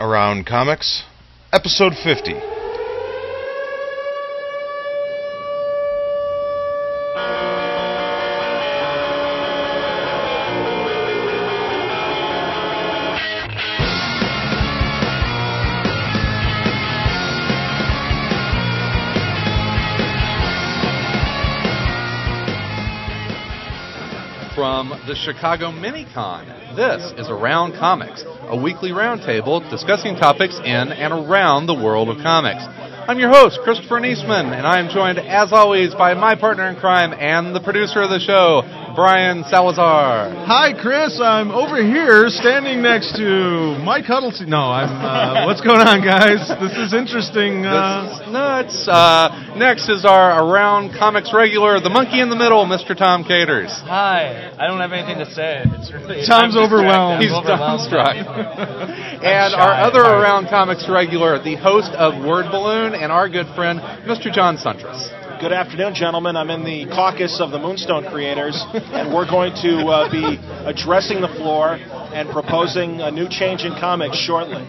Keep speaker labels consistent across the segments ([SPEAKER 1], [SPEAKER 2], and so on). [SPEAKER 1] Around Comics, Episode 50.
[SPEAKER 2] From the Chicago Minicon, this is Around Comics, a weekly roundtable discussing topics in and around the world of comics. I'm your host, Christopher Niesman, and I am joined, as always, by my partner in crime and the producer of the show, Brian Salazar.
[SPEAKER 3] Hi, Chris. I'm over here standing next to Mike Huddleston. No, I'm. Uh, what's going on, guys? This is interesting. Uh,
[SPEAKER 2] This is nuts. Uh, next is our Around Comics regular, the monkey in the middle, Mr. Tom Caters.
[SPEAKER 4] Hi. I don't have anything to say. It's really
[SPEAKER 3] Tom's
[SPEAKER 4] I'm distracted.
[SPEAKER 3] overwhelmed.
[SPEAKER 4] I'm
[SPEAKER 2] He's
[SPEAKER 4] overwhelmed.
[SPEAKER 2] dumbstruck. and
[SPEAKER 4] shy.
[SPEAKER 2] our other Around Comics regular, the host of Word Balloon, and our good friend, Mr. John Suntress.
[SPEAKER 5] Good afternoon, gentlemen. I'm in the caucus of the Moonstone creators, and we're going to uh, be addressing the floor and proposing a new change in comics shortly.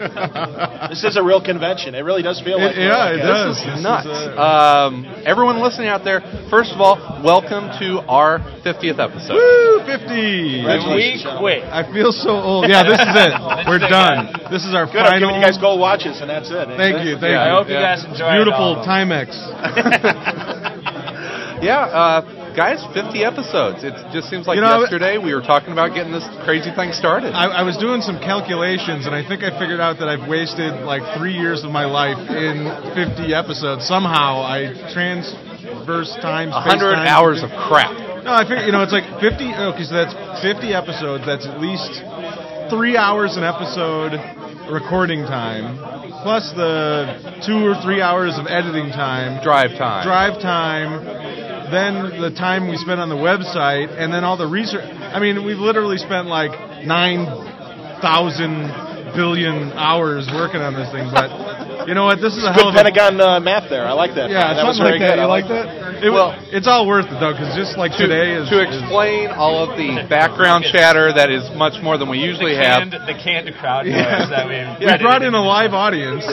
[SPEAKER 5] This is a real convention. It really does feel like
[SPEAKER 3] It- yeah,
[SPEAKER 5] one, I
[SPEAKER 3] it
[SPEAKER 5] guess.
[SPEAKER 3] does.
[SPEAKER 2] This is
[SPEAKER 3] This is,
[SPEAKER 2] nuts.
[SPEAKER 3] uh,
[SPEAKER 2] um, everyone listening out there, first of all, welcome to our 50th episode.
[SPEAKER 3] woo, 50.
[SPEAKER 5] Congratulations,
[SPEAKER 4] We quit.
[SPEAKER 3] I feel so old. Yeah, this is it. We're done. This is our
[SPEAKER 5] Good. I'm
[SPEAKER 3] final.
[SPEAKER 5] giving you guys gold watches, and that's it.
[SPEAKER 3] Thank you. Thank
[SPEAKER 2] Yeah, I
[SPEAKER 3] you.
[SPEAKER 2] hope
[SPEAKER 4] you guys enjoyed all
[SPEAKER 3] Beautiful
[SPEAKER 4] of them.
[SPEAKER 3] Timex.
[SPEAKER 2] Yeah, uh, guys, 50 episodes. It just seems like
[SPEAKER 3] You know,
[SPEAKER 2] yesterday we were talking about getting this crazy thing started.
[SPEAKER 3] I, I was doing some calculations, and I think I figured out that I've wasted like three years of my life in 50 episodes. Somehow, I transverse time.
[SPEAKER 2] A 100
[SPEAKER 3] space-time.
[SPEAKER 2] hours of crap.
[SPEAKER 3] No, I figure you know it's like 50. Okay, so that's 50 episodes. That's at least three hours an episode recording time, plus the two or three hours of editing time,
[SPEAKER 2] Drive time.
[SPEAKER 3] drive time, then the time we spent on the website, and then all the research. I mean, we've literally spent like nine thousand billion hours working on this thing. But you know what? This is a hell of
[SPEAKER 5] Good
[SPEAKER 3] a
[SPEAKER 5] Pentagon uh, math there. I like that.
[SPEAKER 3] yeah,
[SPEAKER 5] that was
[SPEAKER 3] something like that.
[SPEAKER 5] very good.
[SPEAKER 3] You
[SPEAKER 5] I
[SPEAKER 3] like that? It
[SPEAKER 2] Well-
[SPEAKER 3] well, it's all worth it though, because just like
[SPEAKER 2] to,
[SPEAKER 3] today is
[SPEAKER 2] to
[SPEAKER 3] is-
[SPEAKER 2] explain all of the background chatter that is much more than we usually
[SPEAKER 4] The
[SPEAKER 2] have.
[SPEAKER 4] canned, the canned crowd noise
[SPEAKER 3] Yeah.
[SPEAKER 4] that we
[SPEAKER 3] we brought in a live audience.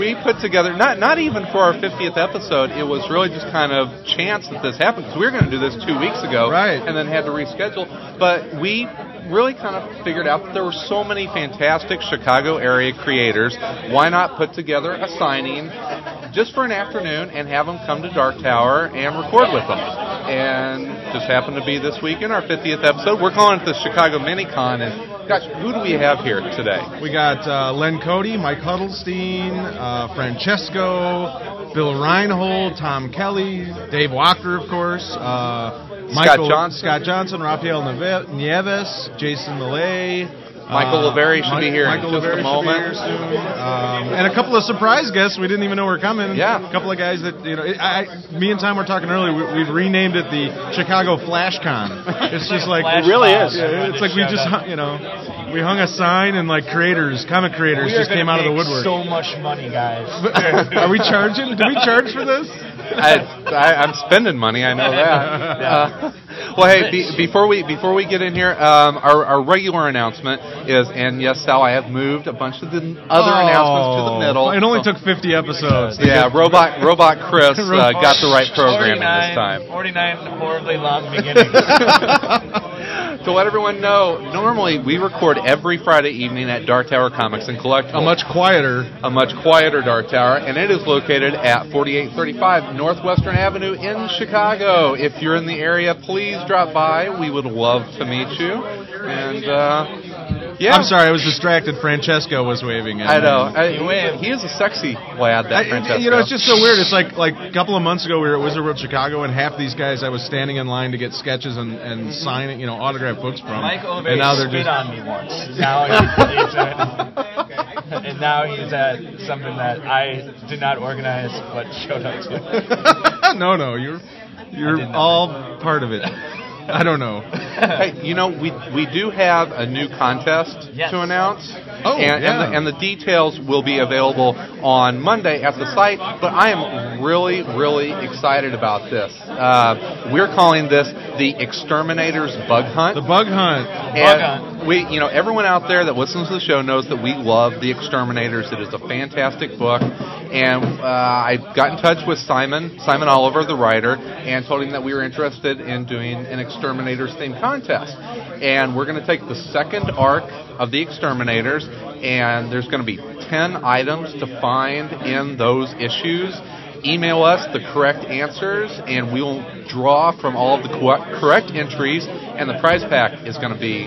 [SPEAKER 2] We put together not not even for our 50th episode. It was really just kind of chance that this happened because we were going to do this two weeks ago,
[SPEAKER 3] Right.
[SPEAKER 2] And then had to reschedule. But we really kind of figured out that there were so many fantastic Chicago area creators. Why not put together a signing just for an afternoon and have them come to Dark Tower and record with them? And just happened to be this week in our 50th episode. We're calling it the Chicago Minicon. And gosh, who do we have here today?
[SPEAKER 3] We got uh, Len Cody, Mike Huddlestein, uh, Francesco, Bill Reinhold, Tom Kelly, Dave Walker, of course, uh, Michael,
[SPEAKER 2] Johnson.
[SPEAKER 3] Scott Johnson, Rafael Neve- Nieves, Jason Millay.
[SPEAKER 2] Michael
[SPEAKER 3] uh,
[SPEAKER 2] Lavery should be
[SPEAKER 3] Mi-
[SPEAKER 2] here in
[SPEAKER 3] Michael
[SPEAKER 2] just a
[SPEAKER 3] Lavery
[SPEAKER 2] moment.
[SPEAKER 3] Should be here soon. Um, and a couple of surprise guests we didn't even know were coming.
[SPEAKER 2] Yeah.
[SPEAKER 3] A couple of guys that, you know, I, I- me and Tom were talking earlier, we, we've renamed it the Chicago FlashCon. It's just like,
[SPEAKER 4] Flash
[SPEAKER 5] It really
[SPEAKER 4] mobs
[SPEAKER 5] is.
[SPEAKER 4] when
[SPEAKER 3] yeah, it's like we
[SPEAKER 4] showed
[SPEAKER 3] just
[SPEAKER 4] up.
[SPEAKER 3] hung, you know we hung a sign and like creators, comic creators
[SPEAKER 4] We are
[SPEAKER 3] just came
[SPEAKER 4] gonna
[SPEAKER 3] out of the
[SPEAKER 4] make
[SPEAKER 3] woodwork.
[SPEAKER 4] So much money, guys.
[SPEAKER 3] Are we charging? Do we charge for this?
[SPEAKER 2] I, I, I'm spending money. I know that. Uh, well, hey, be, before we before we get in here, um, our, our regular announcement is, and yes, Sal, I have moved a bunch of the other
[SPEAKER 3] Oh,
[SPEAKER 2] announcements to the middle.
[SPEAKER 3] It only
[SPEAKER 2] So-
[SPEAKER 3] took 50 episodes. to
[SPEAKER 2] Yeah,
[SPEAKER 3] get-
[SPEAKER 2] robot robot Chris uh, got the right
[SPEAKER 4] 49
[SPEAKER 2] programming this time.
[SPEAKER 4] 49 horribly long beginnings.
[SPEAKER 2] To let everyone know, normally we record every Friday evening at Dark Tower Comics and Collect
[SPEAKER 3] a much quieter.
[SPEAKER 2] a much quieter Dark Tower, and it is located at 4835 Northwestern Avenue in Chicago. If you're in the area, please drop by. We would love to meet you. And uh, yeah,
[SPEAKER 3] I'm sorry, I was distracted. Francesco was waving at
[SPEAKER 2] I
[SPEAKER 3] me.
[SPEAKER 2] know. I, he is a sexy lad, that
[SPEAKER 3] I,
[SPEAKER 2] Francesco.
[SPEAKER 3] you know, it's just so weird. It's like like a couple of months ago we were at Wizard World Chicago, and half these guys I was standing in line to get sketches and and signing, you know, autograph books from.
[SPEAKER 4] Mike Oliver
[SPEAKER 3] and now they're
[SPEAKER 4] spit
[SPEAKER 3] just
[SPEAKER 4] on me once. Now he's, he's at, and now he's at something that I did not organize but showed up to.
[SPEAKER 3] no, no, you're you're
[SPEAKER 4] didn't know
[SPEAKER 3] all part of it. I don't know.
[SPEAKER 2] Hey, you know, we we do have a new contest
[SPEAKER 4] Yes.
[SPEAKER 2] to announce.
[SPEAKER 3] Oh,
[SPEAKER 2] and,
[SPEAKER 3] yeah.
[SPEAKER 2] and, the, and the details will be available on Monday at the site. But I am really, really excited about this. Uh, we're calling this the Exterminator's Bug Hunt.
[SPEAKER 3] The bug hunt.
[SPEAKER 4] Bug
[SPEAKER 2] And we, you know, everyone out there that listens to the show knows that we love The Exterminators. It is a fantastic book, and uh, I got in touch with Simon, Simon Oliver, the writer, and told him that we were interested in doing an Exterminators themed contest. And we're going to take the second arc of The Exterminators, and there's going to be ten items to find in those issues email us the correct answers, and we will draw from all of the co- correct entries. And the prize pack is going to be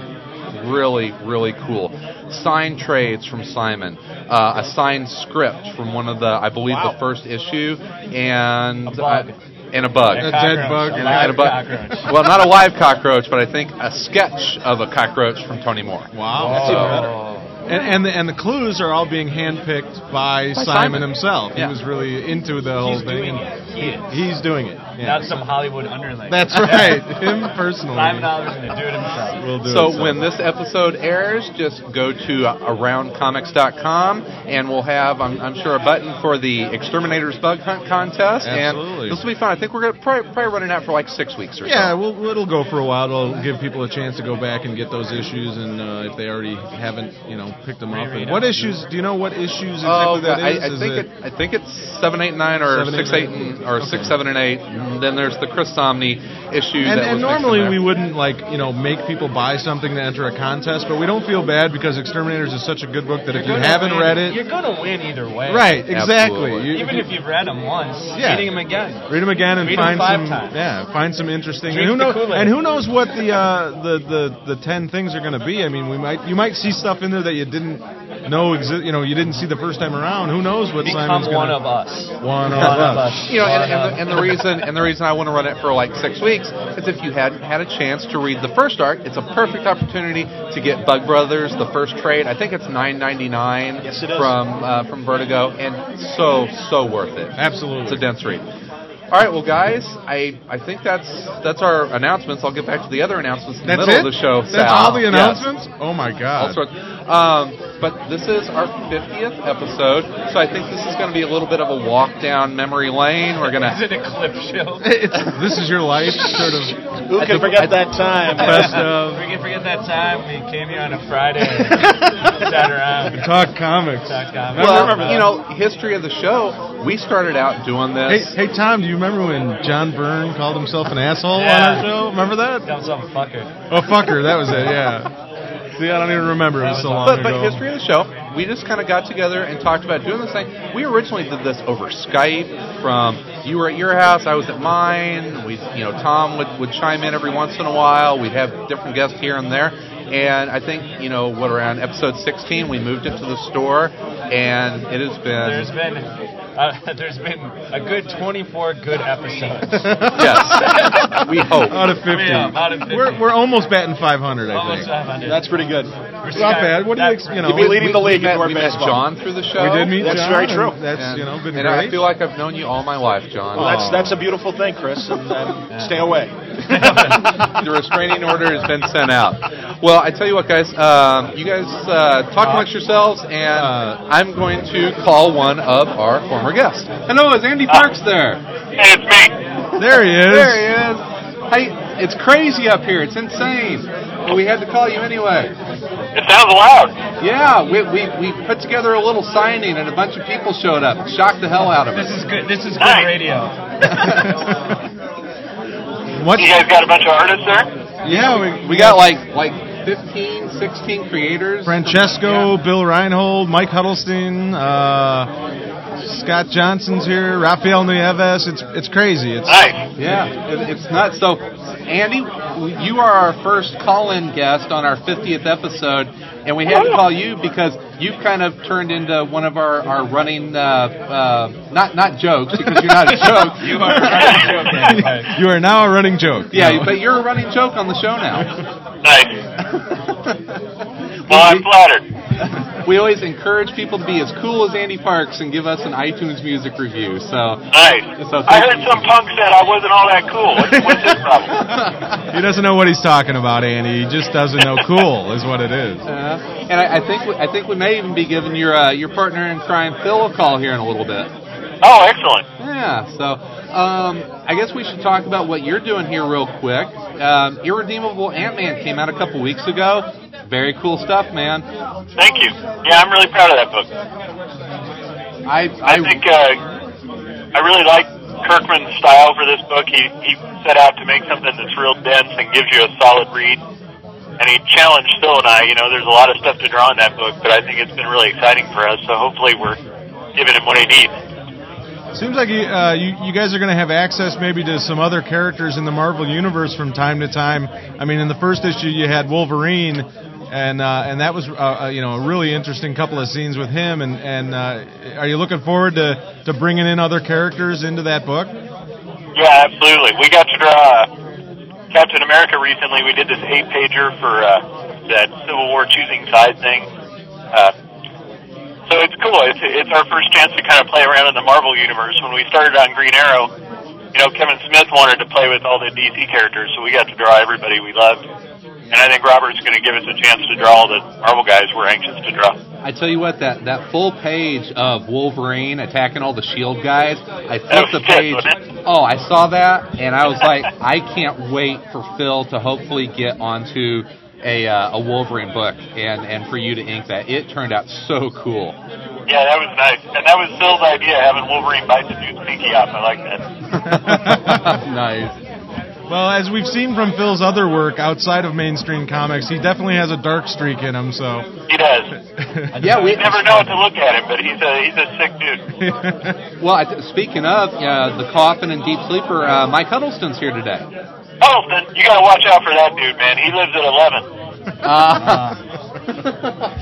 [SPEAKER 2] really, really cool. Signed trades from Simon, uh, a signed script from one of the, I believe,
[SPEAKER 4] Wow.
[SPEAKER 2] the first issue, and
[SPEAKER 4] A bug.
[SPEAKER 2] uh, and a bug.
[SPEAKER 3] A dead bug.
[SPEAKER 2] And,
[SPEAKER 4] live
[SPEAKER 2] and a bug.
[SPEAKER 4] cockroach.
[SPEAKER 2] well, not a live cockroach, but I think a sketch of a cockroach from Tony Moore.
[SPEAKER 3] Wow.
[SPEAKER 4] That's even better.
[SPEAKER 3] And, and the and the clues are all being handpicked by, Simon,
[SPEAKER 2] Simon.
[SPEAKER 3] himself.
[SPEAKER 2] Yeah.
[SPEAKER 3] He was really into the whole
[SPEAKER 4] He's
[SPEAKER 3] thing.
[SPEAKER 4] doing
[SPEAKER 3] and
[SPEAKER 4] it. He is.
[SPEAKER 3] He's doing it. yeah.
[SPEAKER 4] Not some Hollywood underling.
[SPEAKER 3] That's right. Him personally.
[SPEAKER 4] Simon Oliver's gonna do it himself.
[SPEAKER 3] Will do it
[SPEAKER 2] So
[SPEAKER 3] himself.
[SPEAKER 2] when this episode airs, just go to uh, aroundcomics.com and we'll have, I'm, I'm sure, a button for the Exterminators Bug Hunt contest.
[SPEAKER 3] Absolutely.
[SPEAKER 2] And this will be fun. I think we're going to probably, probably running out for like six weeks or
[SPEAKER 3] Yeah,
[SPEAKER 2] so.
[SPEAKER 3] we'll, it'll go for a while. It'll give people a chance to go back and get those issues, and uh, if they already haven't, you know, picked them up.
[SPEAKER 4] Reread
[SPEAKER 3] And what
[SPEAKER 4] them.
[SPEAKER 3] issues? Do you know what issues exactly
[SPEAKER 2] Oh,
[SPEAKER 3] that
[SPEAKER 2] I,
[SPEAKER 3] is?
[SPEAKER 2] I
[SPEAKER 3] Is
[SPEAKER 2] think
[SPEAKER 3] it-
[SPEAKER 2] it, I think it's seven, eight, nine, or
[SPEAKER 3] Seven,
[SPEAKER 2] six,
[SPEAKER 3] eight, nine.
[SPEAKER 2] eight, and, or six, seven, and eight. And then there's the Chris Somney issue.
[SPEAKER 3] and,
[SPEAKER 2] that
[SPEAKER 3] and
[SPEAKER 2] was mixed in
[SPEAKER 3] normally
[SPEAKER 2] there.
[SPEAKER 3] we wouldn't like you know make people buy something to enter a contest, but we don't feel bad because Exterminators is such a good book that if you
[SPEAKER 4] You're gonna
[SPEAKER 3] haven't
[SPEAKER 4] win-
[SPEAKER 3] read it,
[SPEAKER 4] you're gonna win either way.
[SPEAKER 3] right, exactly.
[SPEAKER 2] Absolutely.
[SPEAKER 3] You,
[SPEAKER 4] Even if you've read them once,
[SPEAKER 3] Yeah.
[SPEAKER 4] reading them again.
[SPEAKER 3] Read them again and
[SPEAKER 4] Read 'em
[SPEAKER 3] find
[SPEAKER 4] five
[SPEAKER 3] some
[SPEAKER 4] times.
[SPEAKER 3] yeah, find some interesting.
[SPEAKER 4] Drink
[SPEAKER 3] and who
[SPEAKER 4] the
[SPEAKER 3] knows?
[SPEAKER 4] Kool-Aid.
[SPEAKER 3] And who knows what the uh, the the the ten things are going to be? I mean, we might you might see stuff in there that you didn't know exist. You know, you didn't see the first time around. Who knows what
[SPEAKER 4] Become
[SPEAKER 3] Simon's
[SPEAKER 4] one
[SPEAKER 3] gonna,
[SPEAKER 4] of us.
[SPEAKER 3] One of us.
[SPEAKER 2] you know,
[SPEAKER 4] One
[SPEAKER 2] and, and,
[SPEAKER 4] of
[SPEAKER 2] the, and the reason and the reason I want to run it for like six weeks is if you hadn't had a chance to read the first arc, it's a perfect opportunity to get Bug Brothers the first trade. I think it's nine ninety nine
[SPEAKER 5] Yes, it is.
[SPEAKER 2] from uh, from Vertigo, and so so worth it.
[SPEAKER 3] Absolutely.
[SPEAKER 2] it's a dense read. All right, well, guys, I, I think that's that's our announcements. I'll get back to the other announcements in the
[SPEAKER 3] That's
[SPEAKER 2] middle of
[SPEAKER 3] it?
[SPEAKER 2] the show.
[SPEAKER 3] That's
[SPEAKER 2] Sal.
[SPEAKER 3] all the
[SPEAKER 2] Yes
[SPEAKER 3] announcements. Oh my
[SPEAKER 2] all
[SPEAKER 3] god!
[SPEAKER 2] sorts. Um, but this is our 50th episode, so I think this is going to be a little bit of a walk down memory lane. We're going
[SPEAKER 4] Is
[SPEAKER 2] to.
[SPEAKER 4] it a clip show?
[SPEAKER 3] It's- this is your life, sort of
[SPEAKER 5] Who can forget that time?
[SPEAKER 3] best of
[SPEAKER 4] we can forget that time we came here on a Friday and sat around.
[SPEAKER 3] talk comics.
[SPEAKER 4] Talk comics.
[SPEAKER 3] I
[SPEAKER 2] Well,
[SPEAKER 3] remember that.
[SPEAKER 2] you know, history of the show. We started out doing
[SPEAKER 3] Hey,
[SPEAKER 2] this.
[SPEAKER 3] hey Tom, do you remember when John Byrne called himself an asshole on our
[SPEAKER 4] Yeah.
[SPEAKER 3] show? Remember that?
[SPEAKER 4] Comes off a fucker.
[SPEAKER 3] Oh fucker, that was it. Yeah. See, I don't even remember. It was so long
[SPEAKER 2] but,
[SPEAKER 3] ago.
[SPEAKER 2] but history of the show, we just kind of got together and talked about doing this thing. We originally did this over Skype. From you were at your house, I was at mine. We, you know, Tom would, would chime in every once in a while. We'd have different guests here and there. And I think you know what around episode 16, we moved it to the store, and it has been
[SPEAKER 4] There's been uh, there's been a good 24 good episodes.
[SPEAKER 2] yes, we hope.
[SPEAKER 3] Out of 50.
[SPEAKER 4] Yeah, out of 50.
[SPEAKER 3] We're, we're almost batting 500, I
[SPEAKER 4] Almost 500.
[SPEAKER 3] think.
[SPEAKER 5] That's pretty good.
[SPEAKER 4] We're Skype-
[SPEAKER 3] not bad. What do you
[SPEAKER 4] that's
[SPEAKER 3] ex- you
[SPEAKER 4] right.
[SPEAKER 3] know,
[SPEAKER 5] You'd be leading the
[SPEAKER 2] We
[SPEAKER 5] league
[SPEAKER 2] met,
[SPEAKER 5] in your
[SPEAKER 2] we met
[SPEAKER 5] baseball.
[SPEAKER 2] John through the show.
[SPEAKER 3] We did meet
[SPEAKER 5] That's
[SPEAKER 3] John,
[SPEAKER 5] very
[SPEAKER 3] and
[SPEAKER 5] true.
[SPEAKER 3] That's,
[SPEAKER 2] and,
[SPEAKER 3] you know, been
[SPEAKER 2] and I
[SPEAKER 3] great.
[SPEAKER 2] feel like I've known you all my life, John.
[SPEAKER 5] Well, that's that's a beautiful thing, Chris. And, um, stay away.
[SPEAKER 2] the restraining order has been sent out. Well, I tell you what, guys. Um, you guys uh, talk amongst yourselves, and
[SPEAKER 3] Uh,
[SPEAKER 2] I'm going to call one of our former guests. Hello, is Andy Parks there?
[SPEAKER 6] Hey, it's me.
[SPEAKER 3] there he is.
[SPEAKER 2] There he is. Hey, it's crazy up here. It's insane. But we had to call you anyway.
[SPEAKER 6] It sounds loud.
[SPEAKER 2] Yeah, we, we, we put together a little signing, and a bunch of people showed up. Shocked the hell out of
[SPEAKER 4] This
[SPEAKER 2] us.
[SPEAKER 4] is good. This is good
[SPEAKER 6] Nice.
[SPEAKER 4] radio.
[SPEAKER 3] What's,
[SPEAKER 6] You guys got a bunch of artists there?
[SPEAKER 3] yeah, we,
[SPEAKER 2] We got like like 15, 16 creators.
[SPEAKER 3] Francesco, Bill Reinhold, Mike Huddleston, uh, Scott Johnson's here, Rafael Nieves. It's it's crazy. It's
[SPEAKER 6] Nice.
[SPEAKER 2] Yeah, it, it's nuts. So, Andy, you are our first call-in guest on our 50th episode, and we
[SPEAKER 6] Oh.
[SPEAKER 2] had to call you because you've kind of turned into one of our our running uh, uh, not not jokes because you're not a joke.
[SPEAKER 4] You are right. You're right.
[SPEAKER 3] you are now a running joke.
[SPEAKER 2] Yeah, but you're a running joke on the show now.
[SPEAKER 6] Nice. Well, I'm flattered.
[SPEAKER 2] we always encourage people to be as cool as Andy Parks and give us an iTunes music review. So
[SPEAKER 7] Nice.
[SPEAKER 2] So-
[SPEAKER 7] I heard some punk said I wasn't all that cool. What's, what's his problem?
[SPEAKER 3] He doesn't know what he's talking about, Andy. He just doesn't know cool is what it is.
[SPEAKER 2] Uh, and I, I think we, I think we may even be giving your uh, your partner in crime Phil a call here in a little bit.
[SPEAKER 7] Oh, excellent.
[SPEAKER 2] Yeah. So um, I guess we should talk about what you're doing here real quick. Um, Irredeemable Ant Man came out a couple weeks ago. Very cool stuff, man.
[SPEAKER 7] Thank you. Yeah, I'm really proud of that book.
[SPEAKER 2] I
[SPEAKER 7] I think uh, I really like Kirkman's style for this book. He he set out to make something that's real dense and gives you a solid read. And he challenged Phil and I. You know, there's a lot of stuff to draw in that book, but I think it's been really exciting for us. So hopefully, we're giving him what he needs.
[SPEAKER 3] Seems like you, uh, you, you guys are going to have access maybe to some other characters in the Marvel universe from time to time. I mean, in the first issue you had Wolverine, and uh, and that was uh, uh, you know a really interesting couple of scenes with him. And and uh, are you looking forward to to bringing in other characters into that book?
[SPEAKER 7] Yeah, absolutely. We got to draw uh, Captain America recently. We did this eight pager for uh, that Civil War choosing side thing. Uh, so it's cool. It's it's our first chance to kind of play around in the Marvel universe. When we started on Green Arrow, you know, Kevin Smith wanted to play with all the DC characters, so we got to draw everybody we loved. And I think Robert's going to give us a chance to draw all the Marvel guys we're anxious to draw.
[SPEAKER 2] I tell you what, that, that full page of Wolverine attacking all the Shield E guys, I flipped the
[SPEAKER 7] That was
[SPEAKER 2] page.
[SPEAKER 7] sick, wasn't
[SPEAKER 2] Oh, I saw that, and I was like, I can't wait for Phil to hopefully get onto a, uh, a Wolverine book and, and for you to ink that. It turned out so cool.
[SPEAKER 7] Yeah, that was nice. And that was Phil's idea, having Wolverine bite the dude's pinky off. I like that.
[SPEAKER 2] nice.
[SPEAKER 3] Well, as we've seen from Phil's other work outside of mainstream comics, he definitely has a dark streak in him. So
[SPEAKER 7] He does.
[SPEAKER 2] Yeah, we
[SPEAKER 7] You never know what to look at him, but he's a he's a sick dude.
[SPEAKER 2] Well, I th- speaking of uh, the coffin and deep sleeper, uh, Mike Huddleston's here today.
[SPEAKER 7] Oh, then you gotta watch out for that dude, man. He lives at eleven.
[SPEAKER 2] Uh,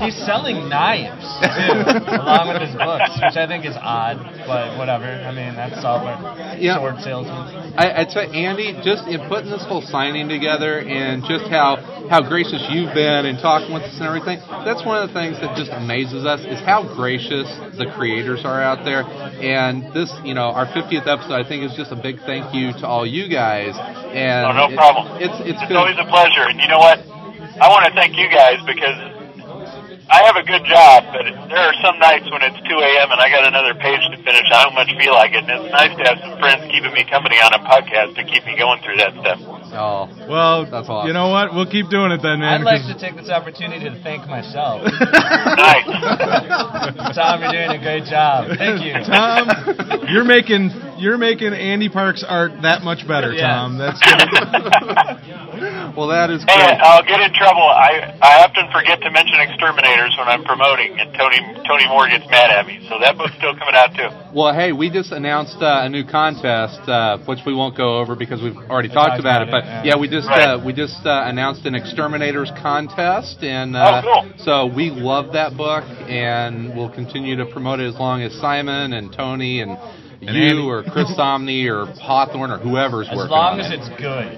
[SPEAKER 4] He's selling knives too, along with his books, which I think is odd, but whatever. I mean, that's software.
[SPEAKER 2] Yeah.
[SPEAKER 4] Sword salesman.
[SPEAKER 2] I, I tell you, Andy, just in putting this whole signing together and just how, how gracious you've been and talking with us and everything, that's one of the things that just amazes us is how gracious the creators are out there. And this, you know, our 50th episode, I think, is just a big thank you to all you guys. And
[SPEAKER 7] Oh, no
[SPEAKER 2] it-
[SPEAKER 7] problem.
[SPEAKER 2] It's it's
[SPEAKER 7] It's
[SPEAKER 2] been
[SPEAKER 7] always a pleasure, and you know what? I want to thank you guys because I have a good job, but there are some nights when it's two a.m. and I got another page to finish. I don't much feel like it, and it's nice to have some friends keeping me company on a podcast to keep me going through that stuff.
[SPEAKER 2] oh,
[SPEAKER 3] well,
[SPEAKER 2] That's awesome.
[SPEAKER 3] you know what? We'll keep doing it then, man.
[SPEAKER 4] I'd like to
[SPEAKER 3] 'cause-
[SPEAKER 4] take this opportunity to thank myself.
[SPEAKER 7] Nice.
[SPEAKER 4] Tom, you're doing a great job. Thank you.
[SPEAKER 3] Tom, you're making you're making Andy Park's art that much better,
[SPEAKER 4] Yeah.
[SPEAKER 3] Tom. That's good.
[SPEAKER 2] well, that is
[SPEAKER 7] Hey,
[SPEAKER 2] great.
[SPEAKER 7] I'll get in trouble. I I often forget to mention exterminators when I'm promoting, and Tony Tony Moore gets mad at me. So that book's still coming out too.
[SPEAKER 2] Well, hey, we just announced uh, a new contest, uh, which we won't go over because we've already talked, about, it. But yeah, we just
[SPEAKER 7] Right.
[SPEAKER 2] uh, we just uh, announced an exterminators contest, and
[SPEAKER 7] Oh,
[SPEAKER 2] uh,
[SPEAKER 7] cool.
[SPEAKER 2] so we love that book, and we'll continue to promote it as long as Simon and Tony and, you
[SPEAKER 3] Andy.
[SPEAKER 2] or Chris Somney or Hawthorne or whoever's
[SPEAKER 4] As
[SPEAKER 2] working
[SPEAKER 4] long
[SPEAKER 2] on
[SPEAKER 4] as
[SPEAKER 2] it.
[SPEAKER 4] it's good.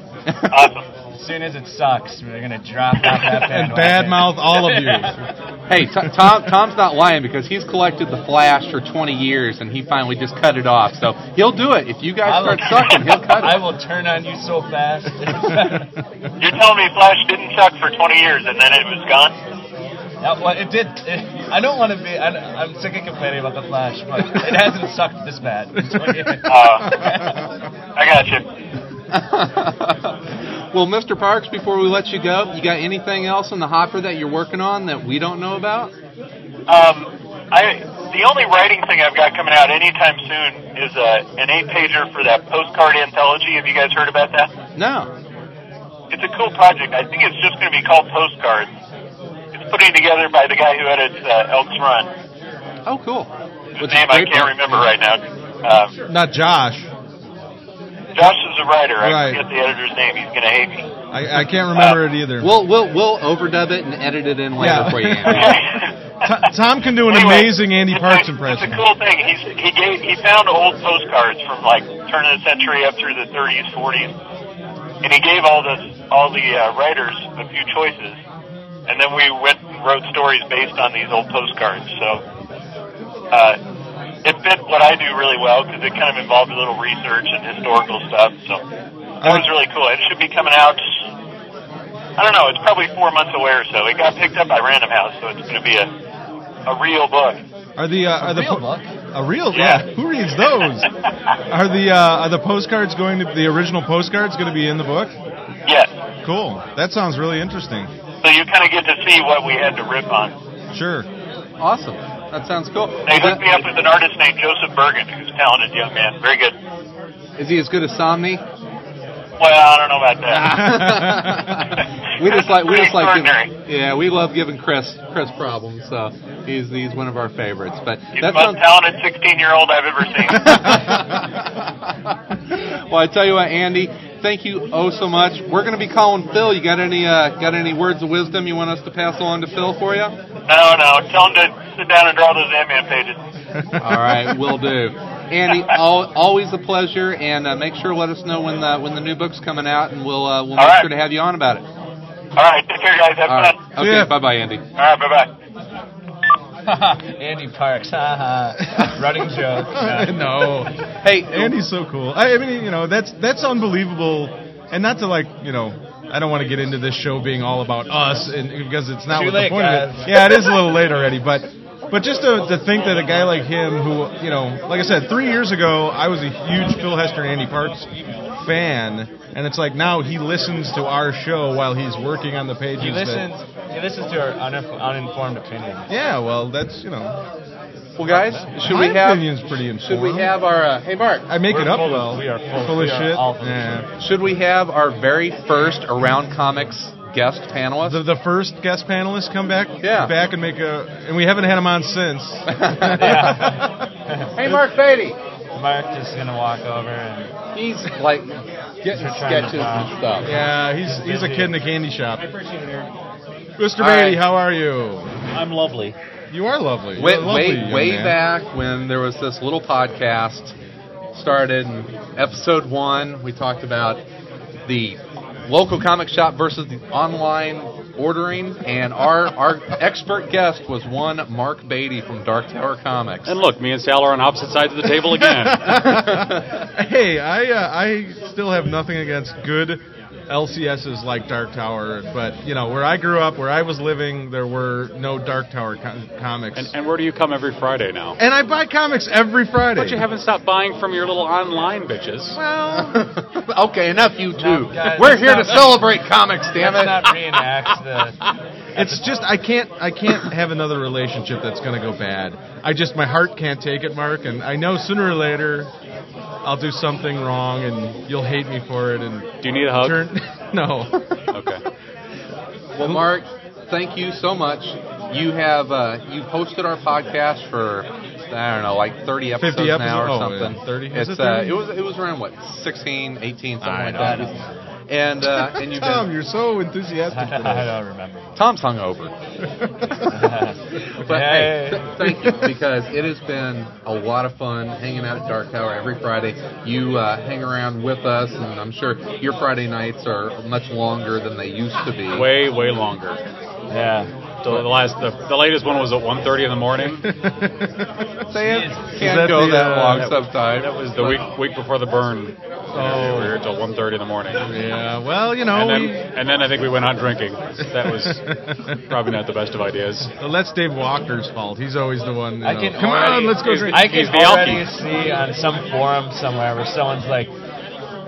[SPEAKER 7] Awesome.
[SPEAKER 4] As soon as it sucks, we're gonna drop off that
[SPEAKER 3] and
[SPEAKER 4] bandwagon.
[SPEAKER 3] badmouth all of you.
[SPEAKER 2] Hey, T- Tom Tom's not lying because he's collected the Flash for 20 years, and he finally just cut it off. So he'll do it if you
[SPEAKER 4] I
[SPEAKER 2] guys
[SPEAKER 4] will-
[SPEAKER 2] start sucking. He'll cut it.
[SPEAKER 4] I will turn on you so fast.
[SPEAKER 7] You're telling me Flash didn't suck for 20 years and then it was gone?
[SPEAKER 4] That one- it did. it- I don't want to be. I, am sick of complaining about the Flash, but it hasn't sucked this bad. in 20 years.
[SPEAKER 7] Uh, Oh. I got you.
[SPEAKER 2] well, Mr. Parks, before we let you go, you got anything else in the hopper that you're working on that we don't know about?
[SPEAKER 7] Um, I the only writing thing I've got coming out anytime soon is uh, an eight pager for that postcard anthology. Have you guys heard about that?
[SPEAKER 2] No.
[SPEAKER 7] It's a cool project. I think it's just going to be called Postcards. It's putting together by the guy who edits uh, Elks Run.
[SPEAKER 2] Oh, cool.
[SPEAKER 7] His
[SPEAKER 2] Which is
[SPEAKER 7] name I
[SPEAKER 2] great.
[SPEAKER 7] can't remember right now. Um,
[SPEAKER 3] Not Josh.
[SPEAKER 7] Josh is a writer.
[SPEAKER 3] Right.
[SPEAKER 7] I forget the editor's name. He's going to hate me.
[SPEAKER 3] I, I can't remember it either.
[SPEAKER 2] We'll we'll we'll overdub it and edit it in later
[SPEAKER 3] Yeah.
[SPEAKER 2] for you. Andy.
[SPEAKER 3] T- Tom can do an
[SPEAKER 7] Anyway,
[SPEAKER 3] amazing Andy
[SPEAKER 7] it's
[SPEAKER 3] Parks
[SPEAKER 7] a,
[SPEAKER 3] impression.
[SPEAKER 7] It's a cool thing. He's, he gave he found old postcards from like turn of the century up through the 30s, 40s, and he gave all the all the uh, writers a few choices, and then we went
[SPEAKER 6] wrote stories based on these old postcards. So uh, it fit what I do really well because it kind of involved a little research and historical stuff. So that was really cool. It should be coming out. I don't know. It's probably four months away or so. It got picked up by Random House, so it's going to be a a real book.
[SPEAKER 3] Are the uh, are the
[SPEAKER 4] real
[SPEAKER 3] po-
[SPEAKER 4] book?
[SPEAKER 3] a real yeah. Who reads those? are the uh, are the postcards going to the original postcards going to be in the book?
[SPEAKER 6] Yes.
[SPEAKER 3] Cool. That sounds really interesting.
[SPEAKER 6] So you kind of get to see what we had to rip on.
[SPEAKER 3] Sure.
[SPEAKER 2] Awesome. That sounds cool.
[SPEAKER 6] They hooked me up with an artist named Joseph Bergen, who's a talented young man. Very good.
[SPEAKER 2] Is he as good as Somni?
[SPEAKER 6] Well, I don't know about that.
[SPEAKER 2] we just like we just like giving,
[SPEAKER 6] Extraordinary.
[SPEAKER 2] yeah we love giving Chris Chris problems. So he's he's one of our favorites. But
[SPEAKER 6] He's the
[SPEAKER 2] that sounds
[SPEAKER 6] most talented 16 year old I've ever seen.
[SPEAKER 2] well. I tell you what, Andy, thank you oh so much. We're going to be calling Phil. You got any uh, got any words of wisdom you want us to pass along to Phil for you?
[SPEAKER 6] no, no. Tell him to sit down and draw those Ant-Man pages.
[SPEAKER 2] All right, will do. Andy, al always a pleasure, and uh, make sure to let us know when the when the new book's coming out, and we'll uh, we'll
[SPEAKER 6] All
[SPEAKER 2] make
[SPEAKER 6] right.
[SPEAKER 2] sure to have you on about it.
[SPEAKER 6] All right. Take care, guys. Have
[SPEAKER 2] All
[SPEAKER 6] fun.
[SPEAKER 2] right. Okay.
[SPEAKER 3] Yeah.
[SPEAKER 2] Bye, bye, Andy.
[SPEAKER 6] All right. Bye-bye.
[SPEAKER 4] Andy Parks, ha ha. Running joke. Yeah.
[SPEAKER 3] no.
[SPEAKER 2] Hey,
[SPEAKER 3] Andy's so cool. I, I mean, you know, that's that's unbelievable. And not to like, you know, I don't want to get into this show being all about us, and because it's not
[SPEAKER 4] Too
[SPEAKER 3] what
[SPEAKER 4] late,
[SPEAKER 3] the point
[SPEAKER 4] guys.
[SPEAKER 3] of it. Yeah, it is a little late already, but but just to, to think that a guy like him, who you know, like I said, three years ago, I was a huge Phil Hester and Andy Parks fan, and it's like now he listens to our show while he's working on the pages.
[SPEAKER 4] He
[SPEAKER 3] that-
[SPEAKER 4] listens. He listens to our uninf- uninformed opinions.
[SPEAKER 3] yeah, well, that's you know,
[SPEAKER 2] well, guys, should
[SPEAKER 3] my
[SPEAKER 2] we have
[SPEAKER 3] opinion's pretty
[SPEAKER 2] should we
[SPEAKER 3] informed.
[SPEAKER 2] have our uh, hey Mark?
[SPEAKER 3] I make
[SPEAKER 4] We're
[SPEAKER 3] it up
[SPEAKER 4] full of-
[SPEAKER 3] well.
[SPEAKER 4] we are full-
[SPEAKER 3] full of
[SPEAKER 4] we are
[SPEAKER 3] shit.
[SPEAKER 4] all full of
[SPEAKER 3] yeah.
[SPEAKER 4] shit.
[SPEAKER 2] Should we have our very first around comics guest panelist?
[SPEAKER 3] The, the first guest panelists come back,
[SPEAKER 2] Yeah.
[SPEAKER 3] back and make a, and we haven't had them on since.
[SPEAKER 2] hey, Mark Beatty.
[SPEAKER 4] Mark is gonna walk over and
[SPEAKER 2] He's like
[SPEAKER 4] Trying
[SPEAKER 2] getting
[SPEAKER 4] to
[SPEAKER 2] sketches
[SPEAKER 4] find-
[SPEAKER 2] and stuff.
[SPEAKER 3] yeah, he's he's a kid in a candy shop.
[SPEAKER 2] All
[SPEAKER 3] Mr. Beatty,
[SPEAKER 2] right.
[SPEAKER 3] how are you?
[SPEAKER 5] I'm lovely.
[SPEAKER 3] You are lovely.
[SPEAKER 2] Way,
[SPEAKER 3] You're a lovely
[SPEAKER 2] way,
[SPEAKER 3] young
[SPEAKER 2] way
[SPEAKER 3] man.
[SPEAKER 2] back when there was this little podcast started, and episode one, we talked about the local comic shop versus the online ordering, and our, our expert guest was one Mark Beatty from Dark Tower Comics.
[SPEAKER 7] And look, me and Sal are on opposite sides of the table again.
[SPEAKER 3] Hey, I uh, I still have nothing against good LCSs like Dark Tower, but you know where I grew up, where I was living, there were no Dark Tower co- comics.
[SPEAKER 7] and, and where do you come every Friday now?
[SPEAKER 3] And I buy comics every Friday.
[SPEAKER 7] But you haven't stopped buying from your little online bitches.
[SPEAKER 2] okay, enough you two.
[SPEAKER 4] guys,
[SPEAKER 2] We're
[SPEAKER 4] let's
[SPEAKER 2] here to
[SPEAKER 4] not-
[SPEAKER 2] celebrate comics, damn
[SPEAKER 4] let's
[SPEAKER 2] it.
[SPEAKER 4] not reenact the.
[SPEAKER 3] It's just I can't I can't have another relationship that's gonna go bad. I just my heart can't take it, Mark, and I know sooner or later I'll do something wrong and you'll hate me for it and
[SPEAKER 7] Do you need a hug?
[SPEAKER 3] turn no.
[SPEAKER 7] Okay.
[SPEAKER 2] Well, Mark, thank you so much. You have uh, you hosted our podcast for I don't know, like 30 episodes,
[SPEAKER 3] 50
[SPEAKER 2] now or
[SPEAKER 3] episodes? Oh,
[SPEAKER 2] something.
[SPEAKER 3] yeah, 30?
[SPEAKER 2] It's
[SPEAKER 3] Is it
[SPEAKER 2] uh,
[SPEAKER 3] 30?
[SPEAKER 2] it was it was around what 16, 18, something
[SPEAKER 3] I
[SPEAKER 2] like
[SPEAKER 3] know.
[SPEAKER 2] that. And uh, and you've
[SPEAKER 3] Tom,
[SPEAKER 2] been
[SPEAKER 3] you're so enthusiastic for
[SPEAKER 4] I
[SPEAKER 3] this.
[SPEAKER 4] don't remember.
[SPEAKER 2] Tom's hungover, but hey, th- thank you because it has been a lot of fun hanging out at Dark Tower every Friday. You uh, hang around with us, and I'm sure your Friday nights are much longer than they used to be.
[SPEAKER 7] Way, way longer.
[SPEAKER 4] yeah.
[SPEAKER 7] The, the last, the, the latest one was at 1.30 in the morning.
[SPEAKER 2] They
[SPEAKER 4] Jeez.
[SPEAKER 2] can't
[SPEAKER 3] that
[SPEAKER 2] go
[SPEAKER 3] the,
[SPEAKER 2] that
[SPEAKER 3] uh,
[SPEAKER 2] long
[SPEAKER 3] that-
[SPEAKER 2] sometimes.
[SPEAKER 7] That was the week week before the burn. Oh. We were here till 1.30 in the morning.
[SPEAKER 3] Yeah, well, you know,
[SPEAKER 7] and, then,
[SPEAKER 3] we-
[SPEAKER 7] and then I think we went out drinking. That was probably not the best of ideas.
[SPEAKER 3] well, that's Dave Walker's fault. He's always the one. You
[SPEAKER 4] I
[SPEAKER 3] know,
[SPEAKER 4] can
[SPEAKER 3] Come on,
[SPEAKER 4] already-
[SPEAKER 3] let's go
[SPEAKER 7] he's-
[SPEAKER 3] drink.
[SPEAKER 4] I can
[SPEAKER 7] He's the
[SPEAKER 4] already
[SPEAKER 7] Elkie.
[SPEAKER 4] see on some forum somewhere where someone's like,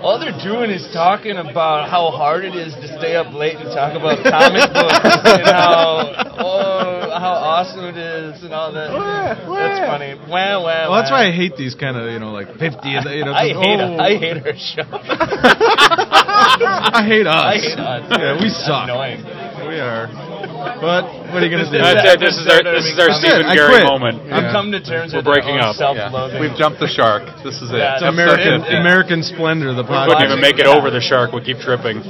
[SPEAKER 4] all they're doing is talking about how hard it is to stay up late and talk about comic books and how oh, how awesome it is and all that. That's funny. Wah, wah,
[SPEAKER 3] well, that's
[SPEAKER 4] wah.
[SPEAKER 3] why I hate these kind of, you know, like 50. You know,
[SPEAKER 4] I hate,
[SPEAKER 3] oh,
[SPEAKER 4] I hate her show.
[SPEAKER 3] I hate us.
[SPEAKER 4] I hate us.
[SPEAKER 3] Yeah, we
[SPEAKER 4] That's
[SPEAKER 3] suck.
[SPEAKER 4] Annoying.
[SPEAKER 3] We are. But what are you gonna do?
[SPEAKER 7] That's it. This is our, this is our
[SPEAKER 4] That's
[SPEAKER 3] it.
[SPEAKER 7] Stephen
[SPEAKER 3] I quit.
[SPEAKER 7] Gary moment.
[SPEAKER 3] Yeah.
[SPEAKER 4] I've come to terms
[SPEAKER 7] We're
[SPEAKER 4] with their
[SPEAKER 7] breaking
[SPEAKER 4] own
[SPEAKER 7] up.
[SPEAKER 4] self-loathing.
[SPEAKER 2] We've jumped the shark. This is it.
[SPEAKER 4] Yeah,
[SPEAKER 3] It's American
[SPEAKER 4] That's it.
[SPEAKER 3] American Splendor, the
[SPEAKER 7] We couldn't
[SPEAKER 3] podcast.
[SPEAKER 7] even make it over the shark. We keep tripping.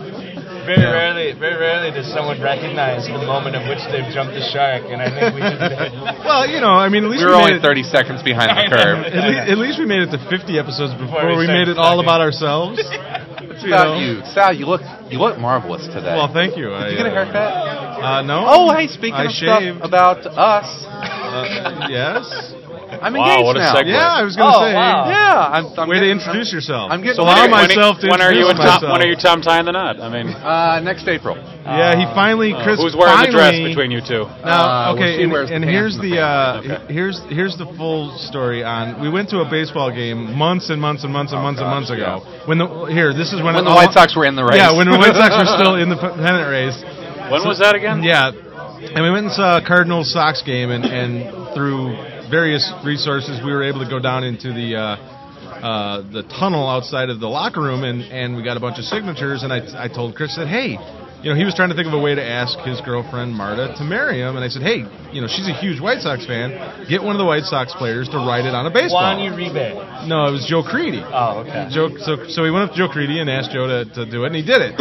[SPEAKER 4] Very rarely, very rarely does someone recognize the moment of which they've jumped the shark, and I think we just did.
[SPEAKER 3] well, you know, I mean, at least
[SPEAKER 2] We
[SPEAKER 3] we,
[SPEAKER 2] were
[SPEAKER 3] made
[SPEAKER 2] only 30
[SPEAKER 3] it,
[SPEAKER 2] seconds behind
[SPEAKER 4] I
[SPEAKER 2] the
[SPEAKER 4] know.
[SPEAKER 2] curve.
[SPEAKER 3] At, le- at least we made it to 50 episodes before
[SPEAKER 4] we
[SPEAKER 3] we made
[SPEAKER 4] started
[SPEAKER 3] it all
[SPEAKER 4] talking.
[SPEAKER 3] about ourselves.
[SPEAKER 2] It's about you, Sal. You look you look marvelous today.
[SPEAKER 3] Well, thank you. I,
[SPEAKER 2] Did you get a
[SPEAKER 3] uh,
[SPEAKER 2] haircut?
[SPEAKER 3] Uh, no.
[SPEAKER 2] Oh, hey, speaking
[SPEAKER 3] I
[SPEAKER 2] of
[SPEAKER 3] shaved.
[SPEAKER 2] stuff about us,
[SPEAKER 3] Uh, yes.
[SPEAKER 2] I'm
[SPEAKER 7] Wow,
[SPEAKER 2] engaged
[SPEAKER 7] what a
[SPEAKER 2] now.
[SPEAKER 7] segue.
[SPEAKER 3] Yeah, I was gonna
[SPEAKER 4] Oh,
[SPEAKER 3] say.
[SPEAKER 4] wow.
[SPEAKER 2] Yeah, I'm, I'm
[SPEAKER 3] Way to
[SPEAKER 2] getting-
[SPEAKER 3] introduce
[SPEAKER 2] I'm-
[SPEAKER 3] yourself.
[SPEAKER 2] I'm getting-
[SPEAKER 3] so
[SPEAKER 2] So when
[SPEAKER 3] allow
[SPEAKER 2] are you- when
[SPEAKER 3] myself to
[SPEAKER 7] when are you in
[SPEAKER 3] introduce
[SPEAKER 7] top,
[SPEAKER 3] myself.
[SPEAKER 7] when are you Tom tying the knot? I mean,
[SPEAKER 2] Uh, next April.
[SPEAKER 3] Yeah, he finally. Chris
[SPEAKER 7] Uh, who's wearing the dress
[SPEAKER 3] finally-
[SPEAKER 7] between you two?
[SPEAKER 3] Now,
[SPEAKER 2] Uh, well,
[SPEAKER 3] okay,
[SPEAKER 2] she
[SPEAKER 3] and,
[SPEAKER 2] wears the
[SPEAKER 3] and
[SPEAKER 2] pants
[SPEAKER 3] here's
[SPEAKER 2] and
[SPEAKER 3] the,
[SPEAKER 2] the
[SPEAKER 3] uh,
[SPEAKER 2] pants. Okay.
[SPEAKER 3] here's here's the full story on. We went to a baseball game months and months and months and months and months ago. When the here, this is when,
[SPEAKER 2] Oh, When
[SPEAKER 3] it
[SPEAKER 2] the
[SPEAKER 3] all-
[SPEAKER 2] White Sox were in the race.
[SPEAKER 3] Yeah, when the White Sox were still in the pennant race.
[SPEAKER 7] When was that again?
[SPEAKER 3] Yeah, and we went and saw a Cardinals Sox game, and, and through various resources, we were able to go down into the. Uh, uh, the tunnel outside of the locker room, and, and we got a bunch of signatures. And I, I told Chris that hey, you know, he was trying to think of a way to ask his girlfriend Marta to marry him. And I said, hey, you know, she's a huge White Sox fan. Get one of the White Sox players to write it on a
[SPEAKER 4] Juan
[SPEAKER 3] baseball.
[SPEAKER 4] Uribe.
[SPEAKER 3] no, it was Joe Creedy.
[SPEAKER 4] Oh, okay.
[SPEAKER 3] Joe, so, so we went up to Joe Creedy and asked Joe to, to do it, and he did it.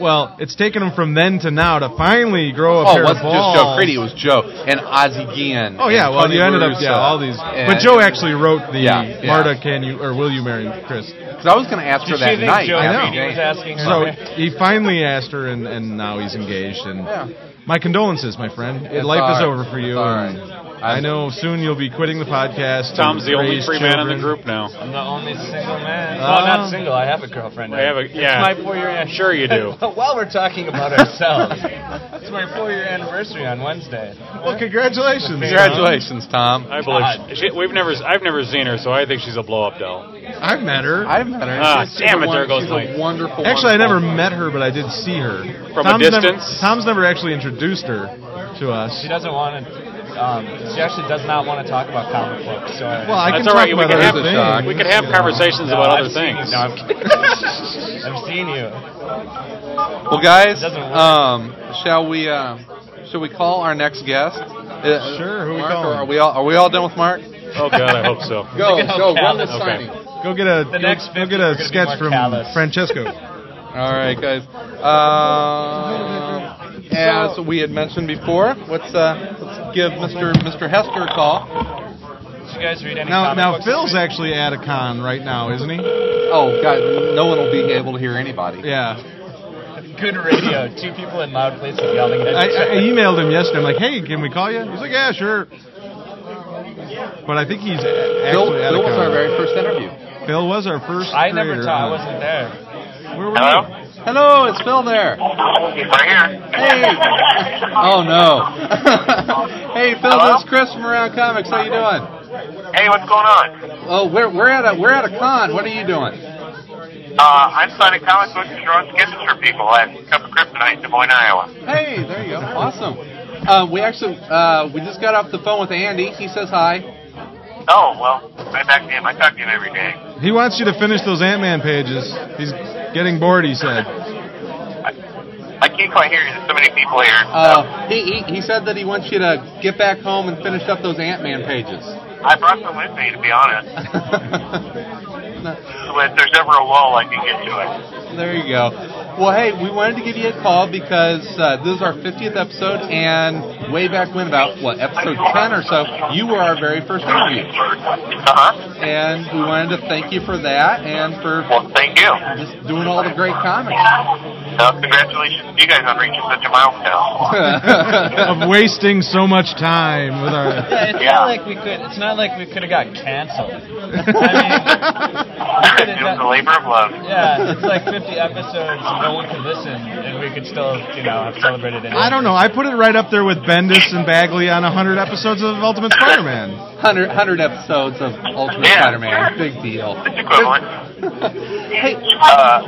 [SPEAKER 3] Well, it's taken him from then to now to finally grow a
[SPEAKER 2] Oh,
[SPEAKER 3] pair
[SPEAKER 2] it
[SPEAKER 3] of
[SPEAKER 2] wasn't
[SPEAKER 3] balls.
[SPEAKER 2] just Joe Creedy. It was Joe and Ozzie Guillen.
[SPEAKER 3] Oh yeah,
[SPEAKER 2] and
[SPEAKER 3] well
[SPEAKER 2] Tony
[SPEAKER 3] you ended up
[SPEAKER 2] Russo
[SPEAKER 3] yeah all these,
[SPEAKER 2] and-
[SPEAKER 3] but Joe actually wrote the
[SPEAKER 2] Yeah, yeah.
[SPEAKER 3] Marta can you or will you marry Chris?
[SPEAKER 2] 'Cause I was going to ask her
[SPEAKER 4] Did she
[SPEAKER 2] that
[SPEAKER 4] think
[SPEAKER 2] night.
[SPEAKER 4] Joe
[SPEAKER 3] I
[SPEAKER 2] after
[SPEAKER 3] know.
[SPEAKER 2] the
[SPEAKER 4] Creedy was
[SPEAKER 2] game.
[SPEAKER 4] asking her?
[SPEAKER 3] So
[SPEAKER 4] to-
[SPEAKER 3] he finally asked her, and, and now he's engaged. And
[SPEAKER 2] Yeah.
[SPEAKER 3] my condolences, my friend.
[SPEAKER 2] It's
[SPEAKER 3] Life is
[SPEAKER 2] all right.
[SPEAKER 3] over for
[SPEAKER 2] It's
[SPEAKER 3] you.
[SPEAKER 2] all
[SPEAKER 3] and
[SPEAKER 2] right.
[SPEAKER 3] I know soon you'll be quitting the podcast.
[SPEAKER 7] Tom's
[SPEAKER 3] and
[SPEAKER 7] the only
[SPEAKER 3] raise
[SPEAKER 7] free man in the
[SPEAKER 3] children.
[SPEAKER 7] group now.
[SPEAKER 4] I'm the only single man.
[SPEAKER 3] Uh,
[SPEAKER 4] well, not single. I have a girlfriend.
[SPEAKER 7] I have a-
[SPEAKER 4] It's
[SPEAKER 7] yeah.
[SPEAKER 4] my four-year anniversary.
[SPEAKER 7] Sure you do.
[SPEAKER 4] While we're talking about ourselves, it's my four-year anniversary on Wednesday.
[SPEAKER 3] Well, congratulations.
[SPEAKER 2] Congratulations, Tom.
[SPEAKER 7] I believe
[SPEAKER 4] God.
[SPEAKER 7] she, she- we've never I've never seen her, so I think she's a blow up doll.
[SPEAKER 3] Tom. I've met her.
[SPEAKER 2] I've met her.
[SPEAKER 7] Ah,
[SPEAKER 2] She's
[SPEAKER 7] damn
[SPEAKER 2] a
[SPEAKER 7] it,
[SPEAKER 2] won-
[SPEAKER 7] there goes
[SPEAKER 2] she's
[SPEAKER 7] my-
[SPEAKER 2] a wonderful.
[SPEAKER 3] Actually, I never
[SPEAKER 2] wonderful-
[SPEAKER 3] met her, but I did see her
[SPEAKER 7] From a
[SPEAKER 3] never-
[SPEAKER 7] distance?
[SPEAKER 3] Tom's never actually introduced her to us.
[SPEAKER 4] She doesn't want to. Um, she actually does not want to talk about comic books. So
[SPEAKER 3] Well, I
[SPEAKER 7] That's
[SPEAKER 3] can
[SPEAKER 7] all right.
[SPEAKER 3] talk
[SPEAKER 7] We
[SPEAKER 3] about
[SPEAKER 7] can
[SPEAKER 3] other
[SPEAKER 7] have
[SPEAKER 3] things.
[SPEAKER 7] we can have conversations
[SPEAKER 4] No,
[SPEAKER 7] about
[SPEAKER 4] I've
[SPEAKER 7] other
[SPEAKER 4] seen you.
[SPEAKER 7] things.
[SPEAKER 4] No, I'm kidding. I've seen you.
[SPEAKER 2] Well, guys,
[SPEAKER 4] Doesn't work.
[SPEAKER 2] um, shall we? Uh, shall we call our next guest? Uh,
[SPEAKER 3] Sure, who we
[SPEAKER 2] Mark,
[SPEAKER 3] calling?
[SPEAKER 2] or Are we all? Are we all done with Mark?
[SPEAKER 7] oh God, I hope so.
[SPEAKER 2] Go,
[SPEAKER 4] at how
[SPEAKER 2] go, run the
[SPEAKER 4] callous-
[SPEAKER 7] okay.
[SPEAKER 2] signing.
[SPEAKER 3] Go get a
[SPEAKER 4] The
[SPEAKER 3] go,
[SPEAKER 4] next
[SPEAKER 3] go
[SPEAKER 4] 50 we're
[SPEAKER 3] get a
[SPEAKER 4] gonna be
[SPEAKER 3] sketch
[SPEAKER 4] more
[SPEAKER 3] from
[SPEAKER 4] callous.
[SPEAKER 3] Francesco.
[SPEAKER 2] All right, guys. Um, as we had mentioned before, let's uh, let's give Mr. Mr. Hester a call.
[SPEAKER 4] Did you guys read any
[SPEAKER 3] Now,
[SPEAKER 4] comic
[SPEAKER 3] now
[SPEAKER 4] books?
[SPEAKER 3] Phil's actually at a con right now, isn't he?
[SPEAKER 2] Oh God, no one will be able to hear anybody.
[SPEAKER 3] Yeah.
[SPEAKER 4] Good radio. Two people in loud places yelling at
[SPEAKER 3] I,
[SPEAKER 4] each
[SPEAKER 3] I
[SPEAKER 4] other.
[SPEAKER 3] emailed him yesterday. I'm like, hey, can we call you? He's like, yeah, sure. But I think he's a-
[SPEAKER 2] Bill,
[SPEAKER 3] actually at
[SPEAKER 2] Bill
[SPEAKER 3] a
[SPEAKER 2] was
[SPEAKER 3] con.
[SPEAKER 2] our very first interview.
[SPEAKER 3] Phil was our first.
[SPEAKER 4] I never
[SPEAKER 3] creator.
[SPEAKER 4] taught. I wasn't there.
[SPEAKER 3] Where were
[SPEAKER 6] Hello?
[SPEAKER 3] you?
[SPEAKER 2] Hello, it's Phil there.
[SPEAKER 6] Right here.
[SPEAKER 2] Hey. Oh no. hey Phil,
[SPEAKER 6] Hello?
[SPEAKER 2] it's Chris from Around Comics. How you doing?
[SPEAKER 6] Hey, what's going on?
[SPEAKER 2] Oh, we're we're at a we're at a con. What are you doing?
[SPEAKER 6] Uh, I'm signing comic books and drawing sketches for people at Cup of Kryptonite in Des Moines, Iowa.
[SPEAKER 2] Hey, there you go. Awesome. Uh, we actually uh, we just got off the phone with Andy. He says hi.
[SPEAKER 6] Oh, well, right back to him. I talk to him every day.
[SPEAKER 3] He wants you to finish those Ant Man pages. He's getting bored. He said.
[SPEAKER 6] I can't quite hear you. There's so many people here.
[SPEAKER 2] Uh, he, he he said that he wants you to get back home and finish up those Ant Man pages.
[SPEAKER 6] I brought some with me, to be honest. So if there's ever a lull, I can get to it.
[SPEAKER 2] There you go. Well, hey, we wanted to give you a call because uh, this is our 50th episode, and way back when, about what episode 10 or so, you were our very first interview,
[SPEAKER 6] Uh-huh.
[SPEAKER 2] and we wanted to thank you for that and for
[SPEAKER 6] Well, thank you.
[SPEAKER 2] just doing all the great comics.
[SPEAKER 6] Uh, congratulations to you guys on reaching such a milestone.
[SPEAKER 3] Of wasting so much time with our.
[SPEAKER 4] Yeah, it's
[SPEAKER 6] Yeah.
[SPEAKER 4] not like we could. It's not like we could have got canceled. I mean,
[SPEAKER 6] it was a labor of love.
[SPEAKER 4] yeah, it's like 50 episodes. No one could listen, and we could still, you know, have celebrated it.
[SPEAKER 3] I don't know. I put it right up there with Bendis and Bagley on 100 episodes of Ultimate Spider-Man.
[SPEAKER 2] 100, 100 episodes of Ultimate
[SPEAKER 6] Yeah.
[SPEAKER 2] Spider-Man, big deal.
[SPEAKER 6] It's equivalent.
[SPEAKER 2] Hey,
[SPEAKER 6] Uh,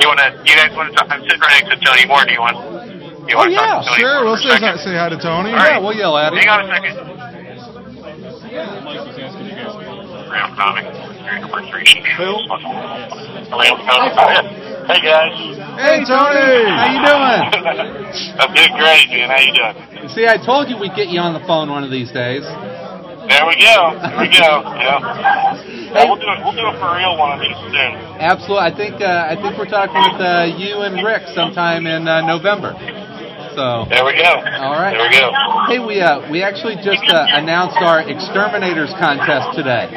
[SPEAKER 6] you wanna? You guys wanna talk? I'm sitting right next to Tony Moore. Do you want? You
[SPEAKER 2] Oh,
[SPEAKER 6] wanna
[SPEAKER 2] yeah,
[SPEAKER 6] talk to Tony
[SPEAKER 3] Sure,
[SPEAKER 6] Moore
[SPEAKER 3] we'll say,
[SPEAKER 6] for a second?
[SPEAKER 3] say hi to Tony.
[SPEAKER 6] All
[SPEAKER 2] yeah,
[SPEAKER 6] right.
[SPEAKER 2] we'll yell at
[SPEAKER 6] Hang
[SPEAKER 2] him.
[SPEAKER 6] on a second. Ram Comic. Anniversary. Ram Comic. Hey guys.
[SPEAKER 3] Hey, Tony.
[SPEAKER 2] How you
[SPEAKER 6] I'm doing great, man. How you doing?
[SPEAKER 2] doing? See, I told you we'd get you on the phone one of these days.
[SPEAKER 6] There we go. There we go. Yeah. Yeah, we'll do it. We'll do it for real one of these soon.
[SPEAKER 2] Absolutely. I think uh, I think we're talking with uh, you and Rick sometime in uh, November. So,
[SPEAKER 6] There we go.
[SPEAKER 2] all right.
[SPEAKER 6] There we go.
[SPEAKER 2] Hey, we uh, we actually just uh, announced our exterminators contest today.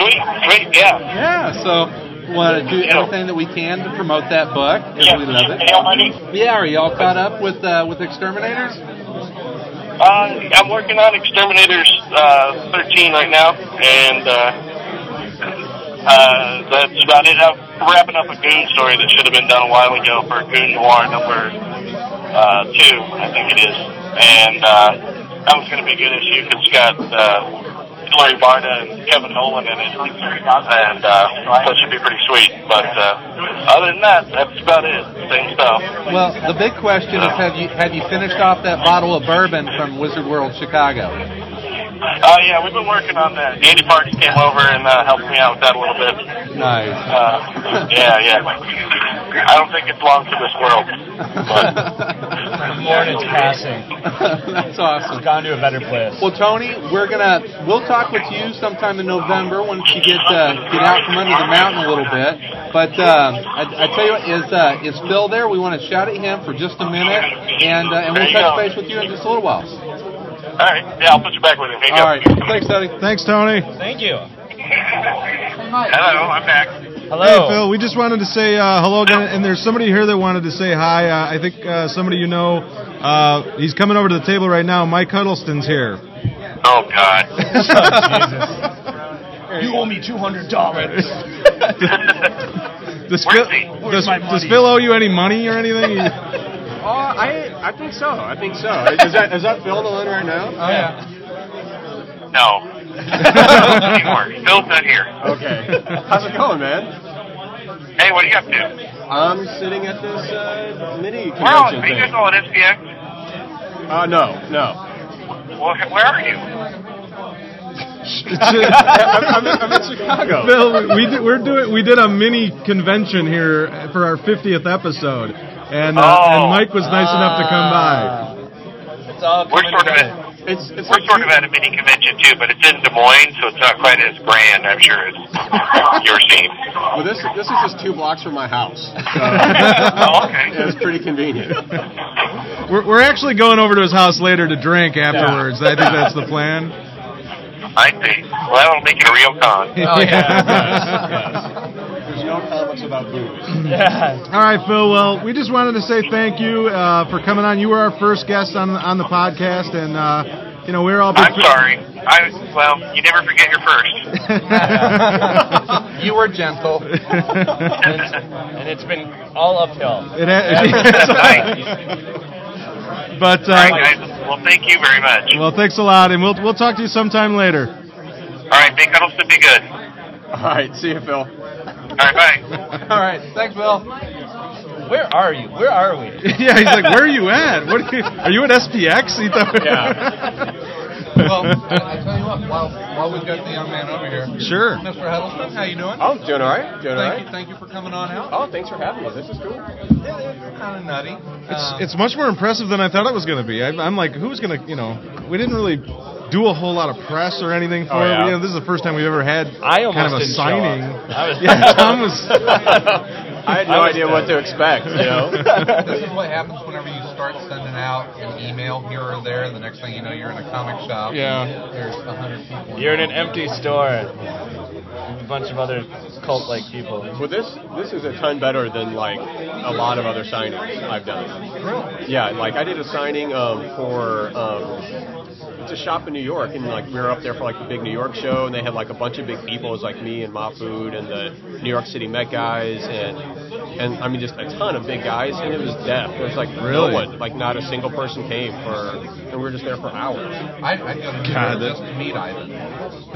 [SPEAKER 6] Sweet, sweet, yeah.
[SPEAKER 2] Yeah. So want to do everything that we can to promote that book if
[SPEAKER 6] Yeah,
[SPEAKER 2] we love it.
[SPEAKER 6] Mail money.
[SPEAKER 2] Yeah, are y'all caught up with uh, with exterminators?
[SPEAKER 6] Uh, I'm working on Exterminators uh, 13 right now, and uh, uh, that's about it. I'm wrapping up a Goon story that should have been done a while ago for Goon Noir number uh, two, I think it is. And uh, that was going to be a good issue because it's got uh, Larry Barda and Kevin Nolan in it, and uh, so it should be pretty sweet. But uh, other than that, that's about it. Same stuff.
[SPEAKER 2] Well, the big question is have you have you finished off that bottle of bourbon from Wizard World Chicago?
[SPEAKER 6] Oh yeah, we've been working on that. Andy Parks came over and uh, helped me out with that a little bit.
[SPEAKER 2] Nice.
[SPEAKER 6] Uh, yeah, yeah. I don't think it's long to this world. But,
[SPEAKER 4] The morning's passing.
[SPEAKER 2] That's awesome.
[SPEAKER 4] It's gone to a better place.
[SPEAKER 2] Well, Tony, we're gonna we'll talk with you sometime in November once you get uh, get out from under the mountain a little bit. But uh, I, I tell you, what, is uh, is Phil there? We want to shout at him for just a minute, and uh, and we'll touch base with you in just a little while.
[SPEAKER 6] all right, yeah, I'll put you back with him. Here you
[SPEAKER 2] All right,
[SPEAKER 6] go.
[SPEAKER 2] thanks, Tony.
[SPEAKER 3] Thanks, Tony.
[SPEAKER 4] Thank you.
[SPEAKER 6] Hello, I'm back.
[SPEAKER 4] Hello.
[SPEAKER 3] Hey, Phil. We just wanted to say uh, hello again, and there's somebody here that wanted to say hi. Uh, I think uh, somebody you know. Uh, he's coming over to the table right now. Mike Huddleston's here.
[SPEAKER 6] Oh God.
[SPEAKER 4] You owe me two hundred dollars.
[SPEAKER 3] Does Phil,
[SPEAKER 6] Where's he?
[SPEAKER 3] does,
[SPEAKER 4] my
[SPEAKER 3] does
[SPEAKER 4] money?
[SPEAKER 3] Phil owe you any money or anything? He-
[SPEAKER 8] Oh, I I think so. I think so. Is that is that Phil Nolan right now?
[SPEAKER 4] Oh yeah.
[SPEAKER 6] no. Not anymore. Phil's not here.
[SPEAKER 8] Okay. How's it going, man?
[SPEAKER 6] Hey, what are you up to?
[SPEAKER 8] I'm sitting at this uh, mini
[SPEAKER 6] We're all
[SPEAKER 8] convention
[SPEAKER 6] are you
[SPEAKER 8] thing.
[SPEAKER 6] guys all at SPX?
[SPEAKER 8] Uh, no, no.
[SPEAKER 6] Well, where are you?
[SPEAKER 8] I'm, I'm, in, I'm in Chicago.
[SPEAKER 3] Phil, we did, we're doing we did a mini convention here for our 50th episode, and uh,
[SPEAKER 6] Oh. Ah.
[SPEAKER 3] and Mike was nice enough to come by.
[SPEAKER 4] It's all
[SPEAKER 6] We're
[SPEAKER 4] coming
[SPEAKER 6] sort of
[SPEAKER 4] together.
[SPEAKER 6] at
[SPEAKER 8] It's, it's
[SPEAKER 6] we're sort of at a mini convention too, but it's in Des Moines, so it's not quite as grand, I'm sure, as your scene.
[SPEAKER 8] Well, this this is just two blocks from my house. So
[SPEAKER 6] Oh, okay.
[SPEAKER 8] it's pretty convenient.
[SPEAKER 3] We're, we're actually going over to his house later to drink afterwards. I think that's the plan.
[SPEAKER 6] I see. Well, that'll make it a real con.
[SPEAKER 4] Oh
[SPEAKER 8] There's no comments about booze.
[SPEAKER 4] yeah.
[SPEAKER 3] All right, Phil. Well, we just wanted to say thank you uh, for coming on. You were our first guest on on the podcast, and uh, you know we're all. big
[SPEAKER 6] I'm
[SPEAKER 3] fa-
[SPEAKER 6] sorry. I well, you never forget your first.
[SPEAKER 2] You were gentle.
[SPEAKER 4] And it's, and it's been all uphill.
[SPEAKER 3] It ha- but uh,
[SPEAKER 6] All right, guys. Well, thank you very much.
[SPEAKER 3] well, thanks a lot, and we'll we'll talk to you sometime later.
[SPEAKER 6] All right, big cuddles to be good. All
[SPEAKER 8] All right, see you, Phil.
[SPEAKER 6] right, bye.
[SPEAKER 2] All right, thanks, Bill.
[SPEAKER 4] Where are you? Where are we?
[SPEAKER 3] yeah, he's like, where are you at? What are you? Are you at SPX? He thought-
[SPEAKER 2] Well, I, I tell you what, while while we've got the young man over here,
[SPEAKER 3] sure.
[SPEAKER 2] Mr. Huddleston, how you doing?
[SPEAKER 8] Oh, doing all right. Doing all
[SPEAKER 2] Thank
[SPEAKER 8] right.
[SPEAKER 2] you, thank you for coming on out.
[SPEAKER 8] Oh, thanks for having me. This is cool.
[SPEAKER 2] Yeah, it's kind of nutty. Um,
[SPEAKER 3] It's, it's much more impressive than I thought it was going to be. I, I'm like, who's going to, you know, we didn't really do a whole lot of press or anything for
[SPEAKER 8] Oh, yeah.
[SPEAKER 3] it. You know, this is the first time we've ever had
[SPEAKER 4] I almost
[SPEAKER 3] kind of a
[SPEAKER 4] didn't show up.
[SPEAKER 3] signing.
[SPEAKER 4] I was-
[SPEAKER 3] yeah, Tom was.
[SPEAKER 8] I had no idea what to expect. You know.
[SPEAKER 2] This is what happens whenever you start sending out an email here or there. The next thing you know, you're in a comic shop.
[SPEAKER 3] Yeah.
[SPEAKER 2] There's a hundred people.
[SPEAKER 4] You're in an empty store. A bunch of other cult-like people.
[SPEAKER 8] Well, this this is a ton better than like a lot of other signings I've done. Really? Yeah, like I did a signing um, for um, it's a shop in New York, and like we were up there for like the big New York show, and they had like a bunch of big people, it was like me and Ma Food and the New York City Met guys, and and I mean just a ton of big guys, and it was deaf. There was like
[SPEAKER 3] Really?
[SPEAKER 8] no one, like not a single person came for, and we were just there for hours.
[SPEAKER 2] I, I go to New York
[SPEAKER 3] God, that-
[SPEAKER 2] just to meet Ivan.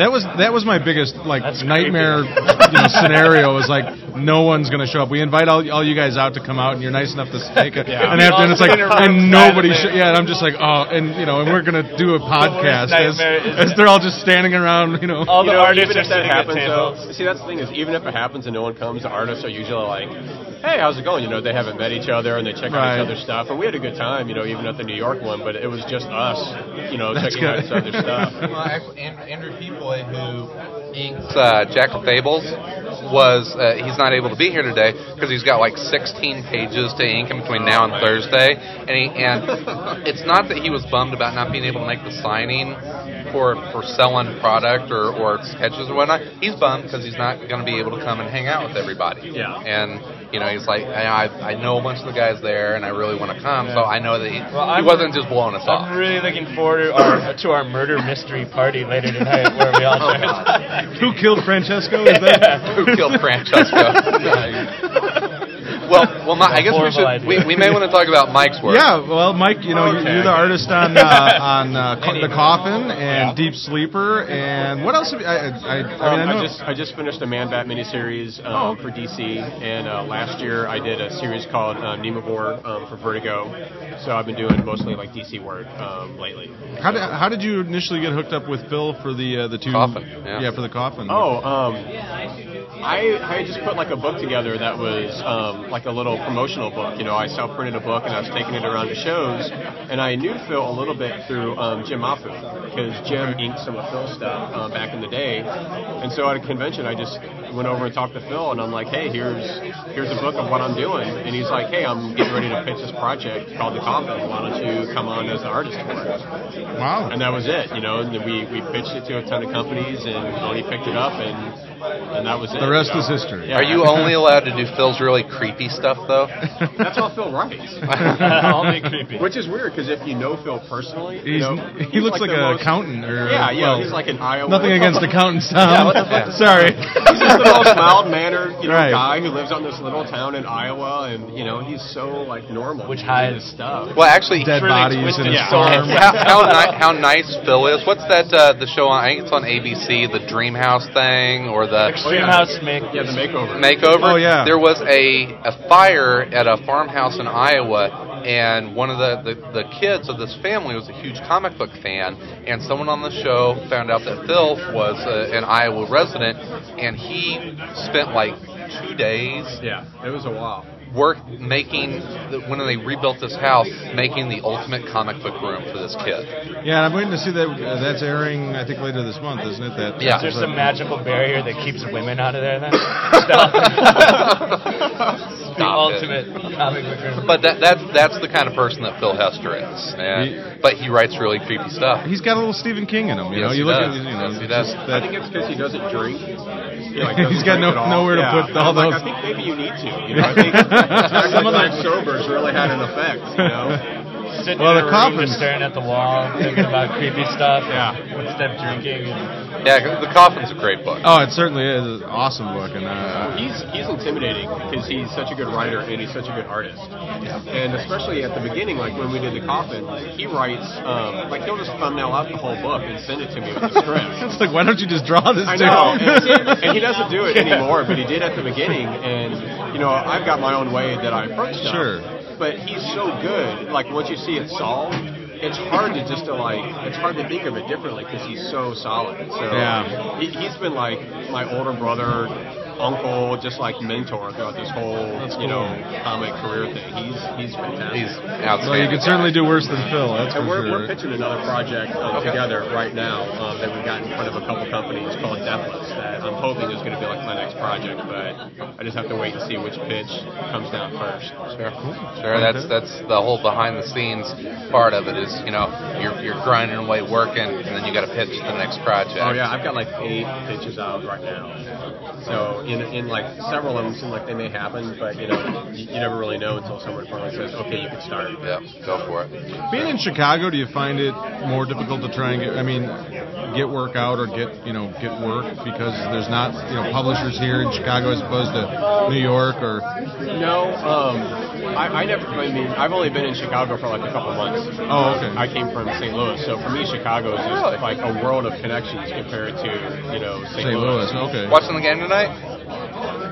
[SPEAKER 3] That was that was my biggest like
[SPEAKER 4] That's
[SPEAKER 3] nightmare you know, scenario. Is like no one's gonna show up. We invite all, all you guys out to come out, and you're nice enough to take it. And
[SPEAKER 4] We
[SPEAKER 3] after
[SPEAKER 4] all
[SPEAKER 3] and it's like
[SPEAKER 4] sit in a room
[SPEAKER 3] and nobody.
[SPEAKER 4] silently.
[SPEAKER 3] Sh- yeah, and I'm just like oh, and you know, and we're gonna do a podcast as,
[SPEAKER 4] nightmare is
[SPEAKER 3] as
[SPEAKER 4] that-
[SPEAKER 3] they're all just standing around. You know,
[SPEAKER 4] All the
[SPEAKER 8] You know,
[SPEAKER 4] artists
[SPEAKER 8] even
[SPEAKER 4] are
[SPEAKER 8] if that
[SPEAKER 4] sitting at
[SPEAKER 8] happens,
[SPEAKER 4] tables.
[SPEAKER 8] though, see that's the thing is, even if it happens and no one comes, the artists are usually like, "Hey, how's it going?" You know, they haven't met each other and they check out
[SPEAKER 3] Right.
[SPEAKER 8] each other's stuff, and we had a good time. You know, even at the New York one, but it was just us, you know,
[SPEAKER 3] That's
[SPEAKER 8] checking out
[SPEAKER 3] good.
[SPEAKER 8] each other's stuff.
[SPEAKER 2] Well, actually, Andrew, Andrew Peaboy, who inks uh, Jack of Fables, was uh, he's not able to be here today because he's got like 16 pages to ink in between now and Thursday, and he, and it's not that he was bummed about not being able to make the signing for for selling product or or sketches or whatnot. He's bummed because he's not going to be able to come and hang out with everybody.
[SPEAKER 8] Yeah.
[SPEAKER 2] and you know he's like I I I know a bunch of the guys there and I really want to come, so I know that he,
[SPEAKER 4] Well,
[SPEAKER 2] he
[SPEAKER 4] I'm-
[SPEAKER 2] wasn't just blowing us off.
[SPEAKER 4] I'm really looking forward to our, to our murder mystery party later tonight where we all try to
[SPEAKER 3] Who killed Francesco? Is that?
[SPEAKER 2] Who killed Francesco? well, well, my, I guess we
[SPEAKER 4] Horrible
[SPEAKER 2] should.
[SPEAKER 4] idea.
[SPEAKER 2] We, we may want to talk about Mike's work.
[SPEAKER 3] Yeah, well, Mike, you know, you-
[SPEAKER 4] Okay.
[SPEAKER 3] you're the artist on uh, on uh, co- the coffin and Deep Sleeper, and what else? Have you, I, I, I, I mean, I
[SPEAKER 8] Um, I,
[SPEAKER 3] know. Oh,
[SPEAKER 8] just I just finished a Man Bat miniseries um, for DC, and uh, last year I did a series called uh, Nemivore um, for Vertigo. So I've been doing mostly like DC work um, lately.
[SPEAKER 3] how, did, how did you initially get hooked up with Bill for the uh, the two?
[SPEAKER 2] Coffin, yeah.
[SPEAKER 3] for the coffin.
[SPEAKER 8] Oh, um, I I just put like a book together that was um, like a little promotional book. You know, I self printed a book and I was taking it around to shows, and I knew Phil a little bit through um, Jim Mafu because Jim inked some of Phil's stuff uh, back in the day, and so at a convention I just went over and talked to Phil and I'm like, hey, here's here's a book of what I'm doing, and he's like, hey, I'm getting ready to pitch this project called The Coffin. Why don't you come on as an artist for it?
[SPEAKER 3] wow.
[SPEAKER 8] and that was it. You know, and then we we pitched it to a ton of companies, and Tony picked it up, and and that was it.
[SPEAKER 3] the rest
[SPEAKER 8] So-
[SPEAKER 3] is history.
[SPEAKER 8] Yeah.
[SPEAKER 2] Are you only allowed to do Phil's really creepy stuff though?
[SPEAKER 8] That's all Phil writes.
[SPEAKER 4] I'll be creepy.
[SPEAKER 8] Which is weird because if you know Phil personally, you
[SPEAKER 3] He's,
[SPEAKER 8] know,
[SPEAKER 3] he
[SPEAKER 8] he's
[SPEAKER 3] looks like,
[SPEAKER 8] the
[SPEAKER 3] an
[SPEAKER 8] most-
[SPEAKER 3] accountant. Or,
[SPEAKER 8] Yeah, yeah,
[SPEAKER 3] well,
[SPEAKER 8] he's like an Iowa.
[SPEAKER 3] nothing against accountants, Tom.
[SPEAKER 8] Yeah, what the fuck is-
[SPEAKER 3] Sorry.
[SPEAKER 8] He's just the most mild mannered, you know,
[SPEAKER 3] Right.
[SPEAKER 8] guy who lives out in this little town in Iowa, and you know, he's so like normal.
[SPEAKER 4] Which
[SPEAKER 8] He
[SPEAKER 4] hides-
[SPEAKER 8] does his stuff.
[SPEAKER 2] Well, actually,
[SPEAKER 3] Dead bodies in
[SPEAKER 4] twisted
[SPEAKER 3] his
[SPEAKER 4] yeah.
[SPEAKER 3] farm.
[SPEAKER 2] how, how, ni- how nice Phil is. What's that? Uh, the show on? I think it's on ABC. The Dream House thing or the
[SPEAKER 4] Extreme House Mick.
[SPEAKER 8] Oh, Yeah, the makeover.
[SPEAKER 2] makeover.
[SPEAKER 3] Oh, yeah.
[SPEAKER 2] There was a a fire at a farmhouse in Iowa, and one of the, the the kids of this family was a huge comic book fan, and someone on the show found out that Phil was uh an Iowa resident, and he spent like two days
[SPEAKER 8] yeah, it was a while.
[SPEAKER 2] work making the, when they rebuilt this house, making the ultimate comic book room for this kid.
[SPEAKER 3] Yeah, and I'm waiting to see that. Uh, that's airing, I think, later this month, isn't it? That
[SPEAKER 2] Yeah.
[SPEAKER 4] Is there some magical barrier that keeps women out of there then?
[SPEAKER 2] Stop
[SPEAKER 4] the
[SPEAKER 2] it.
[SPEAKER 4] ultimate comic book room.
[SPEAKER 2] But that, that's that's the kind of person that Phil Hester is, and, but he writes really creepy stuff.
[SPEAKER 3] He's got a little Stephen King in him.
[SPEAKER 2] Yes,
[SPEAKER 3] You know,
[SPEAKER 2] he
[SPEAKER 3] you look
[SPEAKER 2] does.
[SPEAKER 3] at you know,
[SPEAKER 2] Yes, he
[SPEAKER 3] just
[SPEAKER 2] does.
[SPEAKER 8] I
[SPEAKER 3] that
[SPEAKER 8] think it's because he doesn't drink. He,
[SPEAKER 3] He's got
[SPEAKER 8] drink
[SPEAKER 3] no-
[SPEAKER 8] at all.
[SPEAKER 3] nowhere to put all
[SPEAKER 8] I'm like, I
[SPEAKER 3] those-
[SPEAKER 8] think maybe you need to. You know, I think some of that sober's really had an effect. You know,
[SPEAKER 4] Sitting
[SPEAKER 3] Well,
[SPEAKER 4] in
[SPEAKER 3] the
[SPEAKER 4] a room
[SPEAKER 3] coffins-
[SPEAKER 4] just staring at the wall, thinking about creepy stuff.
[SPEAKER 8] Yeah.
[SPEAKER 4] Step drinking. And
[SPEAKER 2] Yeah, the coffin's a great book.
[SPEAKER 3] Oh, it certainly is. It's an awesome book, and uh,
[SPEAKER 8] he's he's intimidating because he's such a good writer and he's such a good artist. And especially at the beginning, like when we did the coffin, like he writes um, like he'll just thumbnail out the whole book and send it to me with the script.
[SPEAKER 3] it's like, why don't you just draw this?
[SPEAKER 8] I
[SPEAKER 3] dude?
[SPEAKER 8] know, and, and he doesn't do it anymore, but he did at the beginning. And you know, I've got my own way that I approach stuff.
[SPEAKER 3] Sure.
[SPEAKER 8] But he's so good. Like once you see it solved, it's hard to just to like, it's hard to think of it differently because he's so solid. So
[SPEAKER 3] Yeah.
[SPEAKER 8] he, he's been like my older brother, uncle, just like mentor throughout this whole you know comic career thing. He's he's fantastic.
[SPEAKER 2] He's
[SPEAKER 3] well, you
[SPEAKER 2] outstanding.
[SPEAKER 3] could certainly do worse than Phil. That's for
[SPEAKER 8] And we're,
[SPEAKER 3] sure.
[SPEAKER 8] we're pitching another project uh, together right now um, that we've got in front of a couple companies called Deathless that I'm hoping is going to be like my next project, but I just have to wait and see which pitch comes down first.
[SPEAKER 2] Sure, sure. That's that's the whole behind the scenes part of it. Is you know you're you're grinding away working, and then you got to pitch the next project.
[SPEAKER 8] Oh yeah, I've got like eight pitches out right now. So in in like several of them seem like they may happen, but you know you, you never really know until someone finally says, okay, you can start.
[SPEAKER 2] yeah. Go for it.
[SPEAKER 3] Being in Chicago, do you find it more difficult to try and get? I mean, get work out or get you know get work because there's not you know publishers here in Chicago as opposed to New York or
[SPEAKER 8] No, um, I, I never. I mean, I've only been in Chicago for like a couple months.
[SPEAKER 3] Oh, okay.
[SPEAKER 8] I came from St. Louis, so for me, Chicago is just like a world of connections compared to you know St.
[SPEAKER 3] St. Louis. Okay.
[SPEAKER 2] Watching the game tonight?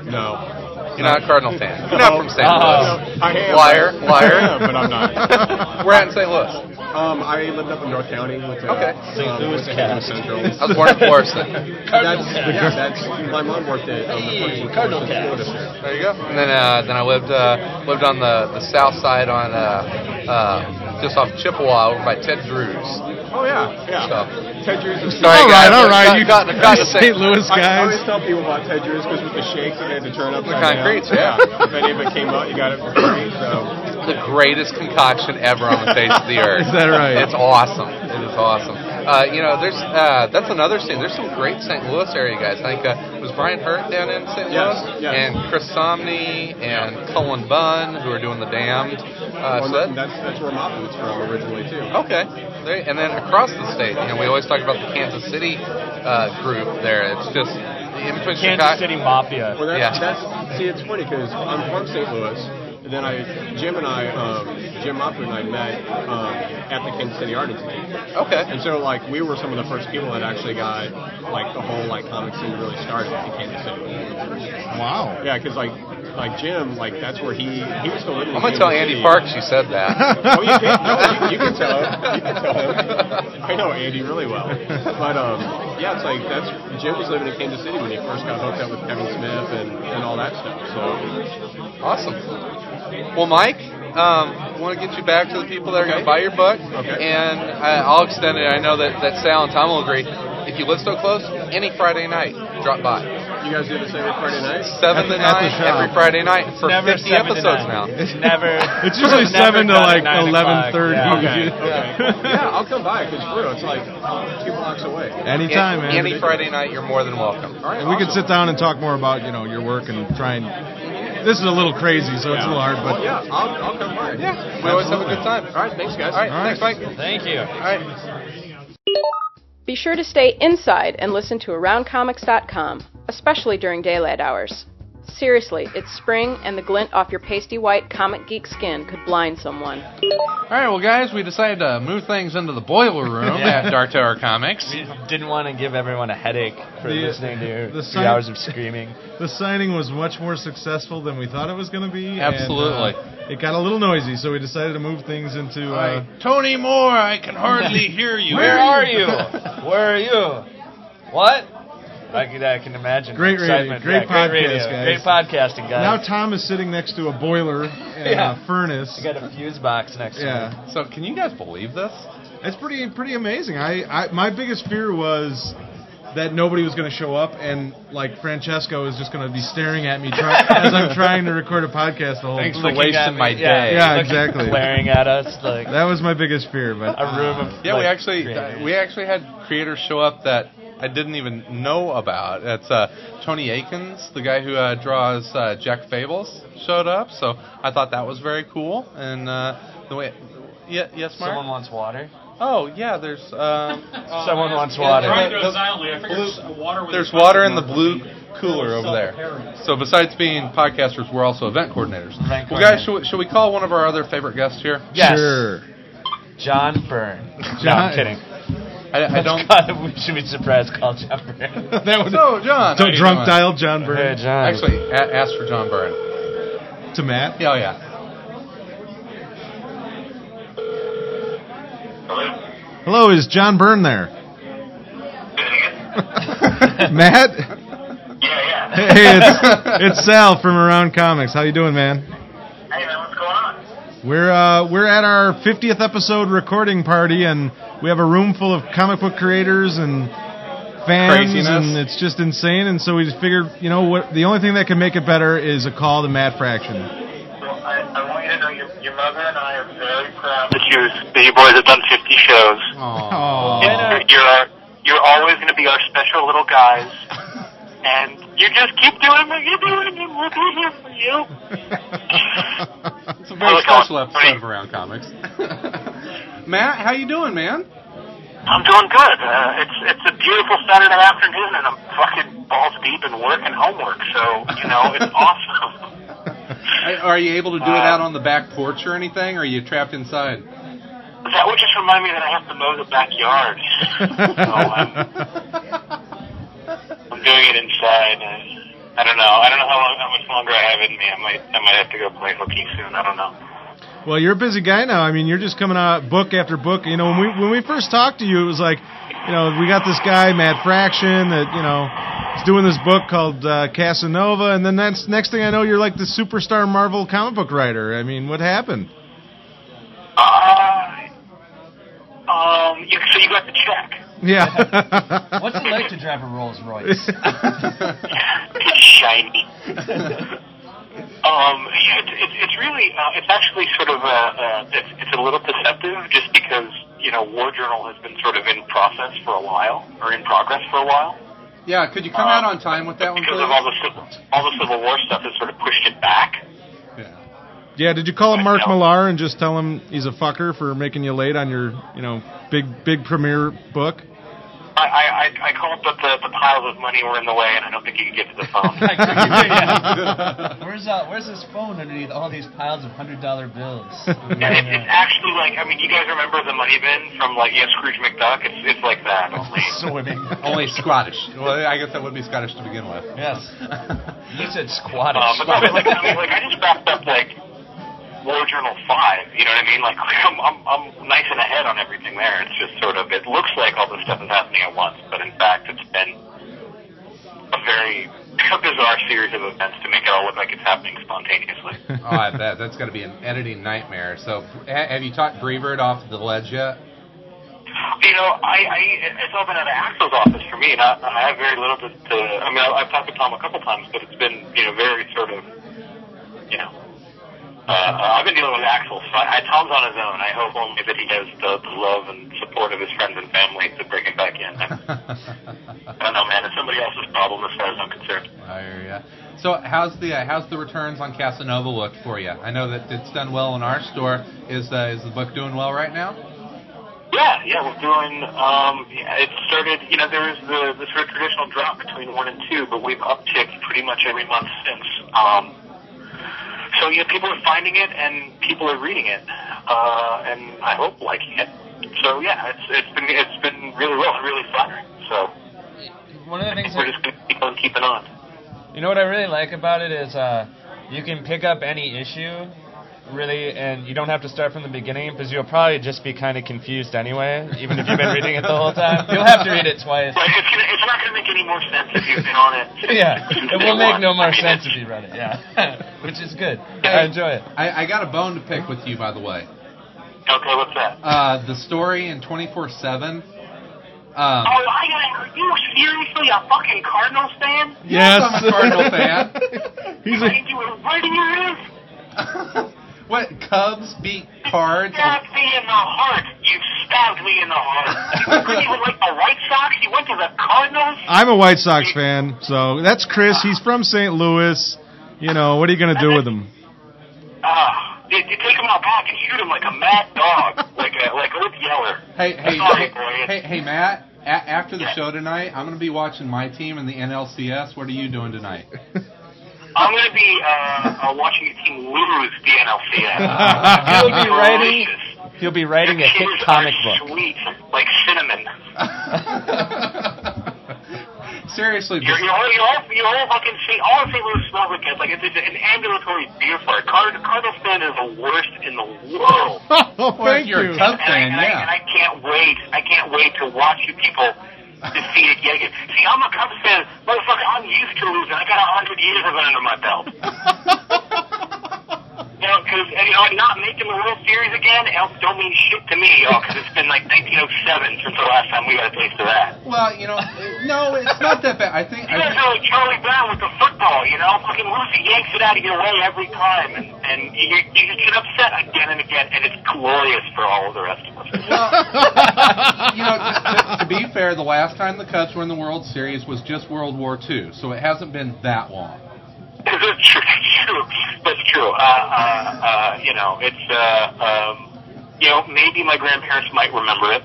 [SPEAKER 8] No. Uh,
[SPEAKER 2] You're not a Cardinal fan. You're not from St.
[SPEAKER 4] Uh-oh.
[SPEAKER 2] Louis.
[SPEAKER 8] I am.
[SPEAKER 2] Liar, liar.
[SPEAKER 8] I am, but I'm not.
[SPEAKER 2] We're out in St. Louis.
[SPEAKER 8] Um, I lived up in North County. uh, Went to,
[SPEAKER 2] Okay.
[SPEAKER 8] St. Louis Central.
[SPEAKER 2] I was born in Florissant.
[SPEAKER 8] That's, yeah, that's my mom worked at um, the Ferguson
[SPEAKER 4] Cardinal
[SPEAKER 8] School
[SPEAKER 4] Cats.
[SPEAKER 8] District.
[SPEAKER 2] There you go. And then uh, then I lived uh, lived on the, the south side on uh, uh, just off Chippewa over by Ted Drew's. Oh yeah.
[SPEAKER 8] Yeah.
[SPEAKER 2] Ted Hughes is
[SPEAKER 3] all
[SPEAKER 2] guys,
[SPEAKER 3] right, all
[SPEAKER 2] I've
[SPEAKER 3] right. You
[SPEAKER 2] got- I've got to say-
[SPEAKER 3] St. Louis
[SPEAKER 8] I
[SPEAKER 3] guys.
[SPEAKER 8] always tell people about Ted Drews because with the shakes that they had to turn up the
[SPEAKER 2] concrete, yeah.
[SPEAKER 8] Yeah. if any of it came out, you got it for free. So
[SPEAKER 2] the greatest concoction ever on the face of the earth.
[SPEAKER 3] Is that right?
[SPEAKER 2] It's awesome. It is awesome. Uh, you know, there's uh, that's another scene. There's some great St. Louis area guys. I think uh, was Brian Hurt down in St. Louis,
[SPEAKER 8] Yes, yes.
[SPEAKER 2] and Chris Somney and Cullen Bunn, who are doing the Damned. Uh,
[SPEAKER 8] Well,
[SPEAKER 2] so that,
[SPEAKER 8] that's that's where my boots from originally too.
[SPEAKER 2] Okay. There, and then across the state, you know, we always talk about the Kansas City uh, group there. It's just in between
[SPEAKER 4] Kansas
[SPEAKER 2] Chicago.
[SPEAKER 4] City Mafia.
[SPEAKER 8] Well, that's,
[SPEAKER 2] Yeah.
[SPEAKER 8] that's see, it's funny because I'm from St. Louis, and then I, Jim and I, um, Jim Moffat and I met um, at the Kansas City Art Institute,
[SPEAKER 2] Okay.
[SPEAKER 8] and so like we were some of the first people that actually got like the whole like comic scene really started in Kansas City.
[SPEAKER 3] Wow.
[SPEAKER 8] Yeah, because like like Jim, like that's where he he was still living. in
[SPEAKER 2] I'm gonna tell
[SPEAKER 8] Kansas
[SPEAKER 2] Andy
[SPEAKER 8] City.
[SPEAKER 2] Parks you said that.
[SPEAKER 8] Oh, you can, no, you, you can tell him. You can tell him. I know Andy really well. But um, yeah, it's like that's Jim was living in Kansas City when he first got hooked up with Kevin Smith and, and all that stuff. So
[SPEAKER 2] awesome. Well, Mike, um, want to get you back to the people that are going to buy your book,
[SPEAKER 8] Okay.
[SPEAKER 2] and uh, I'll extend it. I know that that Sal and Tom will agree. If you live so close, any Friday night, drop by.
[SPEAKER 8] you guys do this every Friday night.
[SPEAKER 2] Seven
[SPEAKER 3] At
[SPEAKER 2] to
[SPEAKER 3] the- at the
[SPEAKER 2] nine
[SPEAKER 3] shop.
[SPEAKER 2] every Friday night for
[SPEAKER 4] never
[SPEAKER 2] 50
[SPEAKER 4] seven to
[SPEAKER 2] episodes now.
[SPEAKER 4] nine. Never.
[SPEAKER 3] It's usually
[SPEAKER 4] never
[SPEAKER 3] seven to
[SPEAKER 4] done at
[SPEAKER 3] like
[SPEAKER 4] nine
[SPEAKER 3] eleven
[SPEAKER 4] o'clock.
[SPEAKER 3] thirty.
[SPEAKER 4] Yeah.
[SPEAKER 8] Okay. Okay. yeah, I'll come by because real, it's like two blocks away.
[SPEAKER 3] Anytime,
[SPEAKER 2] Any-
[SPEAKER 3] man.
[SPEAKER 2] Any Friday night, you're more than welcome.
[SPEAKER 8] All right,
[SPEAKER 3] And we could
[SPEAKER 8] awesome.
[SPEAKER 3] sit down and talk more about you know your work and try and. This is a little crazy, so it's a little hard,
[SPEAKER 8] Oh,
[SPEAKER 3] but
[SPEAKER 8] yeah, I'll, I'll come by.
[SPEAKER 2] Yeah, we always have a good time.
[SPEAKER 8] All right, thanks guys.
[SPEAKER 2] All right,
[SPEAKER 3] All right.
[SPEAKER 2] thanks, Mike.
[SPEAKER 4] Thank you.
[SPEAKER 2] All right.
[SPEAKER 9] Be sure to stay inside and listen to AroundComics.com, especially during daylight hours. Seriously, it's spring and the glint off your pasty white comic geek skin could blind someone.
[SPEAKER 2] All right, well, guys, we decided to move things into the boiler room
[SPEAKER 4] Yeah.
[SPEAKER 2] at Dark Tower Comics.
[SPEAKER 4] We didn't want to give everyone a headache for
[SPEAKER 3] The-
[SPEAKER 4] listening to
[SPEAKER 3] the
[SPEAKER 4] three
[SPEAKER 3] sign-
[SPEAKER 4] hours of screaming.
[SPEAKER 3] the signing was much more successful than we thought it was going to be. and, uh,
[SPEAKER 2] Absolutely.
[SPEAKER 3] it got a little noisy, so we decided to move things into. Uh,
[SPEAKER 2] Tony Moore, I can hardly hear you.
[SPEAKER 4] Where are you? Where are you? What? I can, I can imagine.
[SPEAKER 3] Great radio.
[SPEAKER 4] Excitement. Yeah,
[SPEAKER 3] Great podcast,
[SPEAKER 4] great radio.
[SPEAKER 3] guys.
[SPEAKER 4] Great podcasting,
[SPEAKER 3] now
[SPEAKER 4] guys.
[SPEAKER 3] Tom is sitting next to a boiler and
[SPEAKER 4] Yeah.
[SPEAKER 3] a furnace.
[SPEAKER 4] we got a fuse box next to me.
[SPEAKER 3] yeah,
[SPEAKER 2] So, can you guys believe this?
[SPEAKER 3] it's pretty pretty amazing. I, I my biggest fear was that nobody was going to show up and like Francesco is just going to be staring at me try, as I'm trying to record a podcast the whole
[SPEAKER 2] Thanks for
[SPEAKER 3] time.
[SPEAKER 4] Looking
[SPEAKER 2] wasting
[SPEAKER 4] at me.
[SPEAKER 2] my
[SPEAKER 4] yeah,
[SPEAKER 2] day.
[SPEAKER 3] Yeah,
[SPEAKER 4] looking-
[SPEAKER 3] exactly.
[SPEAKER 4] Glaring at us like
[SPEAKER 3] That was my biggest fear, but
[SPEAKER 4] a room of.
[SPEAKER 2] Yeah, we
[SPEAKER 4] like,
[SPEAKER 2] actually uh,
[SPEAKER 4] creators.
[SPEAKER 2] we actually had creators show up that I didn't even know about. That's uh, Tony Akins, the guy who uh, draws uh, Jack Fables, showed up. So I thought that was very cool. And uh, the way, yeah, yes, Mark.
[SPEAKER 4] Someone wants water.
[SPEAKER 2] oh yeah, there's. Um,
[SPEAKER 4] Someone wants water.
[SPEAKER 2] Trying to There's water in the blue cooler over there. So besides being podcasters, we're also event coordinators.
[SPEAKER 4] Event
[SPEAKER 2] Well,
[SPEAKER 4] coordinator.
[SPEAKER 2] guys, should we, should we call one of our other favorite guests here?
[SPEAKER 4] Yes.
[SPEAKER 3] sure.
[SPEAKER 4] John Byrne. No,
[SPEAKER 3] John-
[SPEAKER 4] I'm kidding.
[SPEAKER 2] I, I don't.
[SPEAKER 4] God, we should be surprised. Call John Byrne.
[SPEAKER 3] that was
[SPEAKER 2] So, John. how
[SPEAKER 3] so
[SPEAKER 2] you
[SPEAKER 3] drunk
[SPEAKER 2] doing?
[SPEAKER 3] dialed John Byrne
[SPEAKER 4] Hey, John.
[SPEAKER 2] Actually, a- ask for John Byrne.
[SPEAKER 3] to Matt.
[SPEAKER 2] Yeah, oh, yeah.
[SPEAKER 3] Hello, is John Byrne there? Matt,
[SPEAKER 6] yeah, yeah.
[SPEAKER 3] hey, it's it's Sal from Around Comics. How you doing, man?
[SPEAKER 6] Hey, man, what's going on?
[SPEAKER 3] We're uh, we're at our 50th episode recording party, and we have a room full of comic book creators and fans,
[SPEAKER 2] Craziness.
[SPEAKER 3] and it's just insane. And so we just figured, you know, what the only thing that can make it better is a call to Matt Fraction.
[SPEAKER 6] Well, I, I want you to know your, your mother and I are very proud that you that you boys have done 50 shows.
[SPEAKER 3] Aw.
[SPEAKER 6] You're, you're our- you're always going to be our special little guys, and you just keep doing what you're doing, and we'll be here for you.
[SPEAKER 2] It's a very
[SPEAKER 6] Oh, God.
[SPEAKER 2] special episode of Around Comics. Matt, how you doing, man?
[SPEAKER 6] I'm doing good. Uh, it's it's a beautiful Saturday afternoon, and I'm fucking balls deep in work and homework. So you know it's awesome.
[SPEAKER 2] I, are you able to do it
[SPEAKER 6] Uh,
[SPEAKER 2] out on the back porch or anything, or are you trapped inside?
[SPEAKER 6] That would just remind me that I have to mow the backyard. so I'm, I'm doing it inside. I, I don't know. I don't know how, long, how much longer I have it in me. I might I might have to go play hooky soon. I don't know.
[SPEAKER 3] Well, you're a busy guy now. I mean, you're just coming out book after book. You know, when we when we first talked to you, it was like, you know, we got this guy Matt Fraction that you know is doing this book called uh, Casanova, and then that's next thing I know, you're like the superstar Marvel comic book writer. I mean, what happened?
[SPEAKER 6] Uh, um, you, so you got the check.
[SPEAKER 3] Yeah.
[SPEAKER 4] What's it like to drive a Rolls Royce?
[SPEAKER 6] it's shiny. um, yeah, it's, it's, it's really, uh, it's actually sort of, uh, uh, it's, it's a little deceptive just because, you know, War Journal has been sort of in process for a while, or in progress for a while.
[SPEAKER 2] Yeah, could you come out on time with that one,
[SPEAKER 6] Um, Because of all the civil, all the Civil War stuff has sort of pushed it back.
[SPEAKER 2] please? Yeah.
[SPEAKER 3] yeah. Did you call him Mark
[SPEAKER 6] No.
[SPEAKER 3] Millar and just tell him he's a fucker for making you late on your, you know, big big premiere book?
[SPEAKER 6] I, I, I- I called, but the, the piles of money were in the way, and I don't think you could get to the phone.
[SPEAKER 4] Where's uh, Where's his phone underneath all these piles of hundred dollar bills?
[SPEAKER 6] and it, it's actually like, I mean, you guys remember the money bin from, like, yeah, Scrooge McDuck? It's, it's like that, only.
[SPEAKER 4] Swimming.
[SPEAKER 2] Only Scottish. Well, I guess that would be Scottish to begin with.
[SPEAKER 4] Yes. You said squattish.
[SPEAKER 6] Um, but no, but like, I mean, like I just wrapped up like War Journal Five. You know what I mean? Like I'm, I'm, I'm nice and ahead on everything there. It's just sort of it looks like all this stuff is happening at once, but in fact, it's been a very bizarre series of events to make it all look like it's happening spontaneously.
[SPEAKER 2] Oh, I bet that's going to be an editing nightmare. So, ha- have you talked Breebird off the ledge yet?
[SPEAKER 6] you know, I, I it's all been out of Axel's office for me, and I, I have very little to. to I mean, I, I've talked to Tom a couple times, but it's been you know very sort of, you know. Uh, uh, I've been dealing with Axel, so I, I, Tom's on his own. I hope only that he has the, the love and support of his friends and family to bring him back in. I, I don't know, man. It's somebody else's problem as far as I'm concerned.
[SPEAKER 2] I hear ya. So, how's the uh, how's the returns on Casanova looked for you? I know that it's done well in our store. Is uh, is the book doing well right now?
[SPEAKER 6] Yeah, yeah, we're doing. Um, yeah, it started. You know, there was the, the sort of traditional drop between one and two, but we've upticked pretty much every month since. Um, so yeah, people are finding it and people are reading it, uh, and I hope liking it. So yeah, it's it's been it's been really well and really flattering. So
[SPEAKER 4] One of the things
[SPEAKER 6] we're
[SPEAKER 4] that
[SPEAKER 6] just gonna keep on keeping on.
[SPEAKER 4] You know what I really like about it is uh, you can pick up any issue, really, and you don't have to start from the beginning because you'll probably just be kind of confused anyway, even if you've been reading it the whole time. You'll have to read it twice.
[SPEAKER 6] Like it's gonna, it's not gonna make any more sense if you've been on it. since-
[SPEAKER 4] Yeah,
[SPEAKER 6] since
[SPEAKER 4] it
[SPEAKER 6] day
[SPEAKER 4] will make no
[SPEAKER 6] one.
[SPEAKER 4] more
[SPEAKER 6] I mean,
[SPEAKER 4] sense
[SPEAKER 6] it's-
[SPEAKER 4] if you read it. Yeah, which is good. I enjoy it.
[SPEAKER 2] I, I got a bone to pick with you, by the way.
[SPEAKER 6] Okay, what's that?
[SPEAKER 2] Uh, the story in twenty four seven. Um,
[SPEAKER 6] Oh, I got. Are you seriously a fucking Cardinals fan?
[SPEAKER 3] Yes.
[SPEAKER 2] I'm a Cardinal fan.
[SPEAKER 3] he's
[SPEAKER 6] I
[SPEAKER 3] a
[SPEAKER 6] think you were right in your ears.
[SPEAKER 2] what Cubs beat Cards?
[SPEAKER 6] stabbed me in the heart. You stabbed me in the heart. You couldn't even like the White Sox. You went to the Cardinals.
[SPEAKER 3] I'm a White Sox fan, so that's Chris. He's from St. Louis. You know, what are you going to do with him?
[SPEAKER 6] Ah, you, you take him out back and shoot him like a mad dog, like a like Old Yeller.
[SPEAKER 2] Hey, hey,
[SPEAKER 6] Sorry,
[SPEAKER 2] hey,
[SPEAKER 6] boy.
[SPEAKER 2] hey, hey, Matt. A- after the
[SPEAKER 6] Yeah.
[SPEAKER 2] show tonight, I'm going to be watching my team in the NLCS. What are you doing tonight?
[SPEAKER 6] I'm gonna be uh, uh, watching your team lose the NLCS.
[SPEAKER 4] You'll be writing.
[SPEAKER 6] Delicious.
[SPEAKER 4] You'll be writing a hit
[SPEAKER 6] Your tears
[SPEAKER 4] comic
[SPEAKER 6] are
[SPEAKER 4] book.
[SPEAKER 6] Sweet, like cinnamon.
[SPEAKER 2] Seriously,
[SPEAKER 6] Your,
[SPEAKER 2] this-
[SPEAKER 6] your whole, your whole, your whole fucking St. All of St. Louis smells like it. Like it's, it's an ambulatory beer fart. Card, Cardinals fan is the worst in the world.
[SPEAKER 3] oh,
[SPEAKER 2] Well, if you're a Cub
[SPEAKER 6] and, I,
[SPEAKER 2] fan,
[SPEAKER 6] and, I, and
[SPEAKER 2] yeah.
[SPEAKER 6] I can't wait. I can't wait to watch you people defeated yet again. See, I'm a Cubs fan, motherfucker. I'm used to losing. I got a hundred years of it under my belt. you know, because you know, not making the World Series again don't- don't mean shit to me, y'all. Because it's been like 1907 since the last time we got a taste of that.
[SPEAKER 2] Well, you know, no, it's not that bad. I think.
[SPEAKER 6] You guys
[SPEAKER 2] I,
[SPEAKER 6] are like Charlie Brown with the football, you know? Fucking Lucy yanks it out of your way every time, and, and you, you just get upset again and again, and it's glorious for all of the rest of us.
[SPEAKER 2] think, you know, to, to be fair, the last time the Cubs were in the World Series was just World War II, so it hasn't been that long.
[SPEAKER 6] That's true. true. That's true. Uh, uh, uh, you know, it's, uh, um, you know, maybe my grandparents might remember it.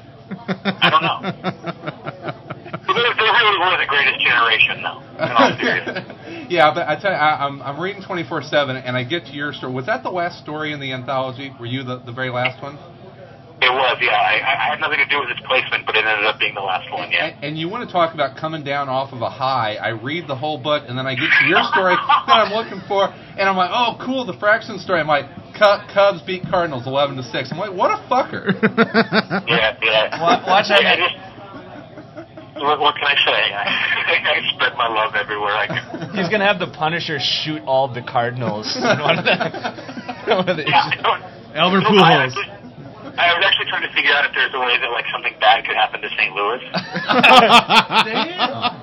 [SPEAKER 6] I don't know. They, they really were the greatest generation, though. In all seriousness.
[SPEAKER 2] yeah, but I tell you, I, I'm, I'm reading 24/7, and I get to your story. Was that the last story in the anthology? Were you the, the very last one?
[SPEAKER 6] It was, yeah. I, I I had nothing to do with its placement, but it ended up being the last one, yeah.
[SPEAKER 2] And, and you want to talk about coming down off of a high? I read the whole book, and then I get to your story that I'm looking for, and I'm like, oh, cool, the fraction story. I'm like, Cu- Cubs beat Cardinals 11 to six. I'm like, what a fucker.
[SPEAKER 6] Yeah, yeah.
[SPEAKER 4] Wa- watch
[SPEAKER 6] I,
[SPEAKER 4] out,
[SPEAKER 6] I
[SPEAKER 4] man.
[SPEAKER 6] just, what, what can I say? I, I spread my love everywhere I can.
[SPEAKER 4] He's gonna have the Punisher shoot all the Cardinals. in one of the- one of the
[SPEAKER 6] Yeah,
[SPEAKER 4] issues.
[SPEAKER 6] I don't,
[SPEAKER 3] Albert
[SPEAKER 6] no, I- I
[SPEAKER 3] Pujols.
[SPEAKER 6] just- I was actually trying to figure out if there's a way that like something bad could happen to St. Louis.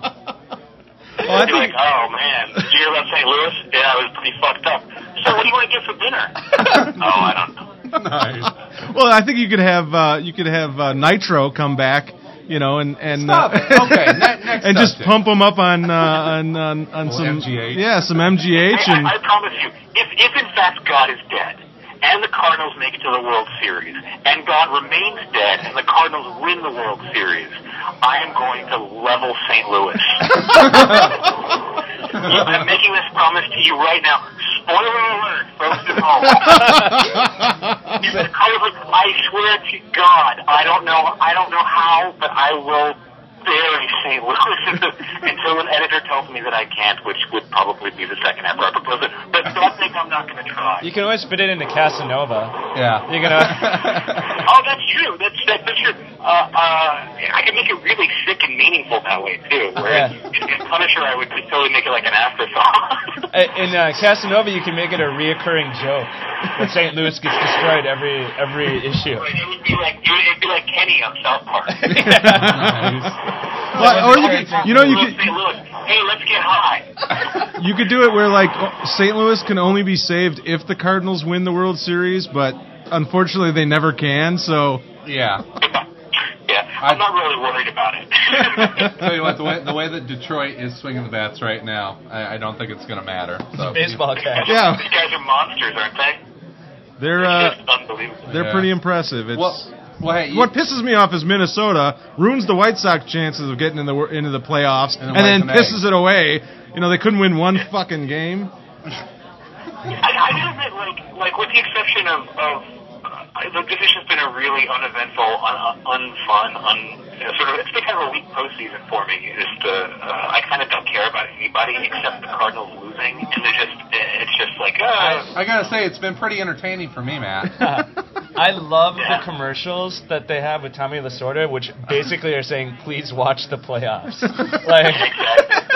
[SPEAKER 3] Well, I
[SPEAKER 6] You're like,
[SPEAKER 3] think
[SPEAKER 6] oh man, did you hear about St. Louis? Yeah, it was pretty fucked up. So, what do you want to get for dinner? oh, I don't know.
[SPEAKER 3] well, I think you could have uh, you could have uh, Nitro come back, you know, and and uh,
[SPEAKER 2] Stop it. Okay, ne- next
[SPEAKER 3] and just
[SPEAKER 2] subject.
[SPEAKER 3] pump them up on uh, on on, on some
[SPEAKER 7] MGH.
[SPEAKER 3] yeah some MGH
[SPEAKER 6] Hey,
[SPEAKER 3] and
[SPEAKER 6] I, I promise you, if, if in fact God is dead, and the Cardinals make it to the World Series, and God remains dead, and the Cardinals win the World Series, I am going to level St. Louis. I'm making this promise to you right now. Spoiler alert, folks at home. If the Cardinals- I swear to God, I don't know, I don't know how, but I will bury St. Louis until an editor tells me that I can't, which would probably be the second after I propose it. But don't think I'm not going to try.
[SPEAKER 4] You can always fit it into Casanova.
[SPEAKER 2] Yeah.
[SPEAKER 4] You can. uh, al-
[SPEAKER 6] Oh, that's true. That's that, that's true. Uh, uh, I could make it really sick and meaningful that way too. Whereas in Punisher, I would just totally make it like an afterthought.
[SPEAKER 4] In uh, Casanova, you can make it a reoccurring joke that St. Louis gets destroyed every every issue.
[SPEAKER 6] it would be like it would it'd be like Kenny on South Park.
[SPEAKER 3] Well, or you could you know you
[SPEAKER 6] St.
[SPEAKER 3] could
[SPEAKER 6] Louis, hey, let's get high.
[SPEAKER 3] you could do it where like St. Louis can only be saved if the Cardinals win the World Series, but unfortunately they never can. So
[SPEAKER 2] Yeah.
[SPEAKER 6] Yeah, I'm not really worried about it.
[SPEAKER 2] Tell you what, the way, the way that Detroit is swinging the bats right now, I, I don't think it's going to matter. So.
[SPEAKER 4] Baseball cash.
[SPEAKER 3] Yeah.
[SPEAKER 6] These guys are monsters, aren't they?
[SPEAKER 3] they're uh,
[SPEAKER 6] Just unbelievable.
[SPEAKER 3] they're
[SPEAKER 2] Yeah.
[SPEAKER 3] pretty impressive. It's
[SPEAKER 2] Well, well, hey, you-
[SPEAKER 3] What pisses me off is Minnesota ruins the White Sox chances of getting in the wor- into the playoffs and,
[SPEAKER 2] And then
[SPEAKER 3] then
[SPEAKER 2] lays an
[SPEAKER 3] pisses it away. You know, they couldn't win one fucking game.
[SPEAKER 6] I, I feel that like like with the exception of of uh, look, this has just been a really uneventful, un, un- unfun, un you know, sort of it's been kind of a weak postseason for me. It's Just uh, uh, I kind of don't care about anybody except the Cardinals losing, and they're just it's just like uh,
[SPEAKER 2] I gotta say, it's been pretty entertaining for me, Matt.
[SPEAKER 4] I love the commercials that they have with Tommy Lasorda, which basically are saying, "Please watch the playoffs." Like,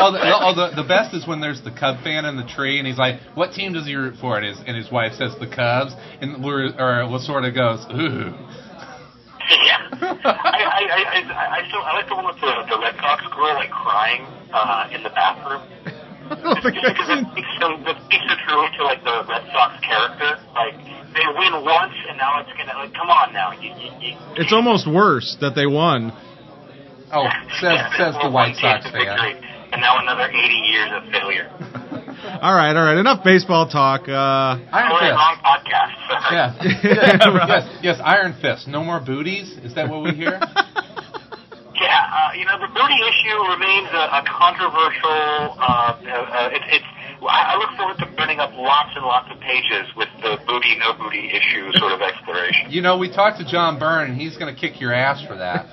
[SPEAKER 2] oh, the, oh, the, the best is when there's the Cub fan in the tree, and he's like, "What team does he root for?" And his and his wife says the Cubs, and we're, or Lasorda goes, "Ooh."
[SPEAKER 6] yeah. I, I, I, I, I still I like the one with the, the Red Sox girl like crying uh, in the bathroom.
[SPEAKER 3] I think
[SPEAKER 6] Just
[SPEAKER 3] that's
[SPEAKER 6] because it
[SPEAKER 3] in-
[SPEAKER 6] speaks so that speaks so truly to like the Red Sox character. Like they win once, and now it's gonna like come on now. You, you, you,
[SPEAKER 3] it's almost worse that they won.
[SPEAKER 2] Oh, says
[SPEAKER 6] yeah,
[SPEAKER 2] says the
[SPEAKER 6] well,
[SPEAKER 2] White
[SPEAKER 6] one
[SPEAKER 2] Sox
[SPEAKER 6] chance of
[SPEAKER 2] fan.
[SPEAKER 6] victory, And now another 80 years of failure.
[SPEAKER 3] All right, all right. Enough baseball talk. Uh,
[SPEAKER 2] Iron
[SPEAKER 6] Really long
[SPEAKER 2] Fist.
[SPEAKER 6] podcast. Sorry.
[SPEAKER 2] Yeah. yes, yes, Iron Fist. No more booties. Is that what we hear?
[SPEAKER 6] Yeah, uh, you know, the booty issue remains a, a controversial. Uh, uh, uh, it, it's. I I look forward to burning up lots and lots of pages with the booty no booty issue sort of exploration.
[SPEAKER 2] You know, we talked to John Byrne, and he's gonna kick your ass for that.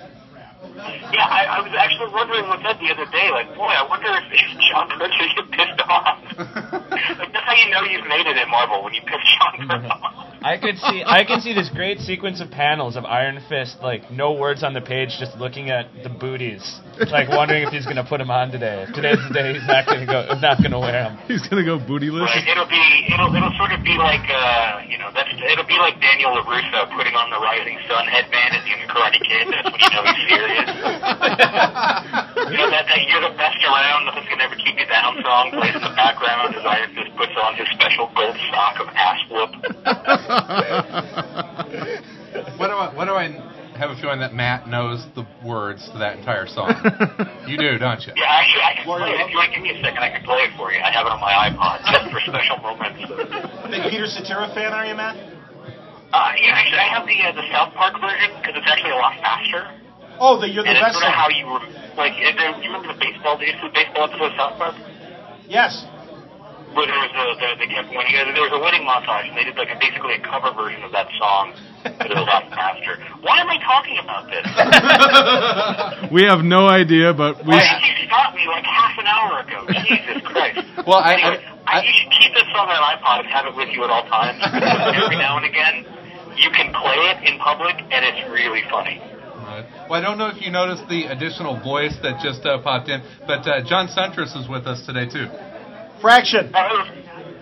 [SPEAKER 6] Yeah, I, I was actually wondering what that the other day. Like, boy, I wonder if, if John Birch would get pissed off. like, that's how you know you've made it in Marvel when you piss John Birch off.
[SPEAKER 4] I could see, I can see this great sequence of panels of Iron Fist, like no words on the page, just looking at the booties, like wondering if he's gonna put them on today. If Today's the day he's not gonna go, not gonna wear them.
[SPEAKER 3] he's gonna go bootyless.
[SPEAKER 6] Right. It'll be it'll it'll sort of be like uh you know that's it'll be like Daniel Larusso putting on the Rising Sun headband at the end of Karate Kid. That's when you know he's serious. you know that, that you're the best around. Nothing's gonna ever keep you down. Song plays in the background as Iron Fist puts on his special gold sock of ass whoop.
[SPEAKER 2] What do I? What do I? Have a feeling that Matt knows the words to that entire song. you do, don't you?
[SPEAKER 6] Yeah, actually, I can play it. If you want, give me a second, I can play it for you. I have it on my iPod just for special moments.
[SPEAKER 5] Big Peter Cetera fan, are you, Matt?
[SPEAKER 6] Uh, yeah, actually, I have the uh, the South Park version because it's actually a lot faster.
[SPEAKER 5] Oh, the, you're the
[SPEAKER 6] And it's
[SPEAKER 5] best.
[SPEAKER 6] sort of how
[SPEAKER 5] Song.
[SPEAKER 6] you rem- like. It, there, you remember the baseball? Did you see the baseball episode of South Park
[SPEAKER 5] Yes.
[SPEAKER 6] where there was a the, they kept winning? There was a winning montage, and they did like a, basically a cover version of that song. But it was a lot faster. Why am I talking about this?
[SPEAKER 3] We have no idea, but we.
[SPEAKER 6] Why did you stop me like half an hour ago? Jesus Christ!
[SPEAKER 2] Well, I-
[SPEAKER 6] Anyway,
[SPEAKER 2] I-
[SPEAKER 6] you should keep this on an iPod and have it with you at all times. Every now and again, you can play it in public, and it's really funny.
[SPEAKER 2] Well, I don't know if you noticed the additional voice that just uh, popped in, but uh, John Suntress is with us today too.
[SPEAKER 5] Fraction.
[SPEAKER 6] Uh,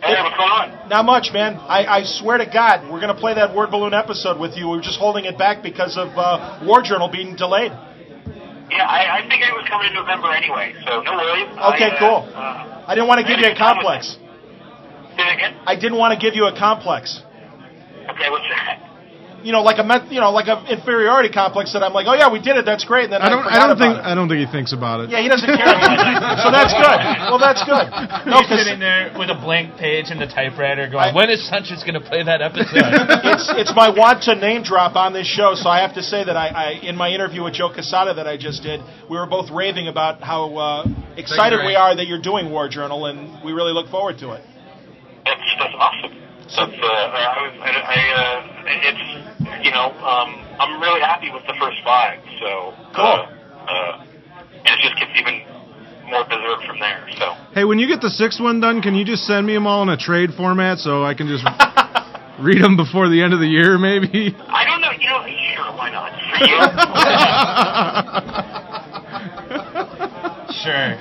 [SPEAKER 6] Hey, what's going on?
[SPEAKER 5] Not much, man. I, I swear to God, we're gonna play that word balloon episode with you. We were just holding it back because of uh, War Journal being delayed.
[SPEAKER 6] Yeah, I, I figured it was coming in November anyway, so no worries.
[SPEAKER 5] Okay,
[SPEAKER 6] I, uh,
[SPEAKER 5] cool.
[SPEAKER 6] Uh,
[SPEAKER 5] I didn't want to give you a complex.
[SPEAKER 6] say that again?
[SPEAKER 5] I didn't want to give you a complex.
[SPEAKER 6] Okay, what's that?
[SPEAKER 5] You know, like a men- you know, like an inferiority complex that I'm like, oh yeah, we did it. That's great. And then
[SPEAKER 3] I don't.
[SPEAKER 5] forgot
[SPEAKER 3] I don't think.
[SPEAKER 5] about it.
[SPEAKER 3] I don't think he thinks about it.
[SPEAKER 5] Yeah, he doesn't care. so that's good. Well, that's good. No,
[SPEAKER 4] He's
[SPEAKER 5] 'cause
[SPEAKER 4] sitting there with a blank page and the typewriter going,
[SPEAKER 5] I-
[SPEAKER 4] when is Sanchez going to play that episode?
[SPEAKER 5] it's it's my want to name drop on this show, so I have to say that I, I in my interview with Joe Casada that I just did, we were both raving about how uh, excited we are that you're doing War Journal, and we really look forward to it.
[SPEAKER 6] That's that's awesome. That's uh, I was I, I uh, it's you know um, I'm really happy with the first five. So
[SPEAKER 5] Cool.
[SPEAKER 6] Uh, uh, and it just gets even more berserk from there. So
[SPEAKER 3] Hey, when you get the sixth one done, can you just send me them all in a trade format so I can just read them before the end of the year, maybe?
[SPEAKER 6] I don't know. You know, sure, why not? For you.
[SPEAKER 4] sure.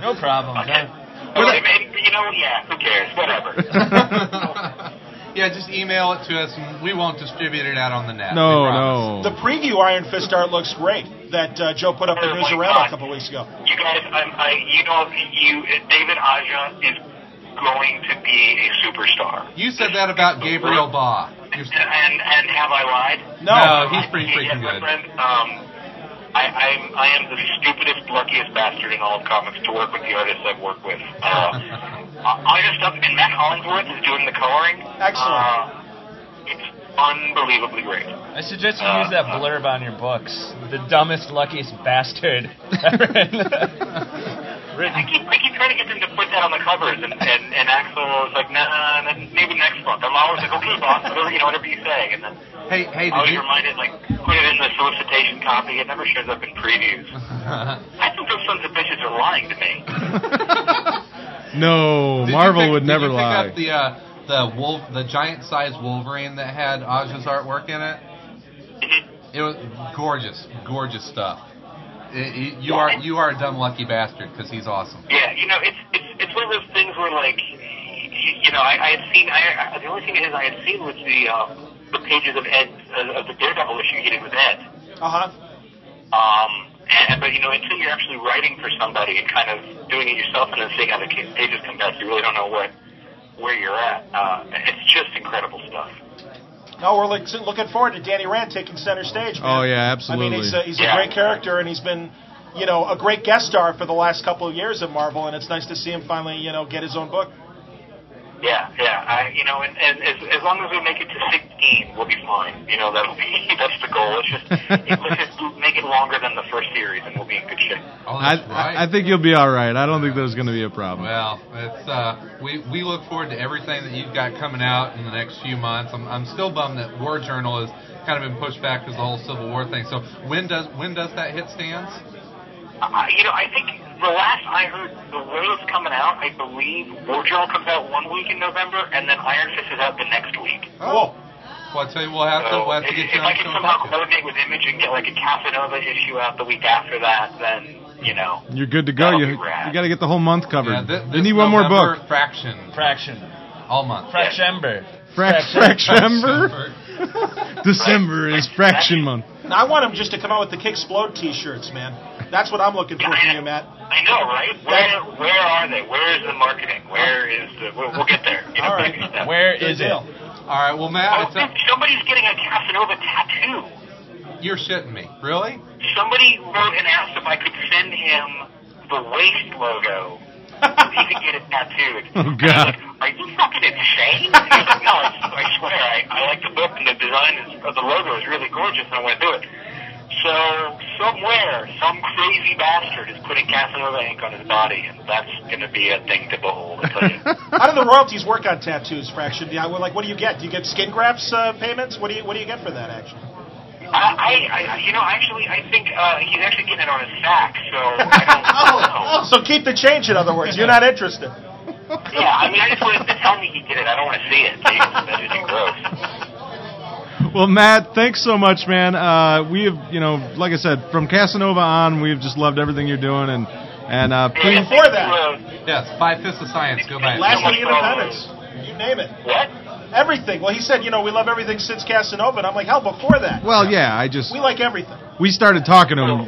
[SPEAKER 4] No problem. huh?
[SPEAKER 6] okay, maybe, you know, yeah. Who cares? Whatever.
[SPEAKER 2] Yeah, just email it to us, and we won't distribute it out on the net. we
[SPEAKER 3] No,
[SPEAKER 2] promise.
[SPEAKER 3] no.
[SPEAKER 5] The preview Iron Fist art looks great that uh, Joe put up in
[SPEAKER 6] Oh my
[SPEAKER 5] Newsarama a
[SPEAKER 6] God.
[SPEAKER 5] couple weeks ago.
[SPEAKER 6] You guys, I'm, I you know you David Aja is going to be a superstar.
[SPEAKER 2] You said that about Gabriel Ba. You're s-
[SPEAKER 6] And and have I lied?
[SPEAKER 5] No,
[SPEAKER 2] No, he's pretty freaking
[SPEAKER 6] Yes, my
[SPEAKER 2] good.
[SPEAKER 6] friend, um, I, I'm, I am the stupidest, luckiest bastard in all of comics to work with the artists I've worked with. Uh, all your stuff, and Matt Hollingsworth is doing the coloring.
[SPEAKER 5] Excellent.
[SPEAKER 6] Uh, it's unbelievably great.
[SPEAKER 4] I suggest you use that blurb on your books. The dumbest, luckiest bastard.
[SPEAKER 6] I keep, I keep trying to get them to put that on the covers, and, and, and Axel is like, nah, nah, maybe next month. I'm always like, okay, boss, whatever, you know, whatever you say. And then
[SPEAKER 2] Hey, hey,
[SPEAKER 6] I always
[SPEAKER 2] did you?
[SPEAKER 6] reminded, like, put it in the solicitation copy. It never shows up in previews. I think those sons of bitches are lying to me.
[SPEAKER 3] no,
[SPEAKER 2] Did you
[SPEAKER 3] Marvel
[SPEAKER 2] pick-
[SPEAKER 3] would
[SPEAKER 2] did you
[SPEAKER 3] never
[SPEAKER 2] pick
[SPEAKER 3] lie.
[SPEAKER 2] Up the uh, the wolf, the giant-sized Wolverine that had Aja's artwork in it. It was gorgeous, gorgeous stuff. It- it- you are you are a dumb lucky bastard because he's awesome.
[SPEAKER 6] Yeah, you know, it's it's it's one of those things where like, y- you know, I, I had seen I, I the only thing it is I had seen was the um, the pages of Ed uh, of the Daredevil issue he did with Ed.
[SPEAKER 5] Uh huh.
[SPEAKER 6] Um, and, but you know, until you're actually writing for somebody and kind of doing it yourself and then seeing how the ca- pages come back, you really don't know what where you're at. Uh, it's just incredible stuff.
[SPEAKER 5] No, we're like, looking forward to Danny Rand taking center stage. Man.
[SPEAKER 3] Oh, yeah,
[SPEAKER 5] I mean, he's
[SPEAKER 3] absolutely.
[SPEAKER 5] a, he's a
[SPEAKER 6] Yeah.
[SPEAKER 5] great character, and he's been, you know, a great guest star for the last couple of years at Marvel, and it's nice to see him finally, you know, get his own book.
[SPEAKER 6] Yeah, yeah. I, you know, and, and as, as long as we make it to 16, we'll be fine. You know, that'll be that's the goal. It's just it, let's just make it longer than the first series, and we'll be in good shape.
[SPEAKER 2] uh, Oh,
[SPEAKER 3] I,
[SPEAKER 2] that's right.
[SPEAKER 3] I, I think you'll be all right. I don't think there's going to be a problem.
[SPEAKER 2] Well, it's uh, we we look forward to everything that you've got coming out in the next few months. I'm I'm still bummed that War Journal has kind of been pushed back because the whole Civil War thing. So when does when does that hit stands?
[SPEAKER 6] I, you know, I think the last I heard, the way it's coming out, I believe War Journal comes out one week in November, and then Iron Fist is out the next week.
[SPEAKER 4] Oh.
[SPEAKER 5] Cool.
[SPEAKER 2] Well, I tell you, we'll have to
[SPEAKER 6] So
[SPEAKER 2] we'll have to
[SPEAKER 6] if,
[SPEAKER 2] get you
[SPEAKER 6] if
[SPEAKER 2] on the
[SPEAKER 6] I
[SPEAKER 2] show.
[SPEAKER 6] can
[SPEAKER 2] and talk to
[SPEAKER 6] somehow
[SPEAKER 2] you.
[SPEAKER 6] coordinate with Image and get like a Casanova issue out the week after that, then you know.
[SPEAKER 3] You're good to go.
[SPEAKER 6] That'll
[SPEAKER 3] You you
[SPEAKER 6] be rad.
[SPEAKER 3] got to get the whole month
[SPEAKER 2] Yeah,
[SPEAKER 3] covered.
[SPEAKER 2] thi-
[SPEAKER 3] you
[SPEAKER 2] this
[SPEAKER 3] need one more
[SPEAKER 2] November,
[SPEAKER 3] book.
[SPEAKER 2] Fraction,
[SPEAKER 4] Fraction.
[SPEAKER 2] all month.
[SPEAKER 4] Fractionember.
[SPEAKER 3] Frac- Fractionember. December is fraction month.
[SPEAKER 5] Now, I want him just to come out with the Kick Explode T-shirts, man. That's what I'm looking for from you, Matt.
[SPEAKER 6] I know, right? Where where are they? Where is the marketing? Where is the? We'll, we'll get there. You know,
[SPEAKER 5] All right.
[SPEAKER 6] baby steps.
[SPEAKER 4] Oh. Where
[SPEAKER 5] Good
[SPEAKER 4] is it?
[SPEAKER 5] deal.
[SPEAKER 2] All right, well,
[SPEAKER 6] Oh,
[SPEAKER 2] Matt,
[SPEAKER 6] dude,
[SPEAKER 2] it's
[SPEAKER 6] somebody's getting a Casanova tattoo.
[SPEAKER 2] a, you're shitting me. Really?
[SPEAKER 6] Somebody wrote and asked if I could send him the waist logo. so he could get it tattooed.
[SPEAKER 3] Oh,
[SPEAKER 6] And I was
[SPEAKER 3] God.
[SPEAKER 6] like, Are you fucking insane? He's like, no, I, I swear, I, I like the book and the design is, of the logo is really gorgeous and I want to do it. So somewhere, some crazy bastard is putting Casanova ink on his body, and that's going to be a thing to behold. I tell you.
[SPEAKER 5] How do the royalties work on tattoos, Fraction? Yeah, well, like, what do you get? Do you get skin grafts uh, payments? What do you What do you get for that action?
[SPEAKER 6] I, I, I, you know, actually, I think uh, he's actually getting it on his sack. So I don't know.
[SPEAKER 5] Oh, So keep the change. In other words, you're not interested.
[SPEAKER 6] Yeah, I mean, I just wanted to tell me he did it. I don't want to see it. Jesus, that isn't gross.
[SPEAKER 3] Well, Matt, thanks so much, man. Uh, we have, you know, like I said, from Casanova on, we've just loved everything you're doing, and and uh, please,
[SPEAKER 5] Before that.
[SPEAKER 6] Uh,
[SPEAKER 2] Yes. By Fist of Science. Go back.
[SPEAKER 5] Last
[SPEAKER 6] much
[SPEAKER 5] of the Independence. You name it.
[SPEAKER 6] What?
[SPEAKER 5] Everything. Well, he said, you know, we love everything since Casanova. And I'm like, hell, before that.
[SPEAKER 3] Well, yeah, I just
[SPEAKER 5] We like everything.
[SPEAKER 3] we started talking to him.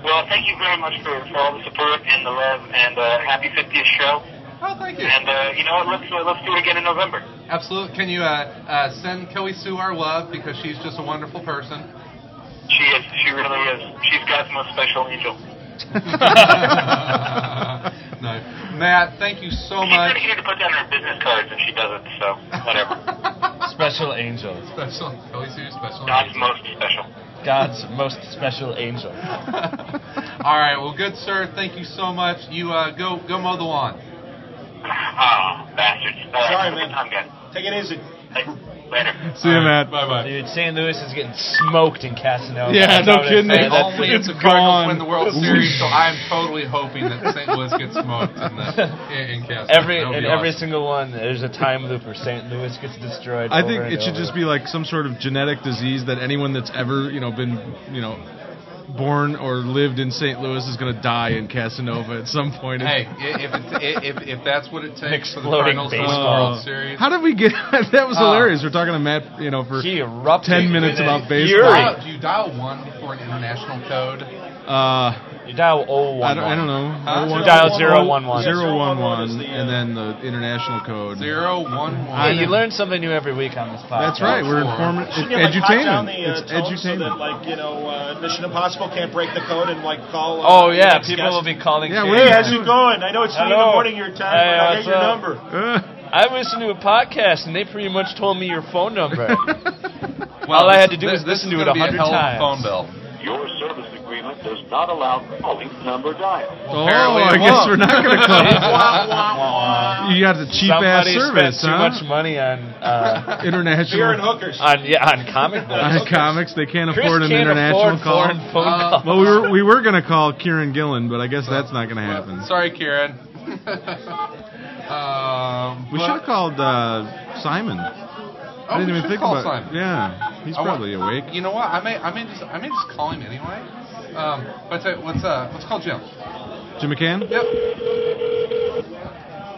[SPEAKER 6] Well, thank you very much for, for all the support and the love, and uh, happy 50th show.
[SPEAKER 2] Oh, thank you.
[SPEAKER 6] And uh, you know what? Let's uh, let's do it again in November.
[SPEAKER 2] Absolutely. Can you uh, uh, send Kelly Sue our love because she's just a wonderful person.
[SPEAKER 6] She is. She really is. She's God's most special angel.
[SPEAKER 2] no. Matt, thank you so
[SPEAKER 6] She's
[SPEAKER 2] much.
[SPEAKER 6] pretty good to put down her business cards, and she doesn't. So whatever.
[SPEAKER 4] Special angel.
[SPEAKER 2] Special. Kelly Sue, special.
[SPEAKER 6] God's
[SPEAKER 2] needs.
[SPEAKER 6] most special.
[SPEAKER 4] God's most special angel.
[SPEAKER 2] All right. Well, good sir. Thank you so much. You uh, go go mow the lawn.
[SPEAKER 6] Oh, bastards. All right,
[SPEAKER 5] Sorry,
[SPEAKER 6] have a
[SPEAKER 5] man.
[SPEAKER 6] good time, guys.
[SPEAKER 5] Take it easy.
[SPEAKER 6] Hey, Later.
[SPEAKER 3] See you, Matt. Bye bye.
[SPEAKER 4] Dude, St. Louis is getting smoked in Casanova.
[SPEAKER 3] Yeah,
[SPEAKER 4] That's
[SPEAKER 3] no
[SPEAKER 4] what I
[SPEAKER 3] kidding.
[SPEAKER 4] say.
[SPEAKER 3] Hey,
[SPEAKER 2] They
[SPEAKER 4] That's-
[SPEAKER 2] only
[SPEAKER 3] it's
[SPEAKER 2] the Cardinals
[SPEAKER 3] gone.
[SPEAKER 2] win the World Series, so I'm totally hoping that St. Louis gets smoked in the in, in Casanova.
[SPEAKER 4] every
[SPEAKER 2] That would
[SPEAKER 4] in
[SPEAKER 2] be
[SPEAKER 4] every
[SPEAKER 2] awesome.
[SPEAKER 4] single one, there's a time loop where St. Louis gets destroyed.
[SPEAKER 3] I
[SPEAKER 4] over
[SPEAKER 3] think
[SPEAKER 4] and
[SPEAKER 3] it
[SPEAKER 4] over.
[SPEAKER 3] should just be like some sort of genetic disease that anyone that's ever you know been you know born or lived in St. Louis is going to die in Casanova at some point.
[SPEAKER 2] Hey, i- if, it, i- if if that's what it takes for the
[SPEAKER 4] Exploding
[SPEAKER 2] Cardinals to win the
[SPEAKER 4] baseball.
[SPEAKER 2] World Series,
[SPEAKER 3] How did we get that? Was
[SPEAKER 2] Oh.
[SPEAKER 3] hilarious. We're talking to Matt, you know, for
[SPEAKER 4] He erupted.
[SPEAKER 3] 10 minutes
[SPEAKER 4] with a
[SPEAKER 3] about baseball.
[SPEAKER 4] fury.
[SPEAKER 2] dial, do you dial one before an international code?
[SPEAKER 3] uh,
[SPEAKER 4] You dial 011.
[SPEAKER 3] I don't, I don't know.
[SPEAKER 2] Huh?
[SPEAKER 3] Oh, one-
[SPEAKER 4] Dial
[SPEAKER 3] oh,
[SPEAKER 4] zero
[SPEAKER 3] oh,
[SPEAKER 4] one one.
[SPEAKER 3] zero
[SPEAKER 5] Yeah,
[SPEAKER 3] one
[SPEAKER 5] 011 is
[SPEAKER 3] one,
[SPEAKER 5] the, uh,
[SPEAKER 3] and then the international code.
[SPEAKER 2] Zero one
[SPEAKER 4] Hey,
[SPEAKER 2] one.
[SPEAKER 4] you learn something new every week on this podcast.
[SPEAKER 3] That's right. We're
[SPEAKER 2] Four.
[SPEAKER 3] informing. It's
[SPEAKER 5] Shouldn't you, like, hot
[SPEAKER 3] edutainment.
[SPEAKER 5] down the, uh,
[SPEAKER 3] it's
[SPEAKER 5] tone so that,
[SPEAKER 3] edutainment.
[SPEAKER 5] like, you know, uh, Mission Impossible can't break the code and, like, call. uh,
[SPEAKER 4] Oh
[SPEAKER 5] the
[SPEAKER 4] yeah,
[SPEAKER 5] next
[SPEAKER 4] people
[SPEAKER 5] guest.
[SPEAKER 4] will be calling.
[SPEAKER 3] Yeah,
[SPEAKER 4] you.
[SPEAKER 3] we're-
[SPEAKER 5] Hey, how's it going? I know it's three in the
[SPEAKER 4] Hello.
[SPEAKER 5] morning your time,
[SPEAKER 4] Hey,
[SPEAKER 5] but I got
[SPEAKER 4] what's
[SPEAKER 5] your
[SPEAKER 4] up?
[SPEAKER 3] Uh,
[SPEAKER 5] number.
[SPEAKER 4] I listened to a podcast and they pretty much told me your phone number.
[SPEAKER 2] Well,
[SPEAKER 4] All I had
[SPEAKER 2] this-
[SPEAKER 4] to do
[SPEAKER 2] this-
[SPEAKER 4] was
[SPEAKER 2] this
[SPEAKER 4] listen
[SPEAKER 2] is
[SPEAKER 4] to it
[SPEAKER 2] gonna
[SPEAKER 4] 100
[SPEAKER 2] be hell of a
[SPEAKER 4] times.
[SPEAKER 2] Phone bill.
[SPEAKER 6] Your service agreement does not allow calling number dialed.
[SPEAKER 3] oh,
[SPEAKER 2] Apparently
[SPEAKER 3] I
[SPEAKER 2] it
[SPEAKER 3] guess
[SPEAKER 2] won't.
[SPEAKER 3] we're not going to call. you got the cheap ass
[SPEAKER 4] Somebody
[SPEAKER 3] service,
[SPEAKER 4] spent too
[SPEAKER 3] huh?
[SPEAKER 4] much money on uh,
[SPEAKER 5] Beer and
[SPEAKER 3] international
[SPEAKER 5] hookers.
[SPEAKER 4] on yeah on comic
[SPEAKER 3] on
[SPEAKER 4] books.
[SPEAKER 3] comics. They can't
[SPEAKER 4] Chris
[SPEAKER 3] afford an
[SPEAKER 4] can't
[SPEAKER 3] international
[SPEAKER 4] afford
[SPEAKER 3] call.
[SPEAKER 4] foreign phone
[SPEAKER 2] Uh,
[SPEAKER 4] calls.
[SPEAKER 3] Well, we were we were going to call Kieran Gillen, but I guess that's not going to happen.
[SPEAKER 2] Sorry, Kieran. um,
[SPEAKER 3] We
[SPEAKER 2] but-
[SPEAKER 3] should have called uh, Simon.
[SPEAKER 2] Oh,
[SPEAKER 3] I
[SPEAKER 2] we
[SPEAKER 3] didn't
[SPEAKER 2] should
[SPEAKER 3] even think
[SPEAKER 2] call
[SPEAKER 3] about
[SPEAKER 2] Simon.
[SPEAKER 3] it. Yeah, he's
[SPEAKER 2] I want-
[SPEAKER 3] probably awake.
[SPEAKER 2] You know what? I may, I may just, I may just call him anyway. Um, but say, let's, uh, let's call Jim.
[SPEAKER 3] Jim McCann,
[SPEAKER 2] Yep.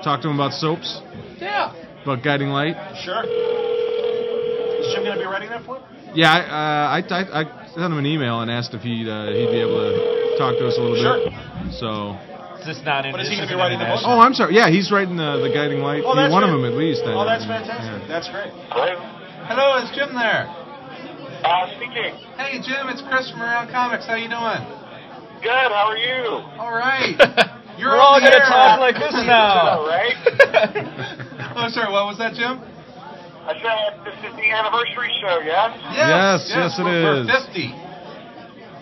[SPEAKER 3] talk to him about soaps,
[SPEAKER 2] Yeah.
[SPEAKER 3] about guiding light.
[SPEAKER 5] Sure. Is Jim going to be writing that for him?
[SPEAKER 3] Yeah, I, uh, I, I, I sent him an email and asked if he'd uh, he'd be able to talk to us a little
[SPEAKER 5] Sure.
[SPEAKER 3] bit. So.
[SPEAKER 4] It's just not
[SPEAKER 5] But is he
[SPEAKER 4] going to
[SPEAKER 5] gonna be writing the book?
[SPEAKER 3] Oh, I'm sorry. Yeah, he's writing uh, the the guiding light.
[SPEAKER 5] Oh, that's
[SPEAKER 3] one of
[SPEAKER 5] fan-
[SPEAKER 3] them at least. I
[SPEAKER 5] Oh, that's
[SPEAKER 3] think.
[SPEAKER 5] fantastic.
[SPEAKER 3] Yeah.
[SPEAKER 5] That's great.
[SPEAKER 6] Hello?
[SPEAKER 2] Hello, is Jim there?
[SPEAKER 6] Uh, speaking.
[SPEAKER 2] Hey, Jim, it's Chris from Around Comics. How you doing?
[SPEAKER 6] Good, how are you?
[SPEAKER 2] All right. You're
[SPEAKER 4] We're all
[SPEAKER 2] going
[SPEAKER 4] gonna talk like this now.
[SPEAKER 6] Alright.
[SPEAKER 2] I'm Oh, sorry. What was that, Jim?
[SPEAKER 6] I said this is the anniversary show, yes?
[SPEAKER 3] Yes, yes, it
[SPEAKER 2] we're-
[SPEAKER 3] is.
[SPEAKER 2] We're 50.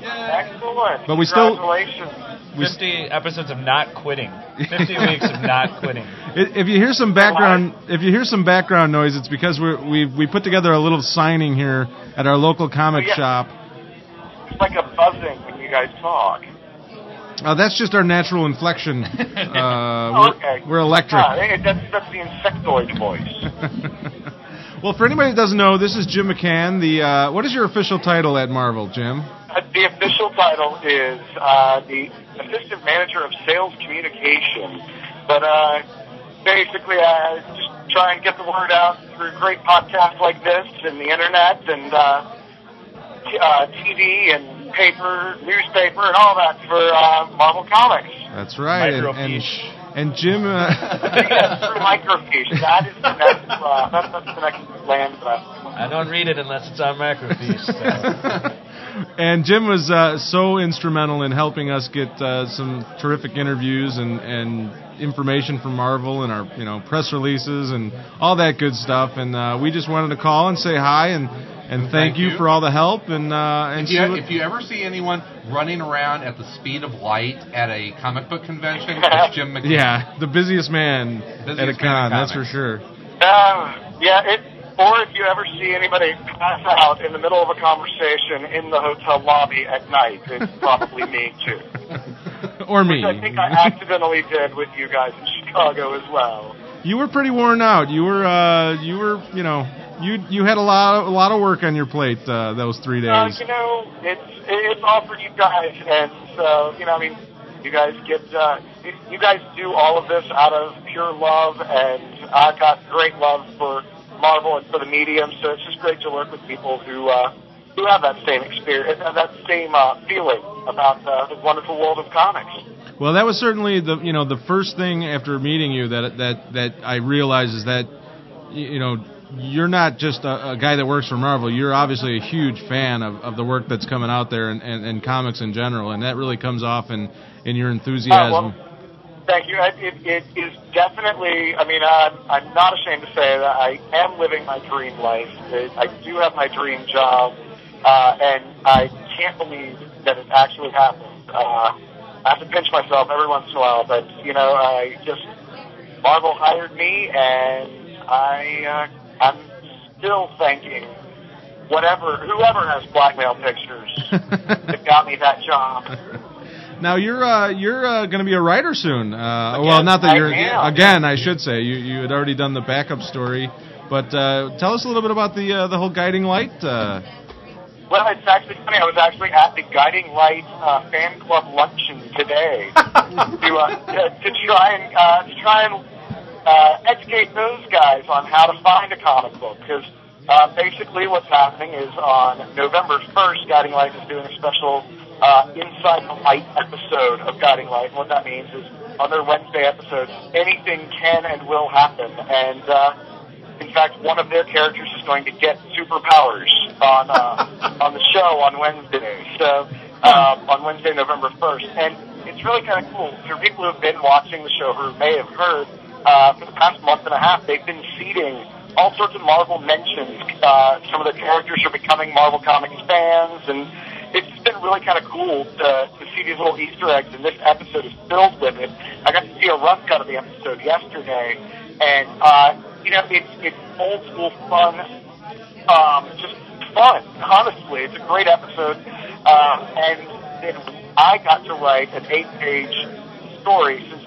[SPEAKER 2] Yeah.
[SPEAKER 6] Excellent.
[SPEAKER 3] But we still- Oh,
[SPEAKER 6] Congratulations.
[SPEAKER 4] 50 episodes of not quitting. 50 weeks of not quitting.
[SPEAKER 3] I- If you hear some background, if you hear some background noise, it's because we we we put together a little signing here at our local comic
[SPEAKER 6] Oh, yeah.
[SPEAKER 3] shop.
[SPEAKER 6] It's like a buzzing when you guys talk.
[SPEAKER 3] Uh, that's just our natural inflection. Uh,
[SPEAKER 6] Oh,
[SPEAKER 3] we're,
[SPEAKER 6] okay.
[SPEAKER 3] we're electric.
[SPEAKER 6] Ah, hey, that's, that's the insectoid voice.
[SPEAKER 3] well, for anybody that doesn't know, this is Jim McCann. The uh, what is your official title at Marvel, Jim?
[SPEAKER 6] Uh, The official title is uh, the assistant manager of sales communication. But uh, basically, I just try and get the word out through great podcasts like this and the internet and uh, t- uh, TV and paper, newspaper, and all that for uh, Marvel Comics.
[SPEAKER 3] That's right. and- And, and, Jim. Uh,
[SPEAKER 6] through microfiche. That is the next, uh, that's, that's the next land that I'm
[SPEAKER 4] I don't read it unless it's on microfiche. So.
[SPEAKER 3] and Jim was uh, so instrumental in helping us get uh, some terrific interviews and, and information from Marvel and our you know press releases and all that good stuff. And uh, we just wanted to call and say hi and and thank,
[SPEAKER 2] thank
[SPEAKER 3] you,
[SPEAKER 2] you.
[SPEAKER 3] for all the help and uh, and
[SPEAKER 2] If you,
[SPEAKER 3] see what-
[SPEAKER 2] if you ever see anyone running around at the speed of light at a comic book convention, it's Jim McCann.
[SPEAKER 3] yeah the busiest man
[SPEAKER 2] Busiest
[SPEAKER 3] at
[SPEAKER 2] man
[SPEAKER 3] a
[SPEAKER 2] at
[SPEAKER 3] con that's
[SPEAKER 2] comics.
[SPEAKER 3] for sure.
[SPEAKER 6] Um, yeah, it, or if you ever see anybody pass out in the middle of a conversation in the hotel lobby at night, it's probably me too.
[SPEAKER 3] or me.
[SPEAKER 6] Which I think I accidentally did with you guys in Chicago as well.
[SPEAKER 3] you were pretty worn out. You were, uh, you were, you know, you you had a lot of, a lot of work on your plate uh, those three
[SPEAKER 6] Uh,
[SPEAKER 3] days.
[SPEAKER 6] you know, it's it's all for you guys, and so you know, I mean, You guys get, uh, you- you guys do all of this out of pure love, and I got great love for Marvel and for the medium. So it's just great to work with people who uh, who have that same experience, uh, that same uh, feeling about uh, the wonderful world of comics.
[SPEAKER 3] Well, that was certainly the you know the first thing after meeting you that that that I realized is that y- you know you're not just a, a guy that works for Marvel. You're obviously a huge fan of, of the work that's coming out there and, and, and comics in general, and that really comes off in in your enthusiasm.
[SPEAKER 6] Oh, Thank you. It, it, it is definitely. I mean, I'm, I'm not ashamed to say that I am living my dream life. It, I do have my dream job, uh, and I can't believe that it actually happened. Uh, I have to pinch myself every once in a while, but you know, I just Marvel hired me, and I uh, I'm still thanking whatever whoever has blackmail pictures that got me that job.
[SPEAKER 3] Now you're uh, you're uh, going to be a writer soon. Uh, well, not that
[SPEAKER 6] I
[SPEAKER 3] you're
[SPEAKER 6] am.
[SPEAKER 3] again. I should say you you had already done the backup story, but uh, tell us a little bit about the uh, the whole guiding light. Uh,
[SPEAKER 6] Well, it's actually funny. I was actually at the Guiding Light uh, fan club luncheon today to, uh, to to try and uh, to try and uh, educate those guys on how to find a comic book because uh, basically what's happening is on November first, Guiding Light is doing a special uh, Inside the Light episode of Guiding Light. And what that means is on their Wednesday episodes, anything can and will happen, and. Uh, in fact, one of their characters is going to get superpowers on uh, on the show on Wednesday. So uh, on Wednesday, November first, and it's really kind of cool for people who've been watching the show who may have heard uh, for the past month and a half. They've been seeding all sorts of Marvel mentions. Uh, some of the characters are becoming Marvel Comics fans, and it's just been really kind of cool to, to see these little Easter eggs. And this episode is filled with it. I got to see a rough cut of the episode yesterday, and uh, you know, it's it's old school fun, um, just fun. Honestly, it's a great episode, um, and then I got to write an eight-page story since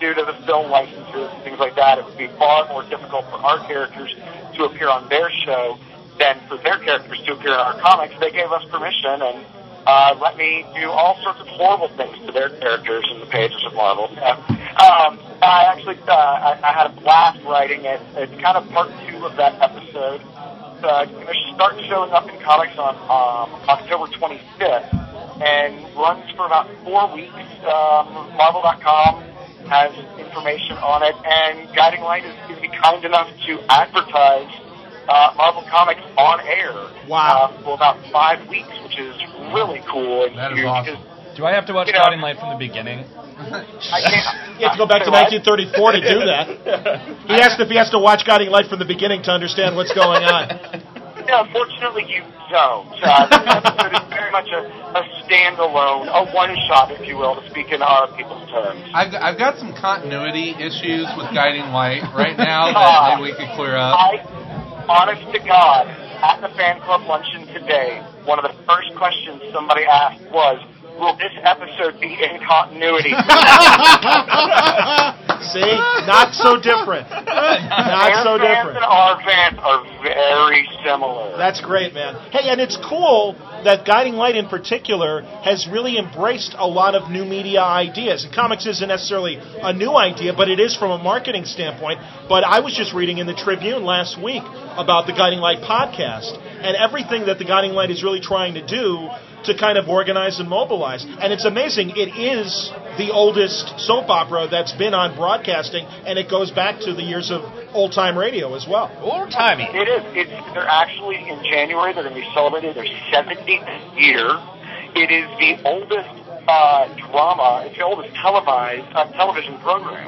[SPEAKER 6] due to the film licenses and things like that, it would be far more difficult for our characters to appear on their show than for their characters to appear in our comics. They gave us permission and uh, let me do all sorts of horrible things to their characters in the pages of Marvel. Yeah. Um, I actually uh, I, I had a blast writing it. It's kind of part two of that episode. It's uh, going to start showing up in comics on um, October 25th and runs for about four weeks. Um, Marvel.com has information on it, and Guiding Light is going to be kind enough to advertise uh, Marvel Comics on air
[SPEAKER 5] Wow.
[SPEAKER 6] uh, for about five weeks, which is really cool and
[SPEAKER 4] That is
[SPEAKER 6] huge.
[SPEAKER 4] awesome.
[SPEAKER 6] 'cause
[SPEAKER 4] Do I have to watch
[SPEAKER 6] You know-
[SPEAKER 4] Guiding Light from the beginning?
[SPEAKER 6] I can't,
[SPEAKER 5] You have to go back to
[SPEAKER 6] Say
[SPEAKER 5] 1934
[SPEAKER 6] what?
[SPEAKER 5] to do that. He asked if he has to watch Guiding Light from the beginning to understand what's going on.
[SPEAKER 6] No, unfortunately you don't. Uh, this episode is very much a, a standalone, a one-shot, if you will, to speak in our people's terms.
[SPEAKER 2] I've, I've got some continuity issues with Guiding Light right now that maybe we could clear up.
[SPEAKER 6] Uh, I, honest to God, at the fan club luncheon today, one of the first questions somebody asked was, "Will this episode be in continuity?"
[SPEAKER 5] See? Not so different. Not so
[SPEAKER 6] Their fans
[SPEAKER 5] different.
[SPEAKER 6] and our fans are very similar.
[SPEAKER 5] That's great, man. Hey, and it's cool that Guiding Light in particular has really embraced a lot of new media ideas. And comics isn't necessarily a new idea, but it is from a marketing standpoint. But I was just reading in the Tribune last week about the Guiding Light podcast and everything that the Guiding Light is really trying to do to kind of organize and mobilize. And it's amazing. It is the oldest soap opera that's been on broadcasting, and it goes back to the years of old time radio as well.
[SPEAKER 4] Old timey.
[SPEAKER 6] It is. It's, they're actually in January. They're going to be celebrating their 70th year. It is the oldest uh, drama. It's the oldest televised uh, television program.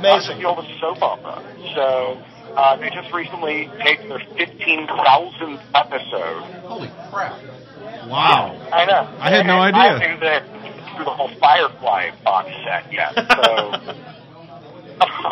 [SPEAKER 5] Amazing.
[SPEAKER 6] Uh, the oldest soap opera. So uh, they just recently taped their 15,000th episode.
[SPEAKER 2] Holy crap.
[SPEAKER 3] wow.
[SPEAKER 6] I know.
[SPEAKER 3] I had no
[SPEAKER 6] And
[SPEAKER 3] idea.
[SPEAKER 6] I knew that through the whole Firefly box set yet. So.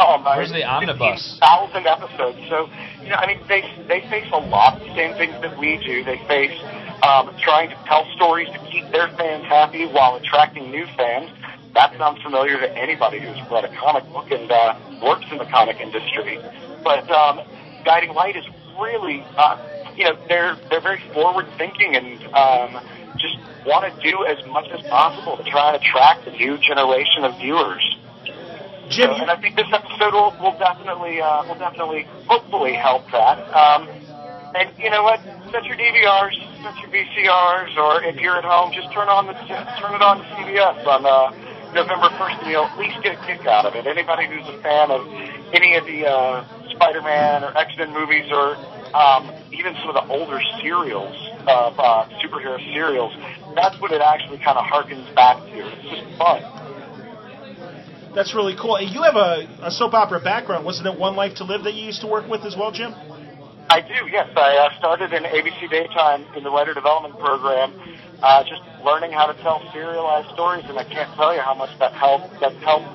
[SPEAKER 6] Oh, my.
[SPEAKER 4] Where's the omnibus?
[SPEAKER 6] Thousand episodes. So, you know, I mean, they they face a lot of the same things that we do. They face um, trying to tell stories to keep their fans happy while attracting new fans. That sounds familiar to anybody who's read a comic book and uh, works in the comic industry. But um, Guiding Light is really, uh, you know, they're they're very forward thinking and. Um, just want to do as much as possible to try and attract a new generation of viewers.
[SPEAKER 5] Jim,
[SPEAKER 6] So, and I think this episode will, will definitely, uh, will definitely, hopefully help that. Um, and you know what? Set your DVRs, set your VCRs, or if you're at home, just turn on the just turn it on CBS on uh, November first, and you'll at least get a kick out of it. Anybody who's a fan of any of the uh, Spider-Man or X-Men movies, or um, even some of the older serials of uh, superhero serials, that's what it actually kind of harkens back to. It's just fun.
[SPEAKER 5] That's really cool. And You have a, a soap opera background. Wasn't it One Life to Live that you used to work with as well, Jim?
[SPEAKER 6] I do, yes. I uh, started in ABC Daytime in the writer development program, uh, just learning how to tell serialized stories, and I can't tell you how much that helped. That helped,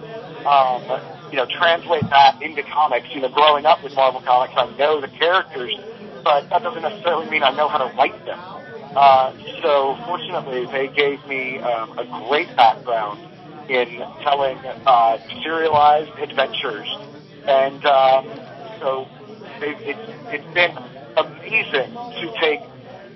[SPEAKER 6] um, you know, translate that into comics. You know, growing up with Marvel comics, I know the characters, but that doesn't necessarily mean I know how to write them. Uh, so fortunately, they gave me um, a great background in telling uh, serialized adventures, and um, so it, it, it's been amazing to take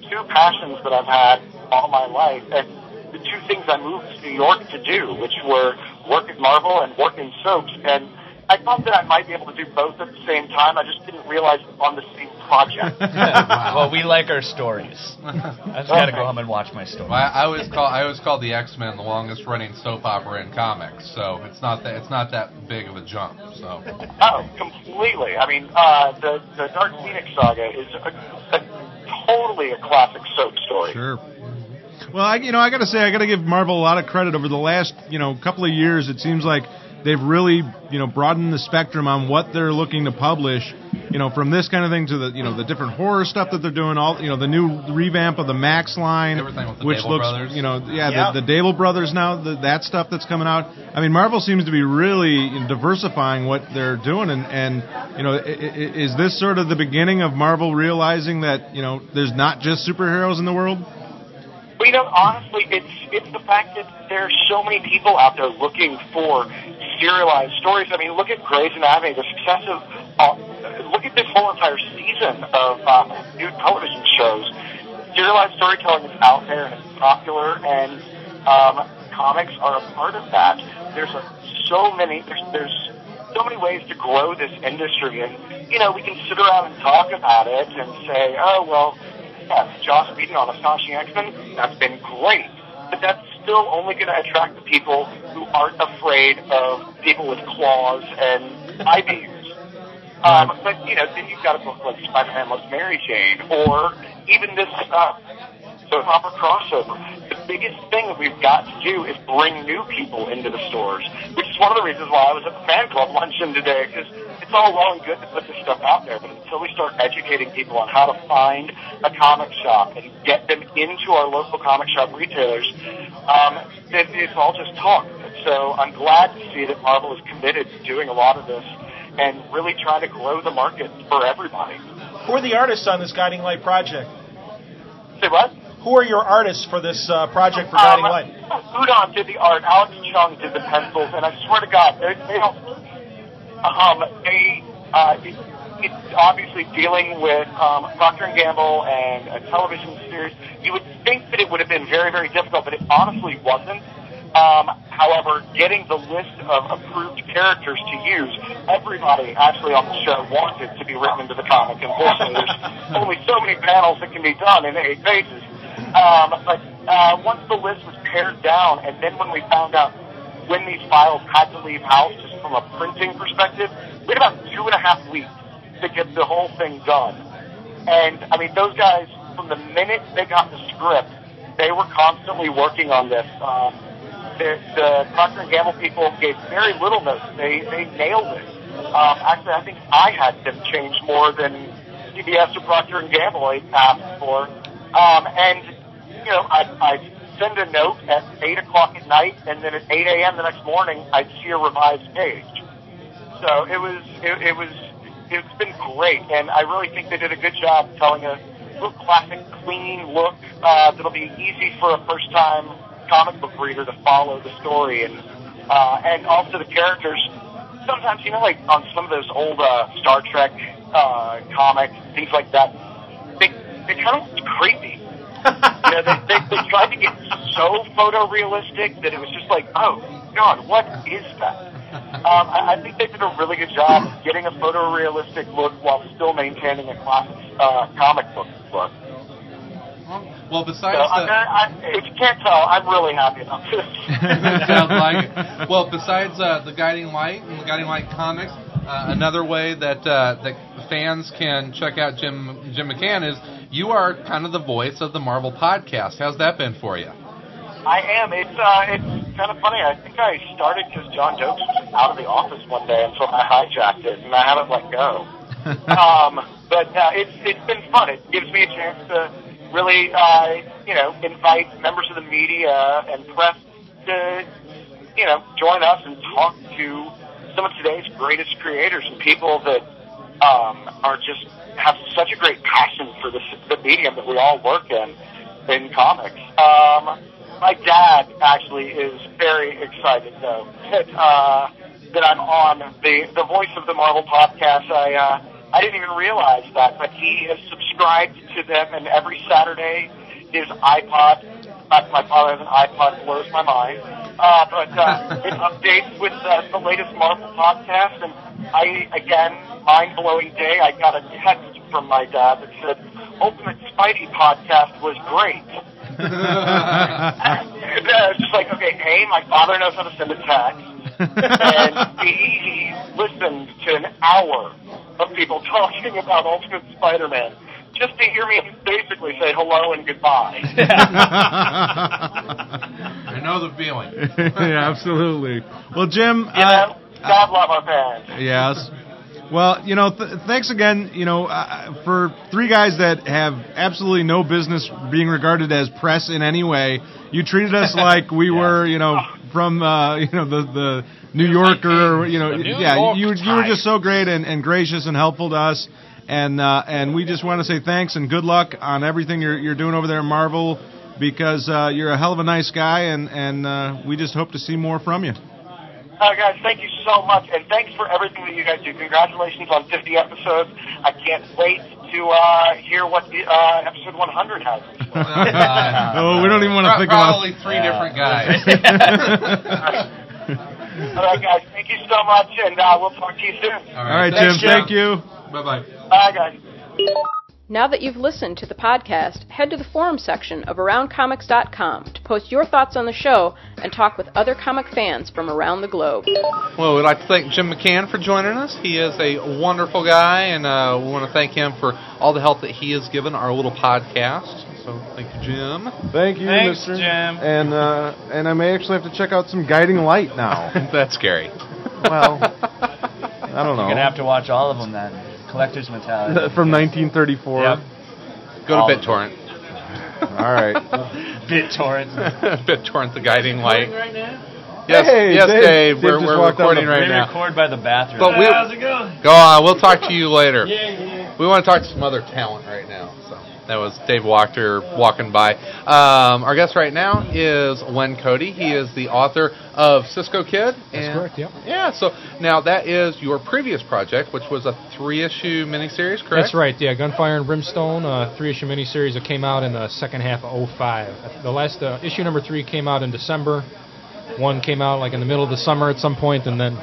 [SPEAKER 6] two passions that I've had all my life and the two things I moved to New York to do, which were work at Marvel and work in soaps. And I thought that I might be able to do both at the same time. I just didn't realize on the same project.
[SPEAKER 4] well, we like our stories. I just gotta go home and watch my story.
[SPEAKER 10] Well, I, I always call I always call the X Men the longest running soap opera in comics, so it's not that it's not that big of a jump. So
[SPEAKER 6] Oh, completely. I mean, uh, the the Dark Phoenix saga is a, a totally a classic soap story.
[SPEAKER 3] Sure. Well, I, you know, I got to say, I got to give Marvel a lot of credit. Over the last, you know, couple of years, it seems like they've really, you know, broadened the spectrum on what they're looking to publish. You know, from this kind of thing to the, you know, the different horror stuff that they're doing. All, you know, the new revamp of the Max line,
[SPEAKER 7] Everything with the
[SPEAKER 3] which
[SPEAKER 7] Dable
[SPEAKER 3] looks,
[SPEAKER 7] brothers.
[SPEAKER 3] you know, yeah,
[SPEAKER 5] Yeah.
[SPEAKER 3] The, the Dable brothers now, the, that stuff that's coming out. I mean, Marvel seems to be really diversifying what they're doing, and and you know, i- i- is this sort of the beginning of Marvel realizing that you know there's not just superheroes in the world?
[SPEAKER 6] Well, you know, honestly, it's it's the fact that there's so many people out there looking for serialized stories. I mean, look at Grey's Anatomy, the success of. Uh, look at this whole entire season of uh, new television shows. Serialized storytelling is out there and it's popular, and um, comics are a part of that. There's a, so many. There's, there's so many ways to grow this industry. And, you know, we can sit around and talk about it and say, oh, well, yeah, Joss Whedon on Astonishing X-Men, that's been great. But that's still only going to attract the people who aren't afraid of people with claws and IBUs. Um, but, you know, then you've got a book like Spider-Man Loves Mary Jane or even this uh, so proper crossover. The biggest thing that we've got to do is bring new people into the stores, which is one of the reasons why I was at the fan club luncheon today, because it's all well and good to put this stuff out there, but until we start educating people on how to find a comic shop and get them into our local comic shop retailers, um, it, it's all just talk. So I'm glad to see that Marvel is committed to doing a lot of this and really trying to grow the market for everybody.
[SPEAKER 5] Who are the artists on this Guiding Light project?
[SPEAKER 6] Say what?
[SPEAKER 5] Who are your artists for this uh, project for Guiding
[SPEAKER 6] Um,
[SPEAKER 5] Light?
[SPEAKER 6] Udon did the art. Alex Chung did the pencils, and I swear to God, they, they don't. Um, they uh, it, it's obviously dealing with um, Procter and Gamble and a television series. You would think that it would have been very, very difficult, but it honestly wasn't. Um, however, getting the list of approved characters to use, everybody actually on the show wanted to be written into the comic. Unfortunately, there's only so many panels that can be done in eight pages. Um, but uh, once the list was pared down, and then when we found out when these files had to leave house, just from a printing perspective, we had about two and a half weeks to get the whole thing done. And I mean, those guys, from the minute they got the script, they were constantly working on this. Um, the, the Procter and Gamble people gave very little notice. They they nailed it. Um, actually, I think I had them change more than CBS or Procter and Gamble I asked for. Um, and you know, I I send a note at eight o'clock at night, and then at eight a.m. the next morning, I see a revised page. So it was it, it was it's been great, and I really think they did a good job telling a real classic, clean look uh, that'll be easy for a first time comic book reader to follow the story, and uh, and also the characters sometimes you know like on some of those old uh, Star Trek uh, comics, things like that, they they kind of looked creepy. You know, they, they, they tried to get so photorealistic that it was just like, oh god, what is that? Um, I, I think they did a really good job of getting a photorealistic look while still maintaining a classic uh, comic book look.
[SPEAKER 2] Well, besides
[SPEAKER 6] So I'm
[SPEAKER 2] the,
[SPEAKER 6] very, I, if you can't tell, I'm really happy about this.
[SPEAKER 2] sounds like it. Well, besides uh, the Guiding Light and the Guiding Light comics, uh, another way that uh, that fans can check out Jim Jim McCann is you are kind of the voice of the Marvel podcast. How's that been for you?
[SPEAKER 6] I am. It's uh, it's kind of funny. I think I started because John Dokes was out of the office one day, and so I hijacked it, and I haven't let go. um, but uh, it's it's been fun. It gives me a chance to really, uh, you know, invite members of the media and press to, you know, join us and talk to some of today's greatest creators and people that um, are just have such a great passion for this, the medium that we all work in in comics. Um, my dad actually is very excited though that uh, that I'm on the the voice of the Marvel podcast. I uh, I didn't even realize that, but he is subscribed to them, and every Saturday his iPod. uh, My father has an iPod, blows my mind. Uh, but uh, it updates with uh, the latest Marvel podcast, and I again mind blowing day. I got a text from my dad that said, "Ultimate Spidey podcast was great." Yeah, it's just like, okay, A, my father knows how to send a text, and B, he listened to an hour of people talking about Ultimate Spider-Man just to hear me basically say hello and goodbye.
[SPEAKER 2] I know the feeling.
[SPEAKER 3] yeah, absolutely. Well, Jim.
[SPEAKER 6] You
[SPEAKER 3] uh,
[SPEAKER 6] know, God love our parents.
[SPEAKER 3] Yes. Well, you know, th- thanks again. You know, uh, for three guys that have absolutely no business being regarded as press in any way, you treated us like we were, you know, from uh, you know the the New Yorker. You know,
[SPEAKER 11] The New
[SPEAKER 3] yeah,
[SPEAKER 11] York
[SPEAKER 3] you you were
[SPEAKER 11] Times.
[SPEAKER 3] just so great and, and gracious and helpful to us, and uh, and we just want to say thanks and good luck on everything you're you're doing over there at Marvel, because uh, you're a hell of a nice guy, and and uh, we just hope to see more from you.
[SPEAKER 6] Uh, guys, thank you so much, and thanks for everything that you guys do. Congratulations on 50 episodes. I can't wait to uh, hear what the, uh, episode 100 has.
[SPEAKER 3] oh, we don't even want to
[SPEAKER 2] Pro-
[SPEAKER 3] think about.
[SPEAKER 2] probably three different guys.
[SPEAKER 6] All right, guys, thank you so much, and uh, we'll talk to you soon.
[SPEAKER 3] All right,
[SPEAKER 2] thanks,
[SPEAKER 3] Jim. Thank you.
[SPEAKER 2] Bye bye.
[SPEAKER 6] Bye, guys.
[SPEAKER 9] Now that you've listened to the podcast, head to the forum section of AroundComics.com to post your thoughts on the show and talk with other comic fans from around the globe.
[SPEAKER 2] Well, we'd like to thank Jim McCann for joining us. He is a wonderful guy, and uh, we want to thank him for all the help that he has given our little podcast. So, thank you, Jim.
[SPEAKER 3] Thank you,
[SPEAKER 4] Thanks,
[SPEAKER 3] Mister.
[SPEAKER 4] Jim.
[SPEAKER 3] And uh, and I may actually have to check out some guiding light now.
[SPEAKER 2] That's scary.
[SPEAKER 3] well, I
[SPEAKER 4] You're
[SPEAKER 3] don't
[SPEAKER 4] gonna
[SPEAKER 3] know.
[SPEAKER 4] have to watch all of them then. Collector's mentality.
[SPEAKER 3] From 1934.
[SPEAKER 4] Yep.
[SPEAKER 2] Go
[SPEAKER 4] All
[SPEAKER 2] to
[SPEAKER 4] of
[SPEAKER 2] BitTorrent.
[SPEAKER 3] All right.
[SPEAKER 4] BitTorrent.
[SPEAKER 2] BitTorrent, the guiding light. Yes,
[SPEAKER 3] Hey,
[SPEAKER 2] yes,
[SPEAKER 3] Dave-
[SPEAKER 2] Dave.
[SPEAKER 3] Dave
[SPEAKER 2] we're
[SPEAKER 3] just
[SPEAKER 2] we're
[SPEAKER 3] walked out
[SPEAKER 2] recording
[SPEAKER 3] the-
[SPEAKER 2] right
[SPEAKER 4] They
[SPEAKER 2] now.
[SPEAKER 4] record by the bathroom.
[SPEAKER 2] But we-
[SPEAKER 4] Ah, how's it going?
[SPEAKER 2] Go on. We'll talk to you later.
[SPEAKER 4] Yeah,
[SPEAKER 2] We want to talk to some other talent right now. So that was Dave Walker walking by. Um, our guest right now is Len Cody. He is the author of Cisco Kid. That's
[SPEAKER 12] correct, yep.
[SPEAKER 2] Yeah. So now that is your previous project, which was a three-issue miniseries, correct?
[SPEAKER 12] That's right, yeah. Gunfire and Brimstone, uh, three issue miniseries that came out in the second half of 05. The last uh, issue number three came out in December. One came out like in the middle of the summer at some point, and then.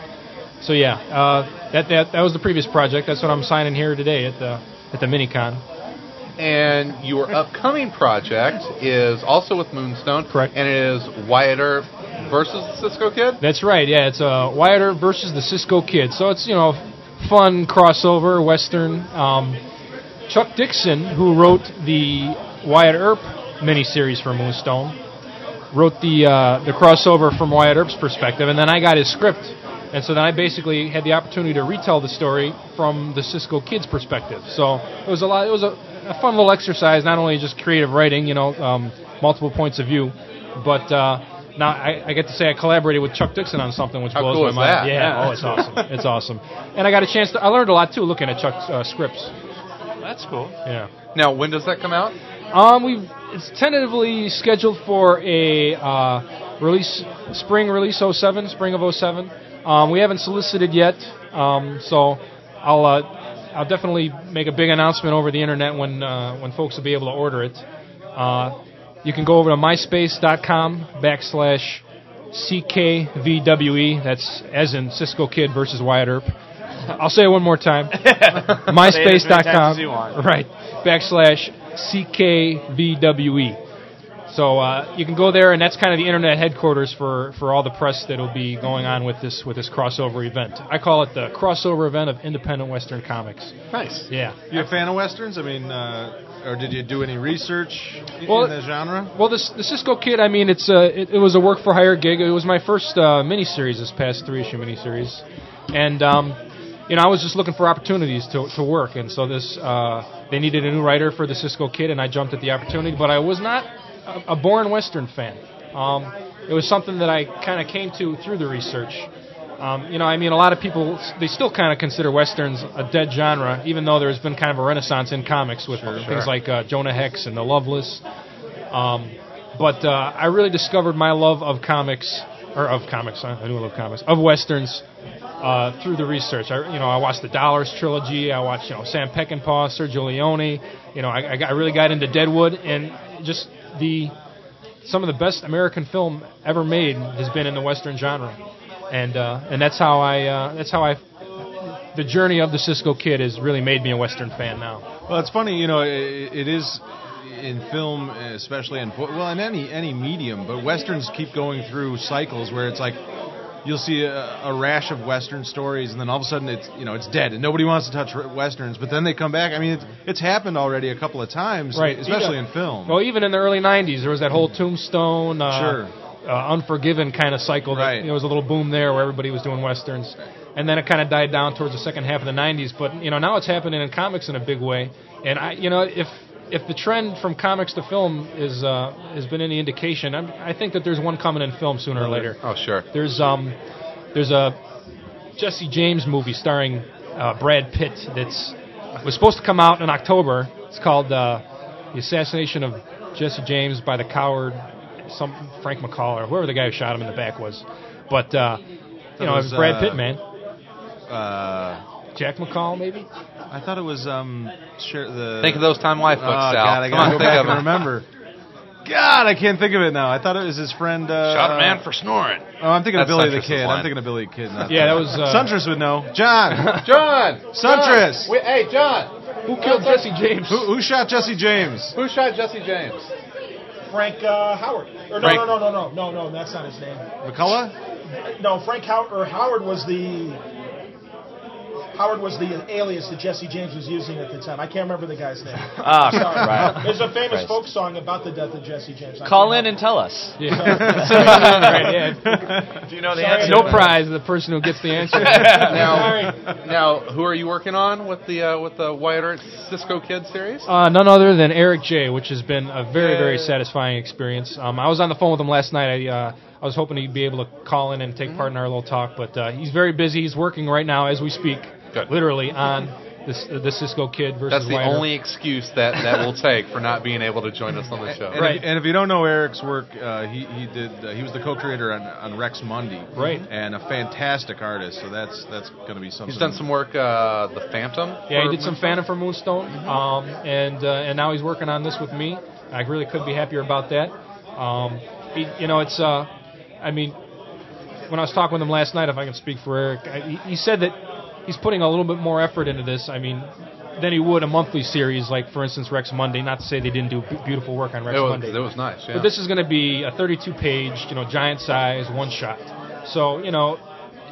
[SPEAKER 12] So yeah, uh, that, that that was the previous project. That's what I'm signing here today at the at the minicon.
[SPEAKER 2] And your upcoming project is also with Moonstone,
[SPEAKER 12] Correct.
[SPEAKER 2] And it is Wyatt Earp versus Cisco Kid.
[SPEAKER 12] That's right. Yeah, it's uh, Wyatt Earp versus the Cisco Kid. So it's you know, fun crossover western. Um, Chuck Dixon, who wrote the Wyatt Earp miniseries for Moonstone, wrote the uh, the crossover from Wyatt Earp's perspective, and then I got his script, and so then I basically had the opportunity to retell the story from the Cisco Kid's perspective. So it was a lot. It was a, a fun little exercise, not only just creative writing, you know, um, multiple points of view, but. Uh, now I, I get to say I collaborated with Chuck Dixon on something which
[SPEAKER 2] How
[SPEAKER 12] blows
[SPEAKER 2] cool
[SPEAKER 12] my
[SPEAKER 2] is
[SPEAKER 12] mind.
[SPEAKER 2] that?
[SPEAKER 12] Yeah, oh, it's awesome. It's awesome, and I got a chance to. I learned a lot too looking at Chuck's uh, scripts.
[SPEAKER 4] That's cool.
[SPEAKER 12] Yeah.
[SPEAKER 2] Now, when does that come out?
[SPEAKER 12] Um, we've it's tentatively scheduled for a uh, release spring release 07, spring of 07. Um, we haven't solicited yet, um, so I'll uh, I'll definitely make a big announcement over the internet when uh, when folks will be able to order it. Uh, You can go over to myspace.com backslash CKVWE. E, That's as in Cisco Kid versus Wyatt Earp. I'll say it one more time.
[SPEAKER 13] Say it as many times as you
[SPEAKER 12] myspace.com.
[SPEAKER 13] want.
[SPEAKER 12] Right. Backslash CKVWE. E. So uh, you can go there, and that's kind of the internet headquarters for, for all the press that'll be going on with this with this crossover event. I call it the crossover event of independent Western comics.
[SPEAKER 3] Nice.
[SPEAKER 12] Yeah.
[SPEAKER 3] You a fan of westerns? I mean, uh, or did you do any research in,
[SPEAKER 12] Well,
[SPEAKER 3] in the genre?
[SPEAKER 12] Well, this, the Cisco Kid, I mean, it's a, it, it was a work for hire gig. It was my first uh, miniseries, this past three issue miniseries, and um, you know, I was just looking for opportunities to, to work, and so this uh, they needed a new writer for the Cisco Kid, and I jumped at the opportunity. But I was not a, a born Western fan. Um, it was something that I kind of came to through the research. Um, you know, I mean, a lot of people s- they still kind of consider westerns a dead genre, even though there's been kind of a renaissance in comics with things
[SPEAKER 13] sure.
[SPEAKER 12] like uh, Jonah Hex and The Loveless. Um, but uh, I really discovered my love of comics, or of comics. I I knew I loved comics of westerns uh, through the research. I, you know, I watched the Dollars trilogy. I watched you know Sam Peckinpah, Sergio Leone. You know, I, I got- I really got into Deadwood and just the some of the best American film ever made has been in the Western genre, and uh, and that's how I uh, that's how I the journey of the Cisco Kid has really made me a Western fan now.
[SPEAKER 3] Well, it's funny, you know, i it is in film, especially in well, in any any medium, but westerns keep going through cycles where it's like you'll see a, a rash of western stories, and then all of a sudden it's you know it's dead, and nobody wants to touch r- westerns, but then they come back. I mean, it's, it's happened already a couple of times, Especially in film.
[SPEAKER 12] Well, even in the early '90s, there was that whole Tombstone, uh,
[SPEAKER 3] Sure.
[SPEAKER 12] uh, Unforgiven kind of cycle. That, There was a little boom there where everybody was doing westerns, and then it kind of died down towards the second half of the '90s. But you know, now it's happening in comics in a big way, and I, you know, if if the trend from comics to film is uh, has been any indication, I'm, I think that there's one coming in film sooner or later.
[SPEAKER 2] Oh, sure.
[SPEAKER 12] There's um, there's a Jesse James movie starring uh, Brad Pitt that's was supposed to come out in October. It's called uh, The Assassination of Jesse James by the Coward, some Frank McCall or whoever the guy who shot him in the back was. But uh, you know, it was Brad
[SPEAKER 2] uh,
[SPEAKER 12] Pitt, man.
[SPEAKER 3] Uh,
[SPEAKER 12] Jack McCall, maybe.
[SPEAKER 3] I thought it was um. Share the
[SPEAKER 2] Think of those Time Life books,
[SPEAKER 3] Oh,
[SPEAKER 2] Sal.
[SPEAKER 3] God,
[SPEAKER 2] Come
[SPEAKER 3] I gotta
[SPEAKER 2] on,
[SPEAKER 3] go
[SPEAKER 2] think
[SPEAKER 3] back
[SPEAKER 2] of
[SPEAKER 3] and
[SPEAKER 2] them.
[SPEAKER 3] remember. God, I can't think of it now. I thought it was his friend. Uh,
[SPEAKER 2] Shot a man for snoring.
[SPEAKER 3] Oh, I'm thinking
[SPEAKER 2] That's
[SPEAKER 3] of Billy the
[SPEAKER 2] Suntress's
[SPEAKER 3] Kid.
[SPEAKER 2] line.
[SPEAKER 3] I'm thinking of Billy the Kid. not-
[SPEAKER 2] Yeah, that was, uh,
[SPEAKER 3] Suntress would know. John.
[SPEAKER 2] John.
[SPEAKER 3] Suntress.
[SPEAKER 2] hey, John.
[SPEAKER 12] Who killed Jesse James?
[SPEAKER 3] Who, who shot Jesse James?
[SPEAKER 2] Who shot Jesse James?
[SPEAKER 13] Frank uh, Howard. Or no,
[SPEAKER 3] Frank-
[SPEAKER 13] no, no, no, no, no, no, that's not his name.
[SPEAKER 3] McCullough.
[SPEAKER 13] No, Frank Howard, or Howard was the Howard was the alias that Jesse James was using at the time. I can't remember the guy's name.
[SPEAKER 14] Ah,
[SPEAKER 13] Sorry.
[SPEAKER 14] right.
[SPEAKER 13] There's a famous
[SPEAKER 14] Christ.
[SPEAKER 13] folk song about the death of Jesse James. I
[SPEAKER 14] Call
[SPEAKER 13] can't
[SPEAKER 14] in and tell us.
[SPEAKER 12] Yeah.
[SPEAKER 13] Right,
[SPEAKER 12] yeah.
[SPEAKER 14] Do you know the
[SPEAKER 13] Sorry.
[SPEAKER 14] answer?
[SPEAKER 12] No prize. The person who gets the answer.
[SPEAKER 2] now, now, who are you working on with the uh, with the Wyatt Earp Cisco Kid series?
[SPEAKER 12] Uh, none other than Eric J, which has been a very, very satisfying experience. Um, I was on the phone with him last night. I, uh, I was hoping he'd be able to call in and take
[SPEAKER 2] Mm-hmm.
[SPEAKER 12] part in our little talk, but uh, he's very busy. He's working right now as we speak, literally on this the Cisco Kid versus.
[SPEAKER 2] That's the
[SPEAKER 12] Wyatt Earp.
[SPEAKER 2] only excuse that that will take for not being able to join us on the show.
[SPEAKER 3] And If, and if you don't know Eric's work, uh, he he did uh, he was the co-creator on, on Rex Mundi.
[SPEAKER 2] Right.
[SPEAKER 3] And a fantastic artist. So that's that's going to be something.
[SPEAKER 2] He's done some work, uh, the Phantom.
[SPEAKER 12] Yeah,
[SPEAKER 2] for
[SPEAKER 12] he did some
[SPEAKER 2] Moonstone.
[SPEAKER 12] Phantom for Moonstone, um, and uh, and now he's working on this with me. I really could be happier about that. Um, he, you know, it's uh, I mean, when I was talking with him last night, if I can speak for Eric, I, he, he said that he's putting a little bit more effort into this. I mean, than he would a monthly series like, for instance, Rex Monday. Not to say they didn't do b- beautiful work on Rex
[SPEAKER 2] It was-
[SPEAKER 12] Monday.
[SPEAKER 2] it was nice, yeah.
[SPEAKER 12] But this is going to be a 32-page, you know, giant size one shot. So you know,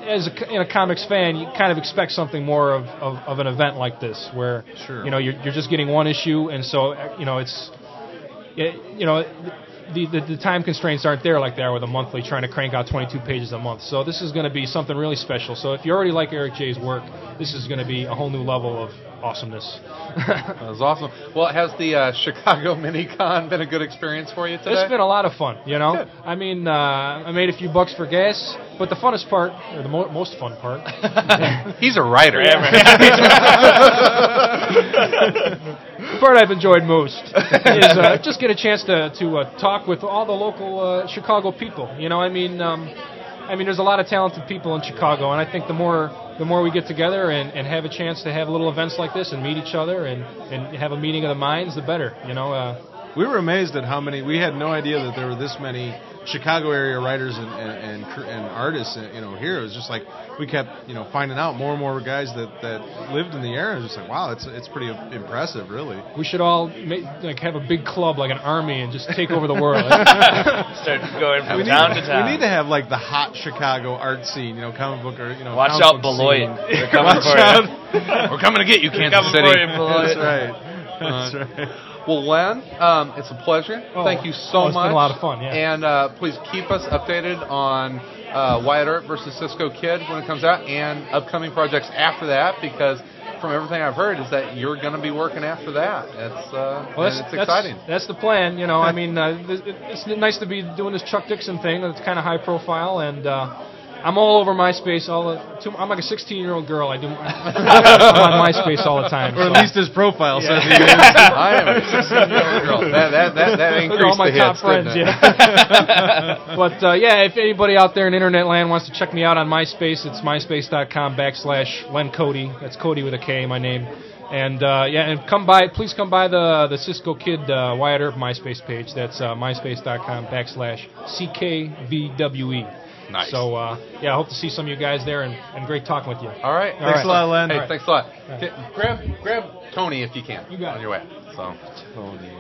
[SPEAKER 12] as a, co- in a comics fan, you kind of expect something more of, of, of an event like this, where
[SPEAKER 3] Sure.
[SPEAKER 12] you know you're, you're just getting one issue, and so uh, you know it's it, you know the, the the time constraints aren't there like they are with a monthly trying to crank out 22 pages a month. So this is going to be something really special. So if you already like Eric J's work, this is going to be a whole new level of awesomeness.
[SPEAKER 2] That was awesome. Well, has the uh, Chicago MiniCon been a good experience for you today?
[SPEAKER 12] It's been a lot of fun, you know. I mean, uh, I made a few bucks for gas, but the funnest part, or the mo- most fun part,
[SPEAKER 2] He's a writer.
[SPEAKER 12] Yeah, right. the part I've enjoyed most is uh, just get a chance to to uh, talk with all the local uh, Chicago people. You know, I mean, um, I mean, there's a lot of talented people in Chicago, and I think the more the more we get together and, and have a chance to have little events like this and meet each other and, and have a meeting of the minds, the better. You know, uh,
[SPEAKER 3] We were amazed at how many. We had no idea that there were this many Chicago area writers and and, and, cr- and artists. You know, here it was just like we kept you know finding out more and more guys that that lived in the area. It was just like wow, it's it's pretty impressive, really.
[SPEAKER 12] We should all make, like have a big club, like an army, and just take over the world.
[SPEAKER 4] Start going from
[SPEAKER 3] we
[SPEAKER 4] town to
[SPEAKER 3] need,
[SPEAKER 4] town.
[SPEAKER 3] We need to have like the hot Chicago art scene, you know, comic book or you know.
[SPEAKER 4] Watch
[SPEAKER 3] comic
[SPEAKER 4] out,
[SPEAKER 3] book
[SPEAKER 4] Beloit.
[SPEAKER 3] scene.
[SPEAKER 4] They're coming
[SPEAKER 3] Watch
[SPEAKER 4] for you.
[SPEAKER 3] out.
[SPEAKER 2] We're coming to get you,
[SPEAKER 3] They're
[SPEAKER 2] Kansas
[SPEAKER 3] coming for
[SPEAKER 2] City.
[SPEAKER 3] you, Beloit.
[SPEAKER 2] That's
[SPEAKER 3] That's
[SPEAKER 2] Uh,
[SPEAKER 3] right. That's
[SPEAKER 4] Uh,
[SPEAKER 3] right.
[SPEAKER 2] Well, Len, um, it's a pleasure.
[SPEAKER 12] Oh,
[SPEAKER 2] Thank you so
[SPEAKER 12] oh, it's been
[SPEAKER 2] much.
[SPEAKER 12] a lot of fun, yeah.
[SPEAKER 2] And uh, please keep us updated on uh, Wyatt Earp versus Cisco Kid when it comes out, and upcoming projects after that, because from everything I've heard is that you're going to be working after that. It's uh,
[SPEAKER 12] Well, that's,
[SPEAKER 2] and it's
[SPEAKER 12] that's-
[SPEAKER 2] exciting.
[SPEAKER 12] That's, the plan, you know. I mean, uh, th- it- it's nice to be doing this Chuck Dixon thing. It's kind of high profile, and uh, I'm all over MySpace. All the, too, I'm like a 16 year old girl. I do I'm on MySpace all the time.
[SPEAKER 3] Or at
[SPEAKER 12] so.
[SPEAKER 3] least his profile
[SPEAKER 12] Yeah.
[SPEAKER 3] says he is.
[SPEAKER 2] I am a 16-year-old girl. That- that- that- that
[SPEAKER 12] Look at all
[SPEAKER 2] increased
[SPEAKER 12] my
[SPEAKER 2] the
[SPEAKER 12] top
[SPEAKER 2] hits,
[SPEAKER 12] friends.
[SPEAKER 2] didn't it?
[SPEAKER 12] Yeah. but uh, yeah, if anybody out there in internet land wants to check me out on MySpace, it's myspace.com backslash Len Cody. That's Cody with a K, my name. And uh, yeah, and come by. Please come by the the Cisco Kid uh, Wyatt Earp MySpace page. That's uh, myspace.com backslash ckvwe.
[SPEAKER 2] Nice.
[SPEAKER 12] E. So uh, yeah, I hope to see some of you guys there, and, and great talking with you.
[SPEAKER 2] All right.
[SPEAKER 12] All right.
[SPEAKER 2] Hey,
[SPEAKER 12] All right.
[SPEAKER 2] thanks a lot.
[SPEAKER 12] All right.
[SPEAKER 2] Get- Grab, grab Tony if you can on your way. So. Tony.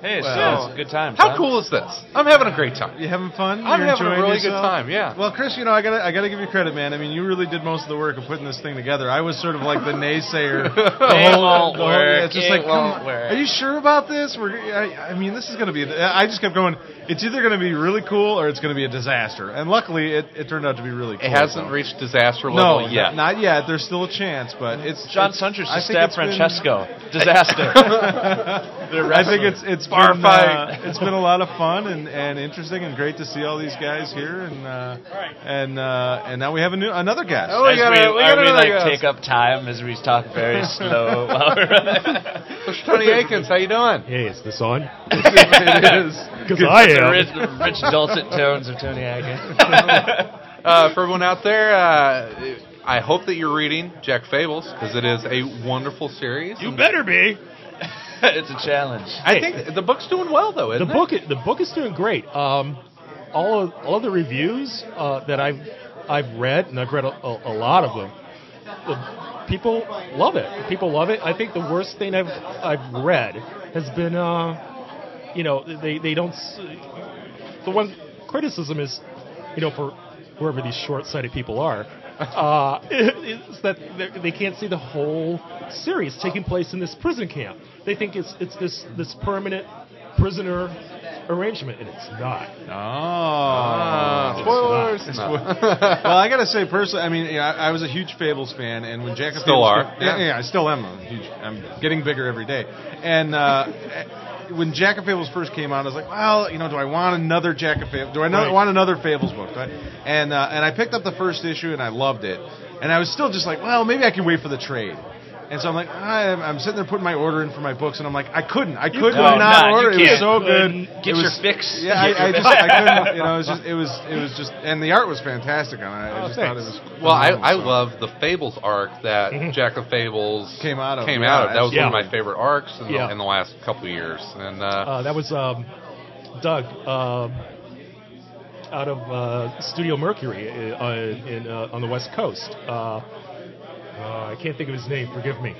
[SPEAKER 4] Hey, so it's a good time.
[SPEAKER 2] How
[SPEAKER 4] Tom.
[SPEAKER 2] cool is this? I'm having a great time.
[SPEAKER 3] You having fun?
[SPEAKER 2] I'm
[SPEAKER 3] You're
[SPEAKER 2] having a
[SPEAKER 3] enjoying
[SPEAKER 2] really
[SPEAKER 3] yourself?
[SPEAKER 2] good time. Yeah.
[SPEAKER 3] Well, Chris, you know, I gotta, I gotta give you credit, man. I mean, you really did most of the work of putting this thing together. I was sort of like the naysayer. the
[SPEAKER 2] It won't
[SPEAKER 3] the whole-
[SPEAKER 2] work.
[SPEAKER 3] It's just
[SPEAKER 2] It
[SPEAKER 3] like, come
[SPEAKER 2] won't
[SPEAKER 3] on,
[SPEAKER 2] work.
[SPEAKER 3] are you sure about this? We're, I, I mean, this is gonna be. I just kept going. It's either gonna be really cool or it's gonna be a disaster. And luckily, it, it turned out to be really. cool.
[SPEAKER 2] It hasn't
[SPEAKER 3] so.
[SPEAKER 2] reached disaster
[SPEAKER 3] No,
[SPEAKER 2] level yet.
[SPEAKER 3] not yet. There's still a chance, but it's
[SPEAKER 4] John
[SPEAKER 3] it's-
[SPEAKER 4] Suntress
[SPEAKER 3] I
[SPEAKER 4] just
[SPEAKER 3] think
[SPEAKER 4] stabbed
[SPEAKER 3] it's been-
[SPEAKER 4] Francesco. Disaster. They're
[SPEAKER 3] I think
[SPEAKER 4] wrestling.
[SPEAKER 3] it's it's
[SPEAKER 4] Bar
[SPEAKER 3] been,
[SPEAKER 4] fight.
[SPEAKER 3] uh, it's been a lot of fun and, and interesting and great to see all these guys here and uh, and uh, and now we have a new another guest.
[SPEAKER 4] as Oh, we, are we like take up time as we talk very slow. while we're-
[SPEAKER 2] Mr. Tony Akins, how you doing?
[SPEAKER 14] Hey, is this on?
[SPEAKER 2] it is.
[SPEAKER 14] 'Cause I am.
[SPEAKER 4] The rich, rich dulcet tones of Tony Akin.
[SPEAKER 2] uh, for everyone out there, uh, I hope that you're reading Jack Fables because it is a wonderful series. You
[SPEAKER 14] better be.
[SPEAKER 4] it's a challenge.
[SPEAKER 2] I think the book's doing well though, isn't
[SPEAKER 14] the
[SPEAKER 2] it?
[SPEAKER 14] book the book is doing great. Um, all of, all the reviews uh, that I've I've read and I've read a, a, a lot of them. The people love it. People love it. I think the worst thing I've I've read has been uh, you know they they don't s- the one criticism is you know for whoever these short-sighted people are. Uh, is that they- they can't see the whole series taking place in this prison camp. They think it's it's this this permanent prisoner arrangement, and it's not.
[SPEAKER 3] Oh. Ah,
[SPEAKER 14] It's
[SPEAKER 3] spoilers.
[SPEAKER 14] not.
[SPEAKER 3] well, I gotta say personally, I mean, you know, I, I was a huge Fables fan, and when Jack and
[SPEAKER 2] Still
[SPEAKER 3] Fables
[SPEAKER 2] are.
[SPEAKER 3] came- yeah,
[SPEAKER 2] Yeah.
[SPEAKER 3] yeah, I still am. A huge, I'm getting bigger every day, and. Uh, When Jack and Fables first came out, I was like, "Well, you know, do I want another Jack and Fables? Do I not
[SPEAKER 14] Right.
[SPEAKER 3] want another Fables book?" Do I- And uh, and I picked up the first issue and I loved it, and I was still just like, "Well, maybe I can wait for the trade." And so I'm like, I'm, I'm sitting there putting my order in for my books, and I'm like, I couldn't, I
[SPEAKER 4] You
[SPEAKER 3] could
[SPEAKER 4] could
[SPEAKER 3] not,
[SPEAKER 4] not. You
[SPEAKER 3] order. It was
[SPEAKER 4] can't.
[SPEAKER 3] so good.
[SPEAKER 4] Get your
[SPEAKER 3] It was-
[SPEAKER 4] fix.
[SPEAKER 3] Yeah,
[SPEAKER 4] Get
[SPEAKER 3] I, I
[SPEAKER 4] your
[SPEAKER 3] just
[SPEAKER 4] fix.
[SPEAKER 3] I couldn't. You know, it was just it was it was just, and the art was fantastic on it. I
[SPEAKER 14] Oh,
[SPEAKER 3] just
[SPEAKER 14] thanks. Mm-hmm.
[SPEAKER 3] thought it was.
[SPEAKER 2] Well, I,
[SPEAKER 3] phenomenal,
[SPEAKER 2] I
[SPEAKER 3] so.
[SPEAKER 2] love the Fables arc that Jack of Fables
[SPEAKER 3] Came out of,
[SPEAKER 2] Came
[SPEAKER 3] yeah,
[SPEAKER 2] out of. That was one
[SPEAKER 14] absolutely.
[SPEAKER 2] of my favorite arcs in,
[SPEAKER 14] Yeah.
[SPEAKER 2] the, in the last couple of years. And uh,
[SPEAKER 14] Uh, that was um, Doug um, out of uh, Studio Mercury uh, in, uh, on the West Coast. Uh, uh, I can't think of his name. Forgive me,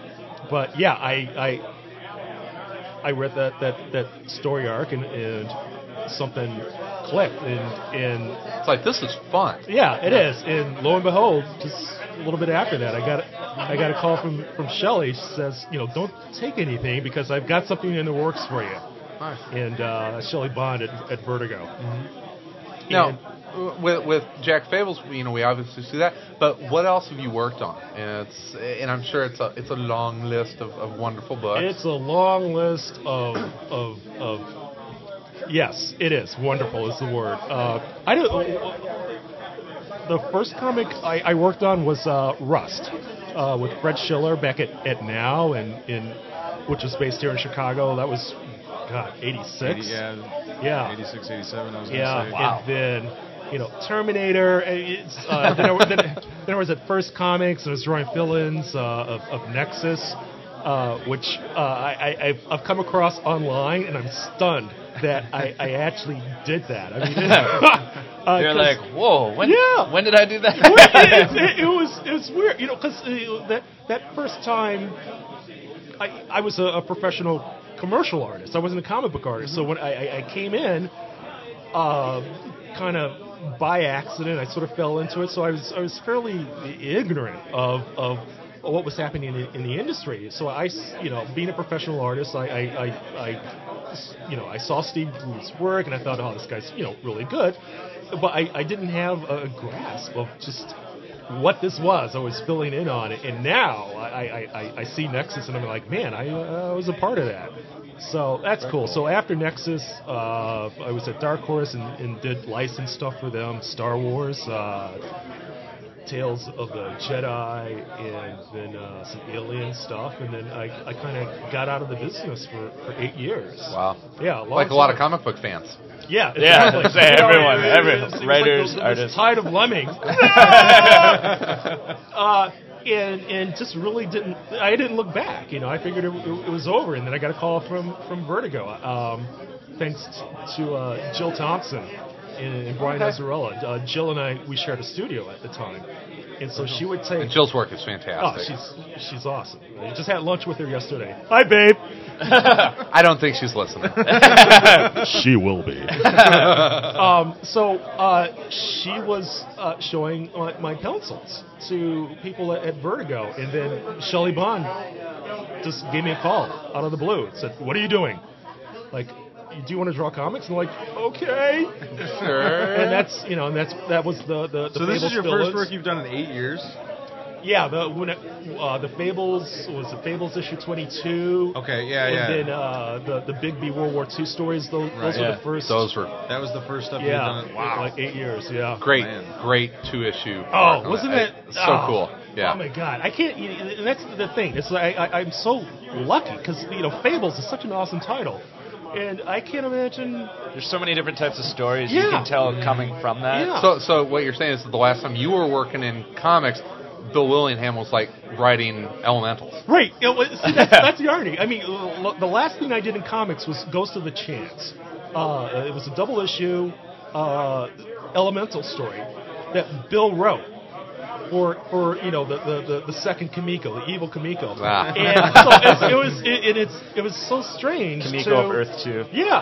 [SPEAKER 14] but yeah, I I, I read that, that, that story arc and, and something clicked, and, and
[SPEAKER 2] it's like this is fun.
[SPEAKER 14] yeah, it is. And lo and behold, just a little bit after that, I got I got a call from from Shelley. She says, you know, don't take anything because I've got something in the works for you.
[SPEAKER 2] Nice.
[SPEAKER 14] And uh, Shelley Bond at, at Vertigo.
[SPEAKER 2] Now, w- with with Jack Fables, you know, we obviously see that. But what else have you worked on? And it's and I'm sure it's a it's a long list of, of wonderful books.
[SPEAKER 14] It's a long list of of of. Yes, it is wonderful. Is the word. Uh, I don't. The first comic I, I worked on was uh, Rust uh, with Fred Schiller back at, at Now and in which was based here in Chicago. That was God, eighty six.
[SPEAKER 3] Eighty- yeah,
[SPEAKER 14] Yeah.
[SPEAKER 3] 86, 87, I was gonna
[SPEAKER 14] Yeah,
[SPEAKER 3] say.
[SPEAKER 14] and then you know Terminator. and It's, uh, then, I, then, then I was at First Comics. I was drawing fill-ins uh, of, of uh, Nexus, uh, which uh, I, I, I've- I've come across online, and I'm stunned that I, I actually did that. I mean, uh,
[SPEAKER 4] They're
[SPEAKER 14] 'cause-
[SPEAKER 4] like, whoa, Oh, when,
[SPEAKER 14] Yeah.
[SPEAKER 4] when did I do that?
[SPEAKER 14] it, it, it was it was weird, you know, because uh, that that first time, I I was a, a professional commercial artist. I wasn't a comic book artist. So when I, I, I came in, uh, kind of by accident, I sort of fell into it. So I was I was fairly ignorant of of what was happening in, in the industry. So I, s- you know, being a professional artist, I, I, I, I s- you know, I saw Steve Gluck's work and I thought, oh, this guy's, you know, really good. But I, I didn't have a grasp of just what this was. I was filling in on it. And now I, I, I, I see Nexus and I'm like, man, I, uh, I was a part of that. So that's
[SPEAKER 3] Very
[SPEAKER 14] cool.
[SPEAKER 3] cool.
[SPEAKER 14] So after Nexus, uh, I was at Dark Horse and, and did license stuff for them, Star Wars, uh, Tales of the Jedi and then uh, some alien stuff, and then I, I kind of got out of the business for, for eight years.
[SPEAKER 2] Wow.
[SPEAKER 14] Yeah, long
[SPEAKER 2] like a lot of
[SPEAKER 14] time.
[SPEAKER 2] comic book fans.
[SPEAKER 14] Yeah,
[SPEAKER 2] Yeah,
[SPEAKER 14] exactly.
[SPEAKER 2] say
[SPEAKER 14] You know,
[SPEAKER 2] everyone,
[SPEAKER 14] it- it-
[SPEAKER 2] everyone,
[SPEAKER 14] it was like
[SPEAKER 2] writers,
[SPEAKER 14] the- the
[SPEAKER 2] artists.
[SPEAKER 14] Tide of lemmings. uh, and and just really didn't. I didn't look back. You know, I figured it, it, was over, and then I got a call from from Vertigo. Um, thanks t- to uh, Jill Thompson and, and Brian
[SPEAKER 2] Okay.
[SPEAKER 14] Azzarella. Uh, Jill and I we shared a studio at the time, and so she would take.
[SPEAKER 2] And Jill's work is fantastic.
[SPEAKER 14] Oh, she's she's awesome. I just had lunch with her yesterday. Hi, babe.
[SPEAKER 2] I don't think she's listening.
[SPEAKER 14] She will be. um, so uh, she was uh, showing my, my pencils to people at, at Vertigo, and then Shelly Bond just gave me a call out of the blue. and said, "What are you doing? Like, do you want to draw comics?" And I'm like, "Okay,
[SPEAKER 3] Sure.
[SPEAKER 14] And that's you know, and that's that was the the. the
[SPEAKER 3] so this is
[SPEAKER 14] Fables
[SPEAKER 3] your
[SPEAKER 14] Villas.
[SPEAKER 3] first work you've done in eight years.
[SPEAKER 14] Yeah, the when it, uh, the Fables was the Fables issue twenty two.
[SPEAKER 3] Okay, yeah,
[SPEAKER 14] and
[SPEAKER 3] yeah.
[SPEAKER 14] then uh, the the Big B World War II stories. Those, those were the first.
[SPEAKER 2] Those were
[SPEAKER 3] That was the first stuff
[SPEAKER 14] yeah,
[SPEAKER 3] you've done. in- Wow.
[SPEAKER 14] like eight years. Yeah,
[SPEAKER 2] great, great two issue.
[SPEAKER 14] Oh, wasn't it
[SPEAKER 2] so
[SPEAKER 14] oh,
[SPEAKER 2] cool? Yeah.
[SPEAKER 14] Oh my God, I can't. you- And that's the thing. It's like I, I, I'm so lucky because you know Fables is such an awesome title, and I can't imagine.
[SPEAKER 4] There's so many different types of stories you
[SPEAKER 14] Yeah.
[SPEAKER 4] can tell coming from that.
[SPEAKER 2] So, so what you're saying is that the last time you were working in comics, Bill Willingham was like writing Elementals.
[SPEAKER 14] Right. It was, see, that's, that's the irony. I mean, l- l- the last thing I did in comics was Ghost of the Chance. Uh, it was a double issue uh, elemental story that Bill wrote for for you know the the, the, the second Kamiko, the evil Kamiko.
[SPEAKER 4] Ah.
[SPEAKER 14] And so it's, it was it, it, it's it was so strange.
[SPEAKER 4] Kamiko
[SPEAKER 14] to-
[SPEAKER 4] of Earth 2.
[SPEAKER 14] Yeah.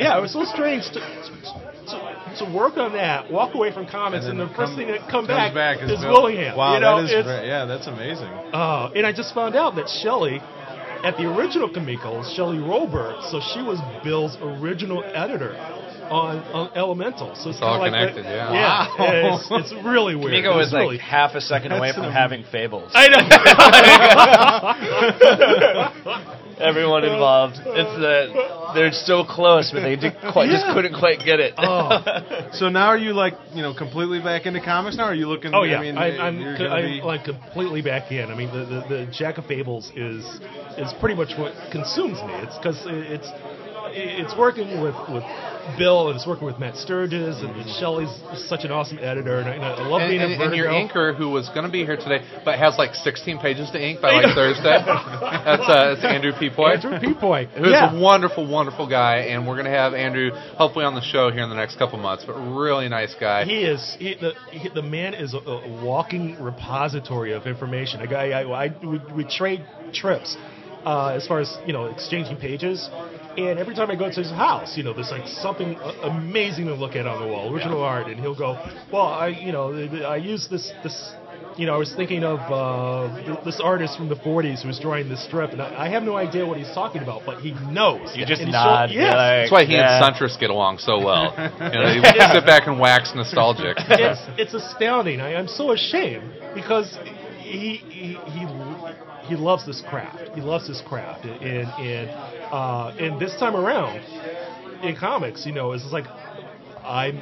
[SPEAKER 14] yeah, it was so strange to. to to work on that, walk away from comics, and, the first thing that come
[SPEAKER 3] Comes
[SPEAKER 14] back,
[SPEAKER 3] back
[SPEAKER 14] is
[SPEAKER 3] Bill-
[SPEAKER 14] Willingham.
[SPEAKER 3] Wow,
[SPEAKER 14] you know,
[SPEAKER 3] that is
[SPEAKER 14] it's,
[SPEAKER 3] great. yeah, that's amazing.
[SPEAKER 14] uh, and I just found out that Shelley, at the original Kamiko, Shelley Robert, so she was Bill's original editor on, on Elemental. So it's,
[SPEAKER 4] It's all
[SPEAKER 14] kinda like
[SPEAKER 4] connected,
[SPEAKER 14] the,
[SPEAKER 4] yeah. Wow.
[SPEAKER 14] yeah it's, it's really weird.
[SPEAKER 4] Kamiko was
[SPEAKER 14] It's
[SPEAKER 4] like
[SPEAKER 14] really-
[SPEAKER 4] half a second away
[SPEAKER 14] That's
[SPEAKER 4] from
[SPEAKER 14] an-
[SPEAKER 4] having fables.
[SPEAKER 14] I know.
[SPEAKER 4] Everyone involved. It's the they're so close, but they did quite, just
[SPEAKER 3] Yeah.
[SPEAKER 4] couldn't quite get it.
[SPEAKER 3] Oh. so now are you like you know completely back into comics now? Or are you looking?
[SPEAKER 14] Oh yeah,
[SPEAKER 3] I mean,
[SPEAKER 14] I, I'm,
[SPEAKER 3] you're
[SPEAKER 14] co-
[SPEAKER 3] gonna
[SPEAKER 14] I'm
[SPEAKER 3] be-
[SPEAKER 14] like completely back in. I mean, the, the, the Jack of Fables is is pretty much what consumes me. It's because it's it's working with with Bill and it's working with Matt Sturgis and
[SPEAKER 3] Mm-hmm.
[SPEAKER 14] Shelley's such an awesome editor and I, and I love
[SPEAKER 2] and,
[SPEAKER 14] being
[SPEAKER 2] and,
[SPEAKER 14] in
[SPEAKER 2] and your
[SPEAKER 14] Vertigo.
[SPEAKER 2] anchor, who was going to be here today, but has like 16 pages to ink by like Thursday. That's, uh, that's Andrew Peapoy.
[SPEAKER 14] Andrew Peapoy.
[SPEAKER 2] Who's
[SPEAKER 14] Yeah.
[SPEAKER 2] a wonderful, wonderful guy, and we're going to have Andrew hopefully on the show here in the next couple months. But really nice guy.
[SPEAKER 14] He is he, the he, the man is a, a walking repository of information. A guy I, I we, we trade trips uh, as far as you know exchanging pages, and every time I go to his house, you know, there's like something a- amazing to look at on the wall, original art, and he'll go, well, I you know I use this this. You know, I was thinking of uh, th- this artist from the '40s who was drawing this strip, and I, I have no idea what he's talking about, but he knows.
[SPEAKER 4] You just
[SPEAKER 14] And he'll-
[SPEAKER 4] nod. you're
[SPEAKER 14] Yes.
[SPEAKER 4] like,
[SPEAKER 2] That's why he
[SPEAKER 4] yeah.
[SPEAKER 2] and Suntress get along so well. You know, they
[SPEAKER 14] Yeah.
[SPEAKER 2] sit back and wax nostalgic.
[SPEAKER 14] it's it's astounding. I, I'm so ashamed because he he he, he loves this craft. He loves this craft, and and uh, and this time around in comics, you know, it's like I'm.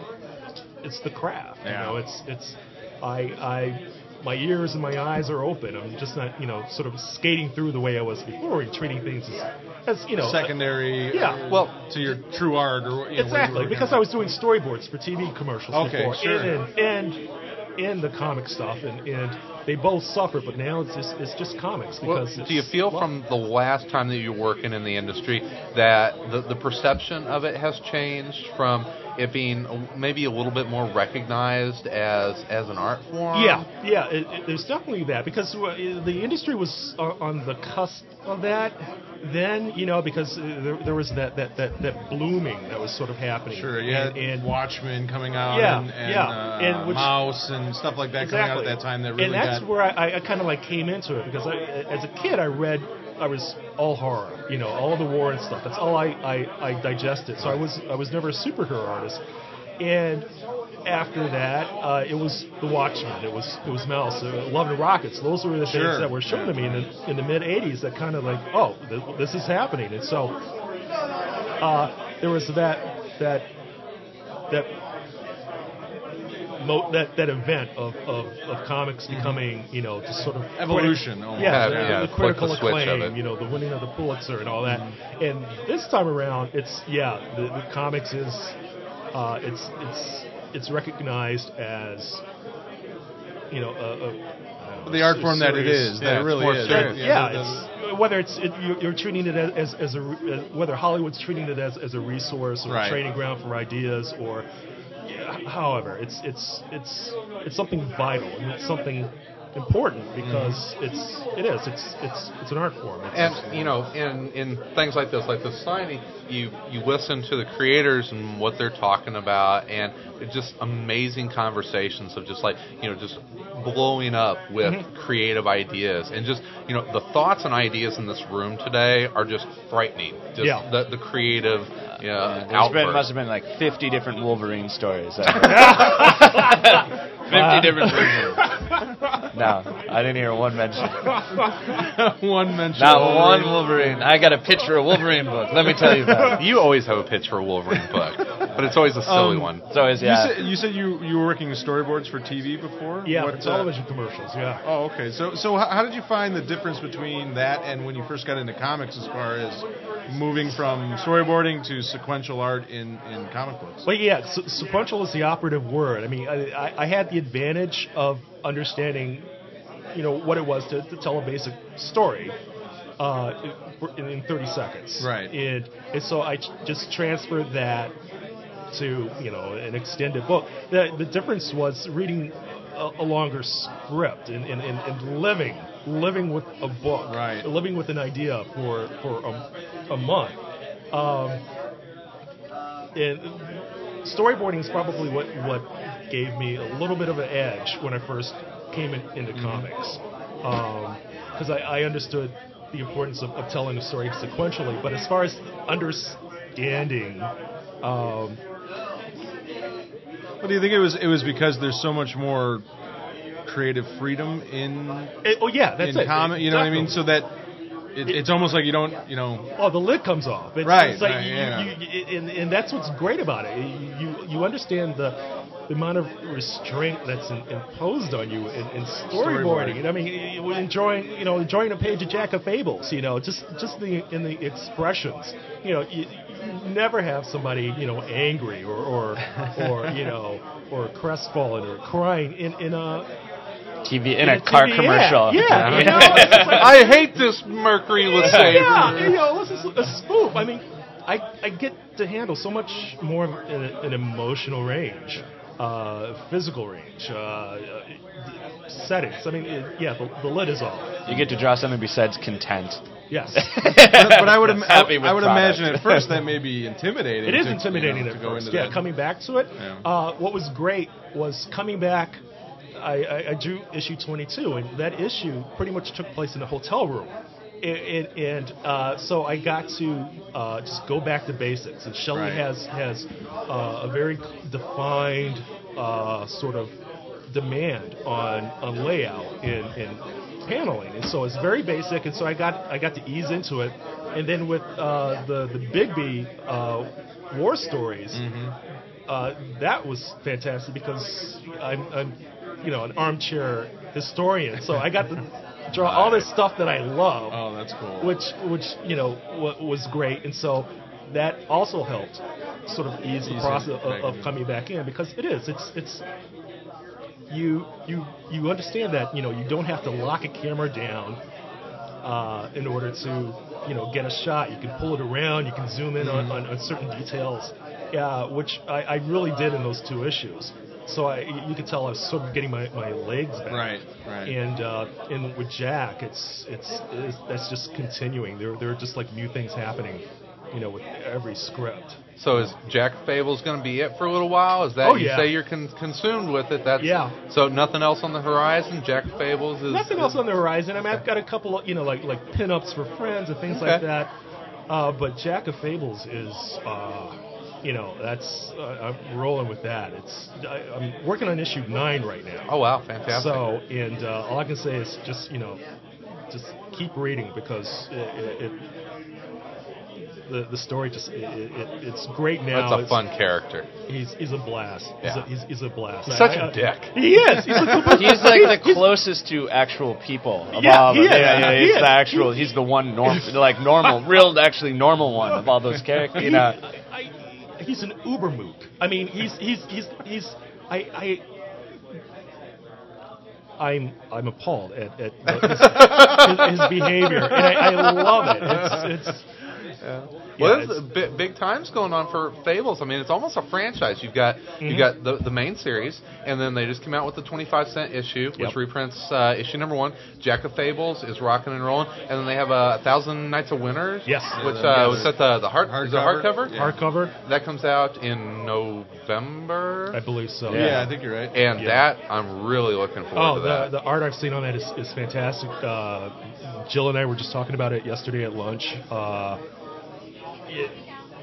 [SPEAKER 14] It's the craft.
[SPEAKER 3] Yeah.
[SPEAKER 14] You know, it's it's I I. My ears and my eyes are open. I'm just not, you know, sort of skating through the way I was before and treating things as, as you know,
[SPEAKER 3] secondary. uh,
[SPEAKER 14] Yeah.
[SPEAKER 3] well, to your true art or what- you know, what you
[SPEAKER 14] Exactly,
[SPEAKER 3] were
[SPEAKER 14] because I was doing storyboards for TV commercials
[SPEAKER 3] Okay,
[SPEAKER 14] before,
[SPEAKER 3] sure.
[SPEAKER 14] and, and, and and the comic stuff, and, and they both suffer. But now it's just it's just comics
[SPEAKER 2] Well,
[SPEAKER 14] because
[SPEAKER 2] do you feel from the last time that you were working in the industry that the, the perception of it has changed from it being a- maybe a little bit more recognized as as an art form?
[SPEAKER 14] Yeah, yeah. It, it, there's definitely that because uh, the industry was on, on the cusp of that. Then you know because uh, there, there was that, that, that, that blooming that was sort of happening.
[SPEAKER 3] Sure, yeah.
[SPEAKER 14] And, and
[SPEAKER 3] Watchmen coming out
[SPEAKER 14] Yeah,
[SPEAKER 3] and, and,
[SPEAKER 14] yeah.
[SPEAKER 3] uh,
[SPEAKER 14] And which-
[SPEAKER 3] Mouse and stuff like that coming out at
[SPEAKER 14] Exactly.
[SPEAKER 3] that time that really
[SPEAKER 14] and that's
[SPEAKER 3] got
[SPEAKER 14] where I, I kind of like came into it because I, as a kid I read I was all horror, you know, all the war and stuff. That's all I, I, I digested. So I was I was never a superhero artist. And after that, uh, it was The Watchmen. It was it was Mouse, uh, Love and Rockets. Those were the
[SPEAKER 3] Sure.
[SPEAKER 14] things that were shown to me in the, in the mid '80s. That kind of like, oh, th- this is happening. And so uh, there was that that that mo- that that event of, of, of comics becoming you know just sort of
[SPEAKER 3] Mm-hmm. Evolution,
[SPEAKER 14] criti-
[SPEAKER 3] almost.
[SPEAKER 14] yeah,
[SPEAKER 3] Yeah, yeah,
[SPEAKER 14] the,
[SPEAKER 3] flip the
[SPEAKER 14] critical
[SPEAKER 3] switch of
[SPEAKER 14] acclaim,
[SPEAKER 3] it. Mm-hmm.
[SPEAKER 14] you know, the winning of the Pulitzer and all that. And this time around, it's yeah, the, the comics is uh, it's it's it's recognized as you know a, a I don't know,
[SPEAKER 3] The art
[SPEAKER 14] a
[SPEAKER 3] form that it
[SPEAKER 14] serious-
[SPEAKER 3] is, that it
[SPEAKER 14] it's
[SPEAKER 3] really
[SPEAKER 14] more
[SPEAKER 3] is.
[SPEAKER 14] serious.
[SPEAKER 3] Yeah,
[SPEAKER 14] Yeah,
[SPEAKER 3] the-
[SPEAKER 14] it's, whether it's it, you're, you're treating it as, as, as a re- as- whether Hollywood's treating it as, as a resource or
[SPEAKER 3] Right.
[SPEAKER 14] a training ground for ideas or yeah, however, it's it's it's it's something vital and it's something important because it's it is it's it's it's an art form. It's,
[SPEAKER 2] And you know, in in things like this, like the signing, you you listen to the creators and what they're talking about, and it's just amazing conversations of just like you know, just blowing up with
[SPEAKER 15] Mm-hmm.
[SPEAKER 10] Mhm.
[SPEAKER 2] creative ideas, and just you know, the thoughts and ideas in this room today are just frightening. Just
[SPEAKER 15] Yeah.
[SPEAKER 2] the, the creative uh,
[SPEAKER 15] There's been,
[SPEAKER 2] outburst.
[SPEAKER 15] must have been like 50 different Wolverine stories. I've heard.
[SPEAKER 2] 50 different versions.
[SPEAKER 15] no, I didn't hear one mention.
[SPEAKER 3] one mention.
[SPEAKER 15] Not
[SPEAKER 3] of
[SPEAKER 15] one Wolverine. I got a picture of Wolverine book. Let me tell you about it.
[SPEAKER 2] You always have a pitch for a Wolverine book, but it's always a silly
[SPEAKER 3] Um,
[SPEAKER 2] one.
[SPEAKER 15] It's always yeah.
[SPEAKER 3] You said, you said you you were working in storyboards for TV before.
[SPEAKER 14] yeah,
[SPEAKER 3] What,
[SPEAKER 14] for
[SPEAKER 3] uh,
[SPEAKER 14] television commercials. Yeah.
[SPEAKER 3] Oh, okay. So, so how, how did you find the difference between that and when you first got into comics, as far as moving from storyboarding to sequential art in, in comic books?
[SPEAKER 14] Well, yeah, se- sequential is the operative word. I mean, I, I, I had the advantage of understanding, you know, what it was to, to tell a basic story uh, in, in 30 seconds.
[SPEAKER 3] Right.
[SPEAKER 14] And, and so I j- just transferred that to, you know, an extended book. The, the difference was reading a, a longer script and, and, and, and living, living with a book, right. living with an idea for, for a, a month. Um, and storyboarding is probably what what gave me a little bit of an edge when I first came in, into
[SPEAKER 3] Mm-hmm.
[SPEAKER 14] comics, because I, I understood the importance of, of telling a story sequentially. But as far as understanding, um,
[SPEAKER 3] Well, do you think it was it was because there's so much more creative freedom in?
[SPEAKER 14] It- oh, yeah, that's
[SPEAKER 3] in
[SPEAKER 14] it.
[SPEAKER 3] Comic, you know what I mean? So that it, it's almost like you don't you know.
[SPEAKER 14] oh, the lid comes off. It's,
[SPEAKER 3] Right,
[SPEAKER 14] it's like
[SPEAKER 3] right,
[SPEAKER 14] you,
[SPEAKER 3] yeah.
[SPEAKER 14] you, you- and, and that's what's great about it. You you understand the. The amount of restraint that's in, imposed on you in, in storyboarding,
[SPEAKER 3] Storyboarding.
[SPEAKER 14] And I mean, you- you- enjoying you know enjoying a page of Jack of Fables, you know, just just the in the expressions, you know, you, you never have somebody you know angry or or, or you know or crestfallen or crying in in a
[SPEAKER 15] TV in a car
[SPEAKER 14] TV ad.
[SPEAKER 15] commercial.
[SPEAKER 14] Yeah, you know, it's just like-
[SPEAKER 2] I hate this Mercury
[SPEAKER 14] yeah,
[SPEAKER 2] with Sabre.
[SPEAKER 14] Yeah, you know, this is a spoof. I mean, I, I get to handle so much more of an, an emotional range, uh, physical range, uh, uh, settings. I mean, it, yeah, the, the lid is off.
[SPEAKER 15] You get to draw something besides content.
[SPEAKER 14] Yes.
[SPEAKER 3] but, but I would im-
[SPEAKER 15] Yes,
[SPEAKER 3] I,
[SPEAKER 15] happy with
[SPEAKER 3] I would
[SPEAKER 15] product.
[SPEAKER 3] imagine at first that may be intimidating.
[SPEAKER 14] It is
[SPEAKER 3] to, you know,
[SPEAKER 14] intimidating
[SPEAKER 3] to
[SPEAKER 14] at
[SPEAKER 3] go
[SPEAKER 14] first.
[SPEAKER 3] into
[SPEAKER 14] yeah,
[SPEAKER 3] that.
[SPEAKER 14] coming back to it.
[SPEAKER 3] Yeah.
[SPEAKER 14] Uh, what was great was coming back. I, I, I drew issue 22, and that issue pretty much took place in a hotel room. And, and, and uh, so I got to uh, just go back to basics. And Shelley
[SPEAKER 3] Right.
[SPEAKER 14] has has uh, a very defined uh, sort of demand on, on layout and, and paneling. And so it's very basic. And so I got I got to ease into it. And then with uh, the the Bigby uh, war stories, uh, that was fantastic because I'm, I'm you know an armchair historian, so I got to draw all this stuff that I love.
[SPEAKER 3] Oh, that's cool.
[SPEAKER 14] Which which you know wa was great, and so that also helped sort of ease
[SPEAKER 3] Ease
[SPEAKER 14] the
[SPEAKER 3] it
[SPEAKER 14] process of,
[SPEAKER 3] back
[SPEAKER 14] of
[SPEAKER 3] in.
[SPEAKER 14] coming back in because it is it's it's you you you understand that you know you don't have to lock a camera down uh, in order to you know get a shot. You can pull it around. You can zoom in on, on, on certain details. Yeah, which I, I really did in those two issues. So I, you could tell I was sort of getting my, my legs back.
[SPEAKER 2] Right, right.
[SPEAKER 14] And uh, and with Jack, it's, it's it's that's just continuing. There there are just like new things happening, you know, with every script.
[SPEAKER 2] So is Jack Fable's going to be it for a little while? Is that
[SPEAKER 14] Oh,
[SPEAKER 2] you
[SPEAKER 14] yeah.
[SPEAKER 2] say you're con- consumed with it? That's
[SPEAKER 14] Yeah.
[SPEAKER 2] So nothing else on the horizon. Jack Fables is
[SPEAKER 14] Nothing else on the horizon. I mean, I've got a couple, of, you know, like like pinups for friends and things like
[SPEAKER 2] Okay.
[SPEAKER 14] that. Uh, but Jack of Fables is, uh, you know, that's uh, I'm rolling with that. It's I, I'm working on issue nine right now.
[SPEAKER 2] Oh wow, fantastic.
[SPEAKER 14] So and uh, all I can say is just you know, just keep reading because it. it, it the, the story just it, it, it's great now.
[SPEAKER 2] That's a
[SPEAKER 14] It's-
[SPEAKER 2] fun character.
[SPEAKER 14] He's he's a blast.
[SPEAKER 2] Yeah.
[SPEAKER 14] He's, a, he's, he's a blast.
[SPEAKER 2] He's
[SPEAKER 14] I-
[SPEAKER 2] such
[SPEAKER 14] I-
[SPEAKER 2] a
[SPEAKER 14] I-
[SPEAKER 2] dick.
[SPEAKER 14] He is. He's, a,
[SPEAKER 15] He's like the
[SPEAKER 14] he's-
[SPEAKER 15] closest to actual people. Of
[SPEAKER 14] Yeah,
[SPEAKER 15] all
[SPEAKER 14] he
[SPEAKER 15] of them.
[SPEAKER 14] is.
[SPEAKER 15] Yeah, yeah,
[SPEAKER 14] He
[SPEAKER 15] he's
[SPEAKER 14] is.
[SPEAKER 15] the actual. He's the one norm, like normal, real, actually normal one of all those characters. You know,
[SPEAKER 14] I, I, he's an uber mook. I mean, he's he's he's he's I I. I'm I'm appalled at, at the- his, his, his behavior, and I, I love it. It's, it's
[SPEAKER 2] Yeah.
[SPEAKER 14] Yeah,
[SPEAKER 2] Well, there's big, big times going on for Fables. I mean, it's almost a franchise. You've got you
[SPEAKER 14] Mhm.
[SPEAKER 2] got the the main series, and then they just came out with the 25 cent issue, which
[SPEAKER 14] Yep.
[SPEAKER 2] reprints uh, issue number one. Jack of Fables is rocking and rolling, and then they have uh, a thousand nights of winners.
[SPEAKER 14] Yes.
[SPEAKER 2] which
[SPEAKER 14] Yeah,
[SPEAKER 2] uh, was at the the hard is it hardcover
[SPEAKER 14] hardcover. Hardcover.
[SPEAKER 2] that comes out in November.
[SPEAKER 14] I believe so.
[SPEAKER 3] Yeah, I think you're right.
[SPEAKER 2] And
[SPEAKER 14] Yeah.
[SPEAKER 2] that I'm really looking forward
[SPEAKER 14] Oh,
[SPEAKER 2] to that.
[SPEAKER 14] the, the art I've seen on that is, is fantastic. Uh, Jill and I were just talking about it yesterday at lunch. Uh, it,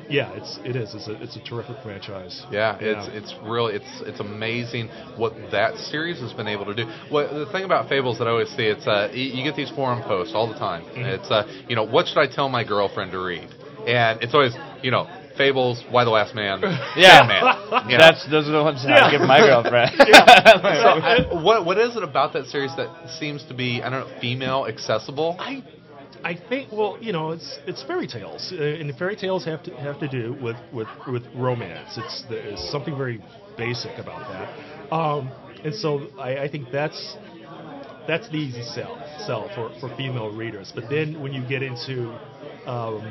[SPEAKER 14] yeah, it's it is. It's a it's a terrific franchise.
[SPEAKER 2] Yeah, it's it's really it's it's amazing what that series has been able to do. What the thing about Fables that I always see it's uh, y- you get these forum posts all the time.
[SPEAKER 15] Mm-hmm.
[SPEAKER 14] Mhm.
[SPEAKER 2] It's uh, you know what should I tell my girlfriend to read? And it's always you know Fables, Why the Last Man,
[SPEAKER 15] Yeah.
[SPEAKER 2] Sandman.
[SPEAKER 15] That's- those are the ones that I Yeah. give my girlfriend.
[SPEAKER 2] Yeah. so, I, what what is it about that series that seems to be I don't know female accessible?
[SPEAKER 14] I I think well, you know, it's it's fairy tales, uh, and fairy tales have to have to do with with with romance. It's there's something very basic about that, um, and so I, I think that's that's the easy sell sell for for female readers. But then when you get into um,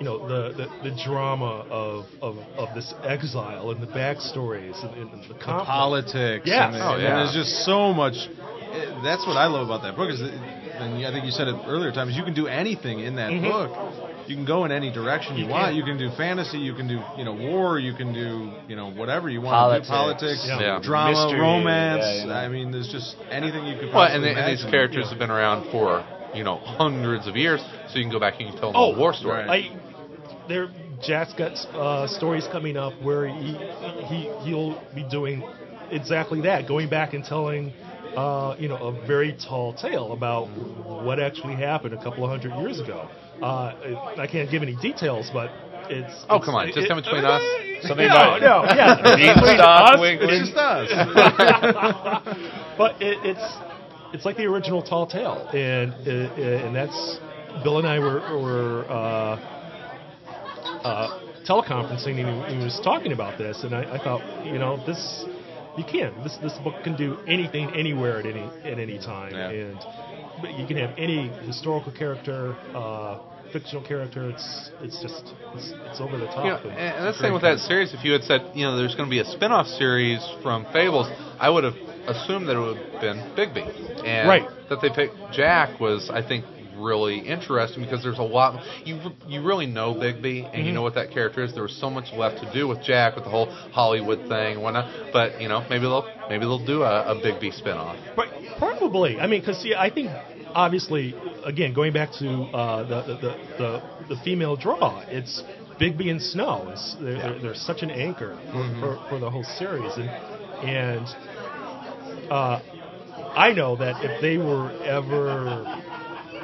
[SPEAKER 14] you know the, the, the drama of, of, of this exile and the backstories and, and the, conflict.
[SPEAKER 3] politics.
[SPEAKER 14] Yes.
[SPEAKER 3] And, the-
[SPEAKER 14] Oh,
[SPEAKER 3] and
[SPEAKER 14] Uh-huh. yeah.
[SPEAKER 3] there's just so much. eh, That's what I love about that book is, that, and I think you said it earlier times. You can do anything in that
[SPEAKER 14] Mhm.
[SPEAKER 3] book. You can go in any direction you,
[SPEAKER 14] You
[SPEAKER 3] want.
[SPEAKER 14] can.
[SPEAKER 3] You can do fantasy. You can do you know war. You can do you know whatever you want.
[SPEAKER 15] Politics.
[SPEAKER 3] Do politics,
[SPEAKER 15] Yeah.
[SPEAKER 3] drama,
[SPEAKER 15] Mystery,
[SPEAKER 3] romance.
[SPEAKER 15] yeah, yeah.
[SPEAKER 3] I mean, there's just anything you could.
[SPEAKER 2] Well, and,
[SPEAKER 3] possibly
[SPEAKER 2] they, and these
[SPEAKER 3] imagine.
[SPEAKER 2] characters have been around for you know hundreds of years, so you can go back and you can tell them
[SPEAKER 15] Oh,
[SPEAKER 2] a Oh, war story.
[SPEAKER 14] I, there, Jack's got uh, stories coming up where he, he he'll be doing exactly that, going back and telling. Uh, you know, a very tall tale about what actually happened a couple of hundred years ago. Uh, I can't give any details, but it's.
[SPEAKER 2] Oh
[SPEAKER 14] it's-
[SPEAKER 2] come on!
[SPEAKER 14] it-
[SPEAKER 2] Just come
[SPEAKER 14] it-
[SPEAKER 2] between us.
[SPEAKER 14] Something no, about- no, yeah. Between us, it's just us. but it, it's it's like the original Tall Tale, and uh, uh, and that's Bill and I were were uh, uh, teleconferencing, and he, he was talking about this, and I, I thought, you know, this you can this this book can do anything, anywhere at any at any time, and but you can have any historical character. Uh, fictional character it's it's just it's, it's over the top
[SPEAKER 2] You know,
[SPEAKER 14] and,
[SPEAKER 2] and, and that's the thing with that series. If you had said, you know, there's going to be a spin-off series from Fables, I would have assumed that it would have been Bigby. And
[SPEAKER 14] Right.
[SPEAKER 2] That they picked Jack was, I think, really interesting because there's a lot. You you really know Bigby and you
[SPEAKER 14] Mhm.
[SPEAKER 2] know what that character is. There was so much left to do with Jack with the whole Hollywood thing and whatnot. But you know, maybe they'll maybe they'll do a, a Bigby spin-off.
[SPEAKER 14] But probably. I mean, because see, I think obviously, again, going back to uh, the, the, the the the female draw, it's Bigby and Snow. It's, they're, they're, they're such an anchor for,
[SPEAKER 15] Mm-hmm.
[SPEAKER 3] Mhm.
[SPEAKER 14] for, for the whole series, and and uh, I know that if they were ever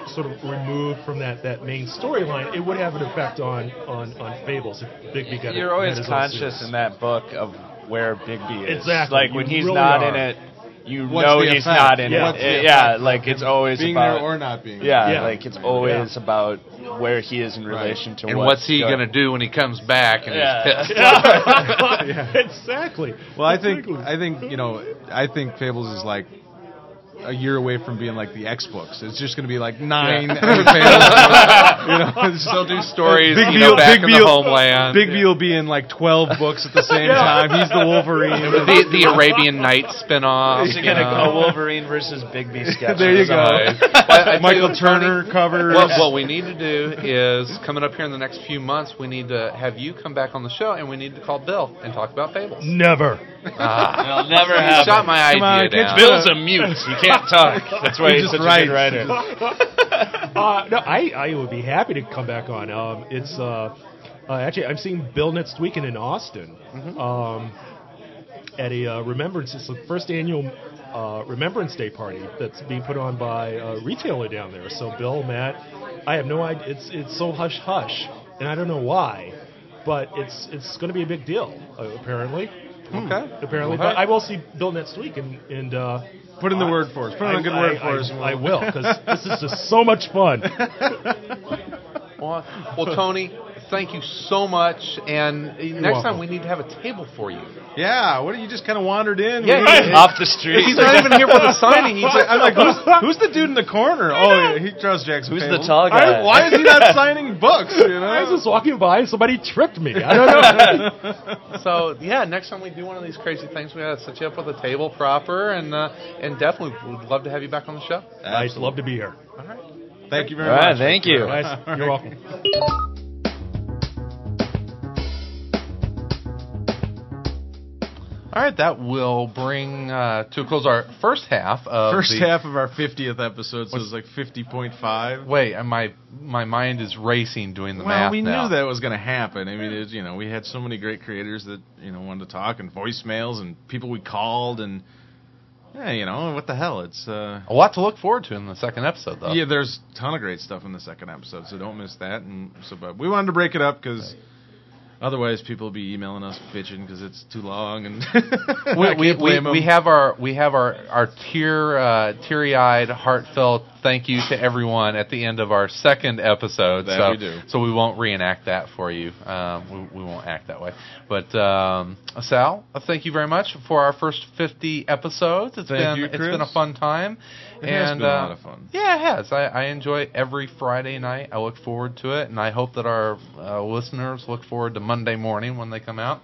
[SPEAKER 14] sort of removed from that, that main storyline, it would have an effect on on, on Fables if Bigby got
[SPEAKER 15] You're
[SPEAKER 14] it,
[SPEAKER 15] always
[SPEAKER 14] got his own
[SPEAKER 15] conscious
[SPEAKER 14] series.
[SPEAKER 15] in that book of where Bigby is.
[SPEAKER 14] Exactly.
[SPEAKER 15] Like when
[SPEAKER 14] You
[SPEAKER 15] he's
[SPEAKER 14] really
[SPEAKER 15] not
[SPEAKER 14] are.
[SPEAKER 15] in it,
[SPEAKER 4] you
[SPEAKER 16] What's
[SPEAKER 4] know
[SPEAKER 16] the
[SPEAKER 4] he's
[SPEAKER 16] effect?
[SPEAKER 4] not in
[SPEAKER 16] Yeah.
[SPEAKER 4] it.
[SPEAKER 16] What's the
[SPEAKER 4] yeah,
[SPEAKER 16] effect?
[SPEAKER 4] like it's always
[SPEAKER 16] Being
[SPEAKER 4] about
[SPEAKER 16] there or not being there.
[SPEAKER 4] Yeah,
[SPEAKER 16] Yeah.
[SPEAKER 4] like it's always about where he is in relation to
[SPEAKER 2] and
[SPEAKER 4] what
[SPEAKER 2] what's he
[SPEAKER 4] going
[SPEAKER 2] gonna do when he comes back and he's pissed?
[SPEAKER 14] exactly.
[SPEAKER 3] Well, I think I think you know I think Fables is like a year away from being like the X books. It's just going to be like nine
[SPEAKER 2] Yeah.
[SPEAKER 3] Fables. you know, it's-
[SPEAKER 2] They'll do stories,
[SPEAKER 3] Big
[SPEAKER 2] you know,
[SPEAKER 3] Beal-
[SPEAKER 2] back
[SPEAKER 3] Big
[SPEAKER 2] in the
[SPEAKER 3] Beal-
[SPEAKER 2] homeland.
[SPEAKER 3] Big B will be in like twelve books at the same
[SPEAKER 4] Yeah.
[SPEAKER 3] time. He's the Wolverine.
[SPEAKER 2] the, the Arabian Nights spinoff.
[SPEAKER 4] Is it
[SPEAKER 2] you
[SPEAKER 4] gonna
[SPEAKER 2] know.
[SPEAKER 4] go Wolverine versus Bigby sketch?
[SPEAKER 3] There you go.
[SPEAKER 2] But I tell you
[SPEAKER 3] Michael
[SPEAKER 2] what's
[SPEAKER 3] Turner covers.
[SPEAKER 2] What, what we need to do is coming up here in the next few months, we need to have you come back on the show, and we need to call Bill and talk about Fables.
[SPEAKER 14] Never.
[SPEAKER 2] Ah.
[SPEAKER 4] It'll never
[SPEAKER 2] You
[SPEAKER 4] happen.
[SPEAKER 2] Shot my
[SPEAKER 4] Come
[SPEAKER 2] idea
[SPEAKER 4] on, kids,
[SPEAKER 2] down.
[SPEAKER 4] Bill's a mute. He can't talk. That's why he's such a good writer.
[SPEAKER 14] uh, no, I, I would be happy to come back on. Um, it's uh, uh, actually I'm seeing Bill next weekend in Austin.
[SPEAKER 4] Mm-hmm.
[SPEAKER 14] Um, at a uh, remembrance, it's the first annual uh, Remembrance Day party that's being put on by a retailer down there. So Bill, Matt, I have no idea. It's it's so hush hush, and I don't know why, but it's it's going to be a big deal uh, apparently. Hmm.
[SPEAKER 2] Okay.
[SPEAKER 14] Apparently,
[SPEAKER 2] All right.
[SPEAKER 14] but I will see Bill next week and and uh,
[SPEAKER 3] Put in the
[SPEAKER 14] I-
[SPEAKER 3] word for us. Put in
[SPEAKER 14] I-
[SPEAKER 3] a good
[SPEAKER 14] I-
[SPEAKER 3] word for us.
[SPEAKER 14] I, I will because this is just so much fun.
[SPEAKER 2] Well, well, Tony, thank you so much, and uh, next
[SPEAKER 3] welcome.
[SPEAKER 2] time we need to have a table for you.
[SPEAKER 3] Yeah, what you just kind of wandered in?
[SPEAKER 2] Yeah,
[SPEAKER 3] We-
[SPEAKER 2] he's off the street. He's not even here for the signing. He's like-
[SPEAKER 3] I'm like, who's, who's the dude in the corner? Oh, he draws Jackson.
[SPEAKER 14] Who's the
[SPEAKER 3] Fables.
[SPEAKER 14] tall guy?
[SPEAKER 3] I- why is he not signing books? You know?
[SPEAKER 14] I was just walking by and somebody tricked me. I don't know.
[SPEAKER 2] So yeah, next time we do one of these crazy things, we gotta set you up with a table proper, and uh, and definitely would love to have you back on the show.
[SPEAKER 14] I'd love to be here.
[SPEAKER 2] All right.
[SPEAKER 3] Thank you very
[SPEAKER 2] All
[SPEAKER 3] much.
[SPEAKER 2] right, thank you.
[SPEAKER 14] Nice. You're welcome.
[SPEAKER 2] All right, that will bring uh, to a close our first half of
[SPEAKER 3] First
[SPEAKER 2] the-
[SPEAKER 3] half of our 50th episode, so it's like 50.5.
[SPEAKER 2] Wait, and my my mind is racing doing the
[SPEAKER 3] Well,
[SPEAKER 2] math.
[SPEAKER 3] we
[SPEAKER 2] now.
[SPEAKER 3] knew that was going to happen. I mean, it, you know, we had so many great creators that you know wanted to talk, and voicemails, and people we called, and yeah, you know, what the hell? It's uh,
[SPEAKER 2] a lot to look forward to in the second episode, though.
[SPEAKER 3] Yeah, there's a ton of great stuff in the second episode, so don't miss that. And so, but we wanted to break it up because otherwise, people will be emailing us bitching because it's too long, and I
[SPEAKER 2] we,
[SPEAKER 3] can't
[SPEAKER 2] we,
[SPEAKER 3] blame
[SPEAKER 2] we, we
[SPEAKER 3] 'em.
[SPEAKER 2] have our we have our our tear uh, teary eyed heartfelt thank you to everyone at the end of our second episode.
[SPEAKER 3] That
[SPEAKER 2] so,
[SPEAKER 3] we do.
[SPEAKER 2] So we won't reenact that for you. Um, we, we won't act that way. But um, Sal, uh, thank you very much for our first fifty episodes. It's
[SPEAKER 3] Thank
[SPEAKER 2] been
[SPEAKER 3] you,
[SPEAKER 2] it's
[SPEAKER 3] Chris.
[SPEAKER 2] been a fun time.
[SPEAKER 3] It
[SPEAKER 2] and
[SPEAKER 3] has been a
[SPEAKER 2] uh,
[SPEAKER 3] lot of fun.
[SPEAKER 2] yeah, it has. I, I enjoy every Friday night. I look forward to it, and I hope that our uh, listeners look forward to Monday morning when they come out.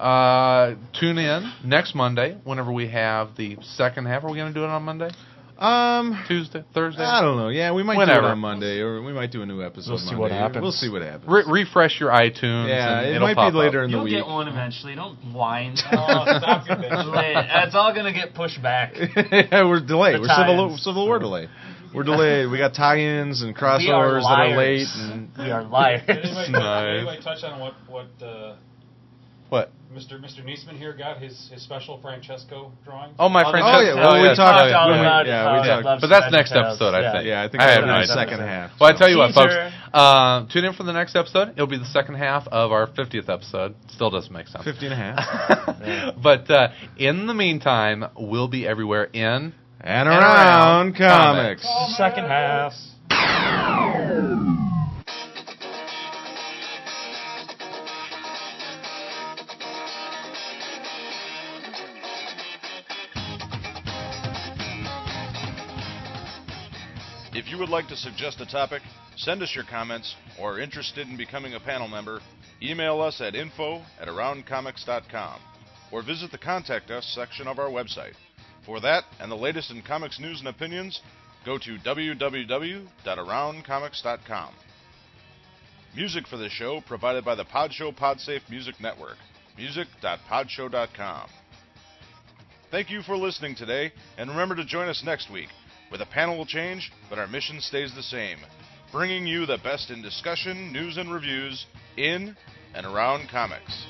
[SPEAKER 2] Uh, tune in next Monday whenever we have the second half. Are we going to do it on Monday?
[SPEAKER 3] Um,
[SPEAKER 2] Tuesday, Thursday.
[SPEAKER 3] I don't know. Yeah, we might do
[SPEAKER 2] Whenever.
[SPEAKER 3] it on Monday, or we might do a new episode.
[SPEAKER 4] We'll see what
[SPEAKER 3] Monday.
[SPEAKER 4] happens.
[SPEAKER 3] We'll see what happens.
[SPEAKER 2] Re- refresh your iTunes.
[SPEAKER 3] Yeah,
[SPEAKER 2] and
[SPEAKER 3] it
[SPEAKER 2] it'll
[SPEAKER 3] might be
[SPEAKER 2] pop up.
[SPEAKER 3] later in the
[SPEAKER 4] You'll
[SPEAKER 3] week.
[SPEAKER 4] get one eventually. Don't whine.
[SPEAKER 16] Oh, stop your bitch.
[SPEAKER 4] Late. It's all gonna get pushed back.
[SPEAKER 3] yeah, we're delayed.
[SPEAKER 4] The
[SPEAKER 3] We're civil,
[SPEAKER 4] tie-ins.
[SPEAKER 3] civil war delay. We're delayed. We got tie-ins and
[SPEAKER 4] We are
[SPEAKER 3] crossovers that are late.
[SPEAKER 4] liars.
[SPEAKER 3] And
[SPEAKER 4] We are liars.
[SPEAKER 8] Did anybody, did
[SPEAKER 3] Nice.
[SPEAKER 8] anybody touch on what what uh,
[SPEAKER 3] What?
[SPEAKER 8] Mr. Mr. Niesman here got his his special Francesco drawing?
[SPEAKER 2] Oh, my friend.
[SPEAKER 3] Oh, yeah, well, we
[SPEAKER 2] about
[SPEAKER 3] talked about it.
[SPEAKER 2] yeah,
[SPEAKER 3] Yeah,
[SPEAKER 2] yeah,
[SPEAKER 3] we talked about
[SPEAKER 2] But that's
[SPEAKER 3] the
[SPEAKER 2] next
[SPEAKER 3] Smash
[SPEAKER 2] episode, I
[SPEAKER 3] Bros.
[SPEAKER 2] think.
[SPEAKER 3] Yeah, I think
[SPEAKER 2] have
[SPEAKER 3] that's
[SPEAKER 2] no
[SPEAKER 3] the
[SPEAKER 2] idea.
[SPEAKER 3] second half,
[SPEAKER 2] Well, I tell you what, folks.
[SPEAKER 4] Teaser.
[SPEAKER 2] Uh, tune in for the next episode. It'll be the second half of our 50th episode. Still doesn't make sense.
[SPEAKER 3] 50 and a half.
[SPEAKER 2] but uh, in the meantime, we'll be everywhere in
[SPEAKER 3] and around comics.
[SPEAKER 4] Second half.
[SPEAKER 1] If you would like to suggest a topic, send us your comments, or are interested in becoming a panel member, email us at info at aroundcomics.com or visit the Contact Us section of our website. For that and the latest in comics news and opinions, go to www.aroundcomics.com. Music for this show provided by the Podshow Podsafe Music Network, music.podshow.com. Thank you for listening today, and remember to join us next week, where the panel will change, but our mission stays the same bringing you the best in discussion, news, and reviews in and around comics.